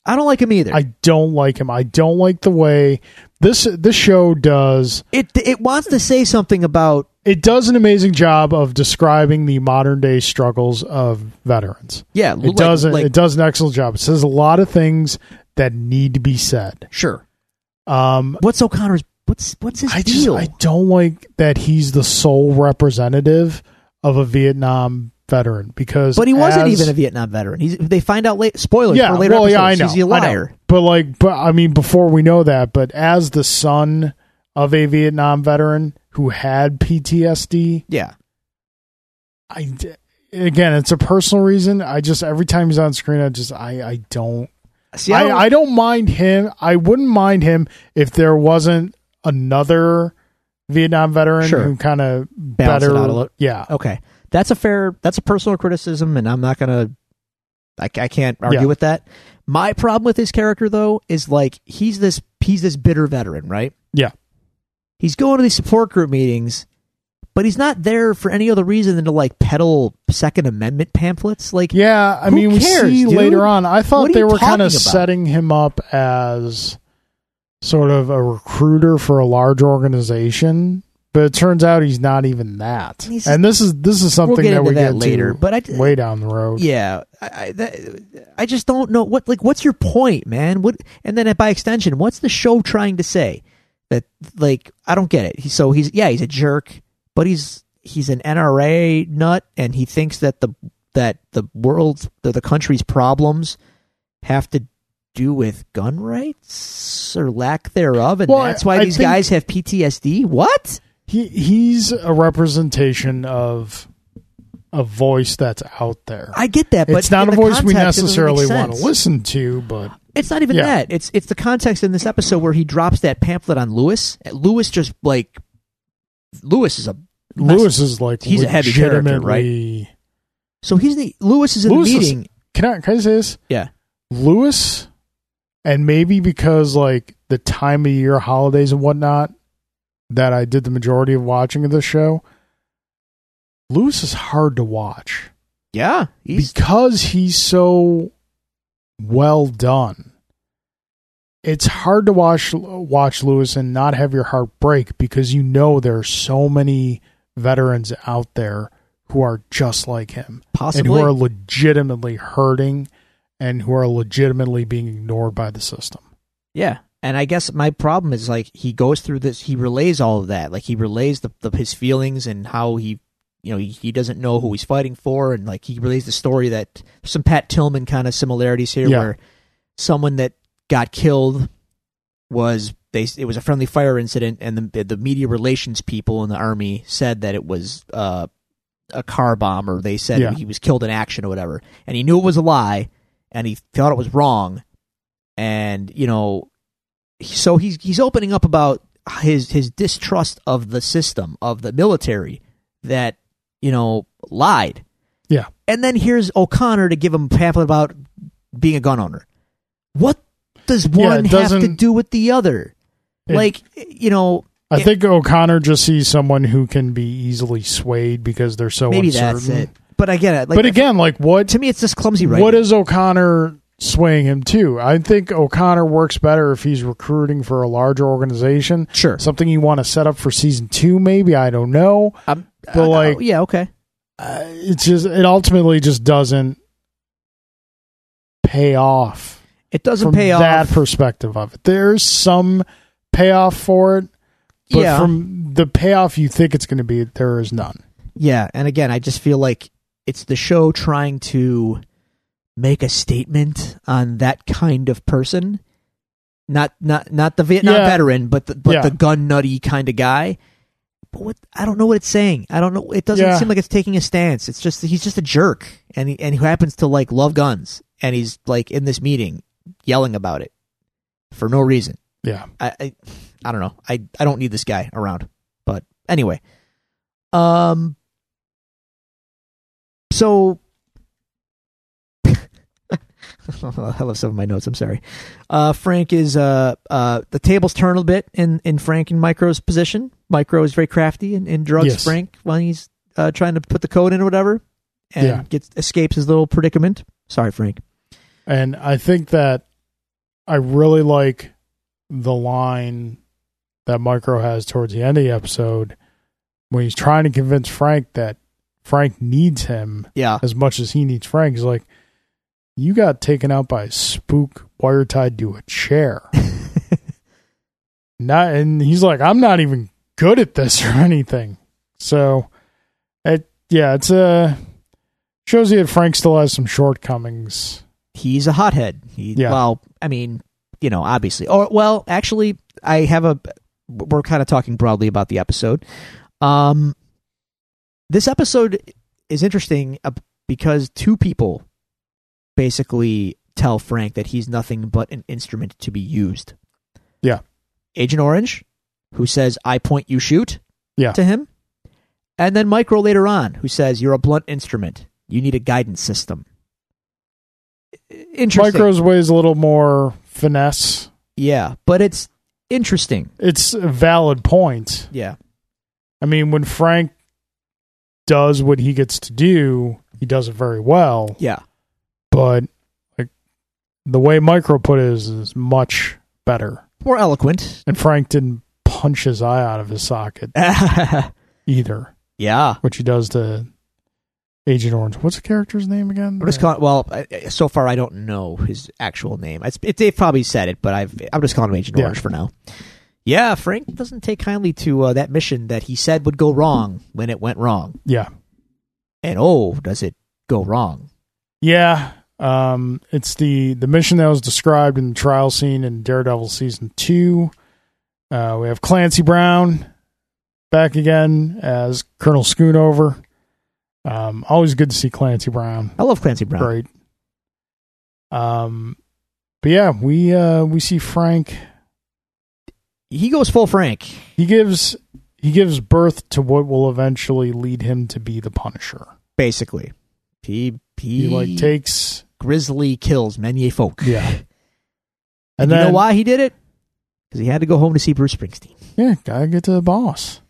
B: I don't like him either.
A: I don't like him. I don't like the way this this show does
B: it it wants to say something about
A: it does an amazing job of describing the modern day struggles of veterans.
B: yeah.
A: It does not it does an excellent job. It says a lot of things that need to be said.
B: sure.
A: Um
B: What's O'Connor's? What's what's his
A: I just
B: deal?
A: I don't like that he's the sole representative of a Vietnam veteran because
B: but he wasn't
A: as-
B: even a Vietnam veteran. He's, they find out late. Spoilers
A: yeah
B: for later
A: well yeah
B: episodes.
A: I know
B: He's a
A: I know.
B: liar.
A: but like but I mean before we know that but as the son of a Vietnam veteran who had PTSD
B: Yeah.
A: I d- again it's a personal reason I just every time he's on screen I just I I don't
B: See,
A: I,
B: don't-
A: I don't mind him. I wouldn't mind him if there wasn't another Vietnam veteran
B: Sure.
A: who kind of
B: Balance it
A: better.
B: out a little.
A: Yeah,
B: okay, that's a fair. That's a personal criticism, and I'm not gonna. I, I can't argue
A: Yeah.
B: with that. My problem with his character though is like he's this he's this bitter veteran, right?
A: Yeah.
B: He's going to these support group meetings, but he's not there for any other reason than to like peddle Second Amendment pamphlets. Like,
A: yeah. I
B: Who
A: mean,
B: cares,
A: we see
B: dude?
A: later on. I
B: What
A: thought
B: are
A: they
B: you
A: were
B: talking
A: kind
B: about?
A: of setting him up as sort of a recruiter for a large organization, but it turns out he's not even that.
B: He's-
A: and this is this is something
B: We'll get
A: that
B: into
A: we
B: that
A: get
B: later,
A: to
B: but I-
A: way down the road.
B: yeah, I, I, that, I just don't know what like what's your point, man? What and then uh, by extension, what's the show trying to say? That like I don't get it. He, so he's yeah he's a jerk, but he's he's an NRA nut, and he thinks that the that the world's the, the country's problems have to do with gun rights or lack thereof, and
A: Well, I-
B: that's why
A: I
B: these
A: think-
B: guys have PTSD. What?
A: He he's a representation of a voice that's out there.
B: I get that, but
A: it's not
B: in
A: a
B: the
A: voice we
B: context, it doesn't make
A: necessarily want
B: sense.
A: to listen to, but
B: It's not even
A: Yeah.
B: that. It's it's the context in this episode where he drops that pamphlet on Lewis. Lewis just like Lewis is a
A: Lewis is like
B: He's a heavy character, right?
A: legitimately-
B: so he's the Lewis is in
A: Lewis
B: the
A: is-
B: meeting.
A: Can I can I say this?
B: yeah,
A: Lewis, and maybe because like the time of year, holidays and whatnot, that I did the majority of watching of this show. Lewis is hard to watch
B: yeah, he's
A: because he's so well done. It's hard to watch watch Lewis and not have your heart break because you know there are so many veterans out there who are just like him. and who
B: possibly.
A: are legitimately hurting and who are legitimately being ignored by the system.
B: yeah, and I guess my problem is like he goes through this. He relays all of that. Like he relays the, the his feelings and how he. You know, he, he doesn't know who he's fighting for, and like he relays the story that some Pat Tillman kind of similarities here,
A: Yeah.
B: where someone that got killed was they it was a friendly fire incident and the the media relations people in the army said that it was uh, a car bomb or they said
A: Yeah.
B: he was killed in action or whatever and he knew it was a lie and he thought it was wrong and you know he- so he's he's opening up about his his distrust of the system of the military that you know lied
A: Yeah.
B: and then here's O'Connor to give him a pamphlet about being a gun owner what does one have to
A: doesn't-
B: do with the other
A: It-
B: like you know
A: I
B: it-
A: think O'Connor just sees someone who can be easily swayed because they're so
B: maybe
A: uncertain.
B: that's it but i get it like
A: but again, like what
B: to me it's just clumsy right
A: what is O'Connor swaying him to? I think O'Connor works better if he's recruiting for a larger organization.
B: sure
A: Something you want to set up for season 2 maybe, I don't know.
B: I'm,
A: But, like-
B: yeah okay
A: Uh, it's just it ultimately just doesn't pay off
B: It doesn't
A: from
B: pay off.
A: that perspective of it. There's some payoff for it, but
B: yeah,
A: from the payoff you think it's going to be, there is none.
B: yeah. And again, I just feel like it's the show trying to make a statement on that kind of person, not not not the Vietnam
A: Yeah.
B: veteran, but the, but
A: Yeah.
B: the gun nutty kind of guy. But what I don't know what it's saying. I don't know. It doesn't
A: Yeah.
B: seem like it's taking a stance. It's just he's just a jerk, and he and he happens to like love guns, and he's like in this meeting yelling about it for no reason.
A: Yeah.
B: I, I I don't know. I I don't need this guy around. But anyway. Um so I left some of my notes, I'm sorry. Uh Frank is uh uh the tables turn a little bit in in Frank and Micro's position. Micro is very crafty and, and drugs
A: Yes.
B: Frank when he's uh, trying to put the code in or whatever and
A: Yeah.
B: gets escapes his little predicament. Sorry, Frank.
A: And I think that I really like the line that Micro has towards the end of the episode when he's trying to convince Frank that Frank needs him
B: Yeah.
A: as much as he needs Frank. He's like, You got taken out by a spook wire tied to a chair. not and he's like, I'm not even good at this or anything. So it yeah, it's uh shows you that Frank still has some shortcomings.
B: he's a hothead. He,
A: Yeah.
B: Well, I mean, you know, obviously. Or well, actually, I have a. We're kind of talking broadly about the episode. Um, this episode is interesting uh, because two people basically tell Frank that he's nothing but an instrument to be used.
A: Yeah.
B: Agent Orange, who says, "I point, you shoot."
A: Yeah.
B: To him, and then Micro later on, who says, "You're a blunt instrument. You need a guidance system." Interesting.
A: Micro's way is a little more finesse.
B: Yeah, but it's interesting.
A: It's a valid point.
B: Yeah.
A: I mean, when Frank does what he gets to do, he does it very well.
B: Yeah.
A: But like the way Micro put it is, is much better.
B: More eloquent.
A: And Frank didn't punch his eye out of his socket
B: yeah.
A: either, which he does to Agent Orange. What's the character's name again?
B: I'm just calling. Well, I- I- so far I don't know his actual name. It's, it, they've probably said it, but I've I'm just calling him Agent
A: Yeah.
B: Orange for now. Yeah, Frank doesn't take kindly to uh, that mission that he said would go wrong when it went wrong,
A: yeah.
B: and oh, does it go wrong?
A: Yeah. Um, it's the, the mission that was described in the trial scene in Daredevil season two. Uh, we have Clancy Brown back again as Colonel Schoonover. Um, always good to see Clancy Brown.
B: I love Clancy Brown.
A: Great. Um, but yeah, we uh, we see Frank.
B: He goes full Frank.
A: He gives he gives birth to what will eventually lead him to be the Punisher.
B: Basically, he he,
A: He like takes
B: grizzly kills many folk.
A: yeah, and,
B: And, you
A: then
B: know why he did it? Because he had to go home to see Bruce Springsteen.
A: yeah, gotta get to the boss.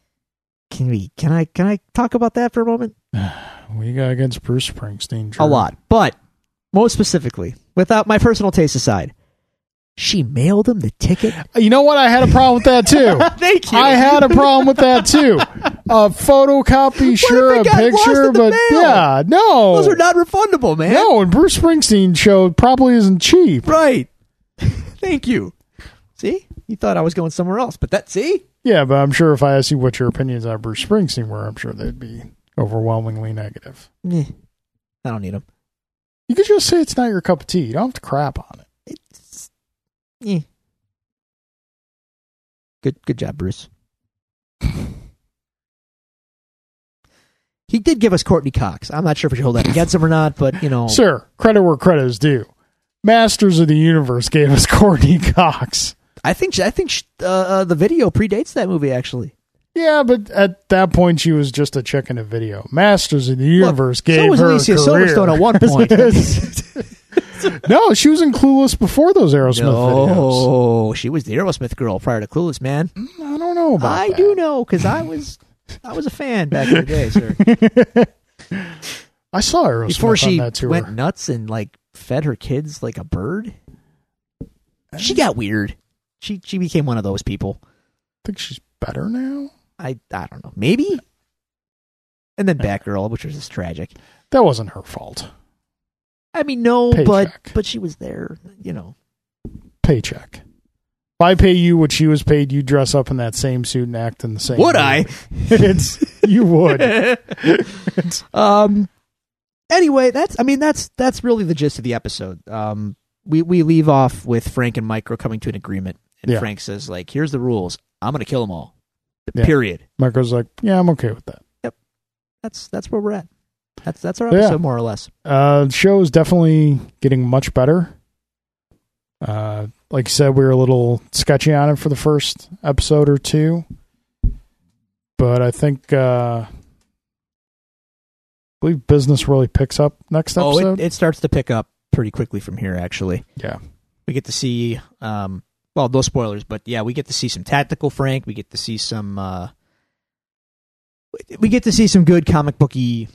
B: can we can I can I talk about that for a moment?
A: What do you got against Bruce Springsteen? Drew?
B: A lot, but most specifically, without my personal taste aside, she mailed him the ticket.
A: You know what? I had a problem with that too.
B: Thank you.
A: I had a problem with that too. A photocopy, sure,
B: they
A: a
B: got lost
A: picture,
B: in the
A: but
B: mail?
A: yeah, no,
B: Those are not refundable, man.
A: no. And Bruce Springsteen show probably isn't cheap.
B: Right. Thank you. See, you thought I was going somewhere else, but that see,
A: Yeah, but I'm sure if I asked you what your opinions on Bruce Springsteen were, I'm sure they'd be overwhelmingly negative.
B: Meh. I don't need him.
A: You could just say it's not your cup of tea. You don't have to crap on it.
B: It's, eh. Good good job, Bruce. He did give us Courtney Cox. I'm not sure if we should hold that against him or not, but you know,
A: Sir, credit where credit is due. Masters of the Universe gave us Courtney Cox.
B: I think I think sh- uh, uh, the video predates that movie actually.
A: Yeah, but at that point she was just a chick in a video. Masters of the Universe
B: Look,
A: gave
B: so was
A: her a
B: Alicia
A: career.
B: Silverstone at one point.
A: no, she was in Clueless before those Aerosmith videos.
B: no, she was the Aerosmith girl prior to Clueless, man.
A: I don't know about
B: I
A: that.
B: do know because I was I was a fan back in the day, sir.
A: I saw Aerosmith
B: Before she
A: on that tour.
B: went nuts and like fed her kids like a bird. She got weird. She she became one of those people.
A: I think she's better now.
B: I I don't know. Maybe. And then Batgirl, which was just tragic.
A: That wasn't her fault.
B: I mean, no,
A: Paycheck.
B: but but she was there. You know,
A: Paycheck. If I pay you what she was paid, you dress up in that same suit and act in the same.
B: would
A: way.
B: I?
A: it's you would.
B: um. Anyway, that's. I mean, that's that's really the gist of the episode. Um. We we leave off with Frank and Micro coming to an agreement, and
A: Yeah.
B: Frank says, like, here's the rules. I'm gonna kill them all.
A: Yeah.
B: Period.
A: Michael's like, yeah, I'm okay with that.
B: That's that's where we're at. That's that's our
A: Yeah.
B: episode, more or less.
A: Uh, the show is definitely getting much better. Uh, like I said, we were a little sketchy on it for the first episode or two, but I think uh, I believe business really picks up next
B: Oh,
A: episode.
B: it, it starts to pick up pretty quickly from here. Actually,
A: yeah,
B: we get to see. Um. Well, no spoilers, but yeah, we get to see some tactical Frank. We get to see some. Uh, we get to see some good comic booky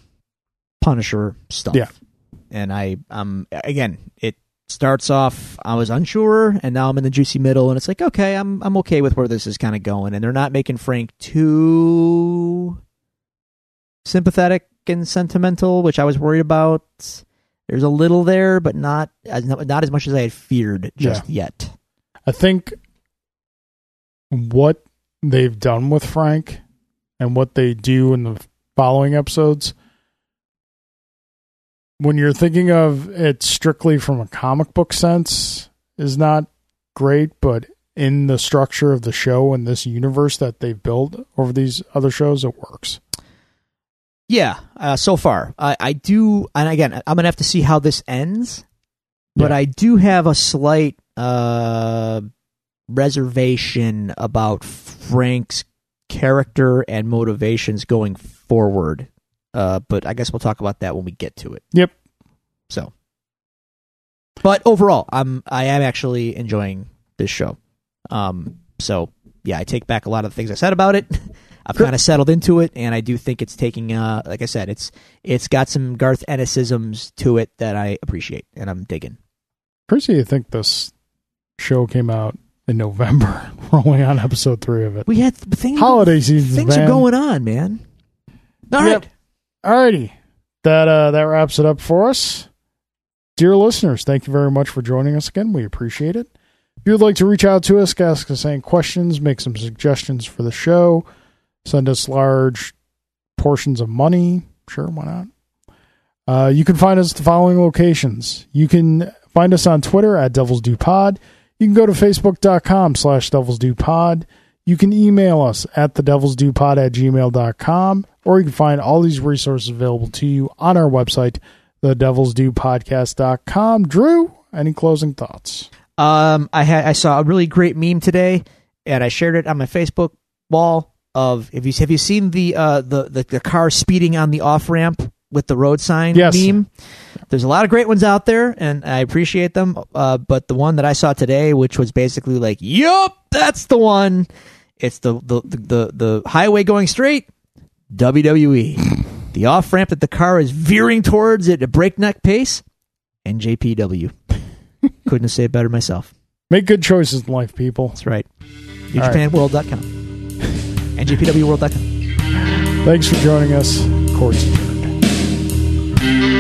B: Punisher stuff.
A: Yeah.
B: and I um again it starts off I was unsure and now I'm in the juicy middle and it's like okay I'm I'm okay with where this is kind of going and they're not making Frank too sympathetic and sentimental which I was worried about there's a little there but not as not as much as I had feared just yet
A: I think what they've done with Frank and what they do in the following episodes, when you're thinking of it strictly from a comic book sense, is not great, but in the structure of the show and this universe that they've built over these other shows, it works.
B: yeah uh, so far I I do and again I'm gonna have to see how this ends but
A: Yeah.
B: I do have a slight uh, reservation about Frank's character and motivations going forward. Uh, but I guess we'll talk about that when we get to it.
A: Yep.
B: So, but overall, I'm I am actually enjoying this show. Um, so yeah, I take back a lot of the things I said about it. I've
A: Sure.
B: kind of settled into it, and I do think it's taking. Uh, like I said, it's it's got some Garth Ennisisms to it that I appreciate, and I'm digging.
A: Crazy, I think this show came out in November. We're only on episode three of it.
B: We had th- things.
A: Holiday season.
B: Things are
A: man.
B: going on, man. All right.
A: Yep. Alrighty. That uh that wraps it up for us. Dear listeners, thank you very much for joining us again. We appreciate it. If you would like to reach out to us, ask us any questions, make some suggestions for the show, send us large portions of money. Sure, why not? Uh, you can find us at the following locations. You can find us on Twitter at Devils Do Pod. You can go to Facebook.com slash Devils Do Pod. You can email us at the devils do pod at gmail.com, or you can find all these resources available to you on our website, the devils do podcast.com. Drew, any closing thoughts?
B: Um, I had I saw a really great meme today, and I shared it on my Facebook wall. Of have you have you seen the uh the the, the car speeding on the off ramp with the road sign
A: Yes.
B: meme? There's a lot of great ones out there, and I appreciate them. Uh, but the one that I saw today, which was basically like, "Yup, that's the one." It's the the the the, the highway going straight. WWE, the off ramp that the car is veering towards at a breakneck pace, and JPW. Couldn't have said it better myself.
A: Make good choices in life, people.
B: That's right.
A: right.
B: NewJapanWorld.com and GPWWorld.com.
A: Thanks for joining us. Court's adjourned.
C: Thank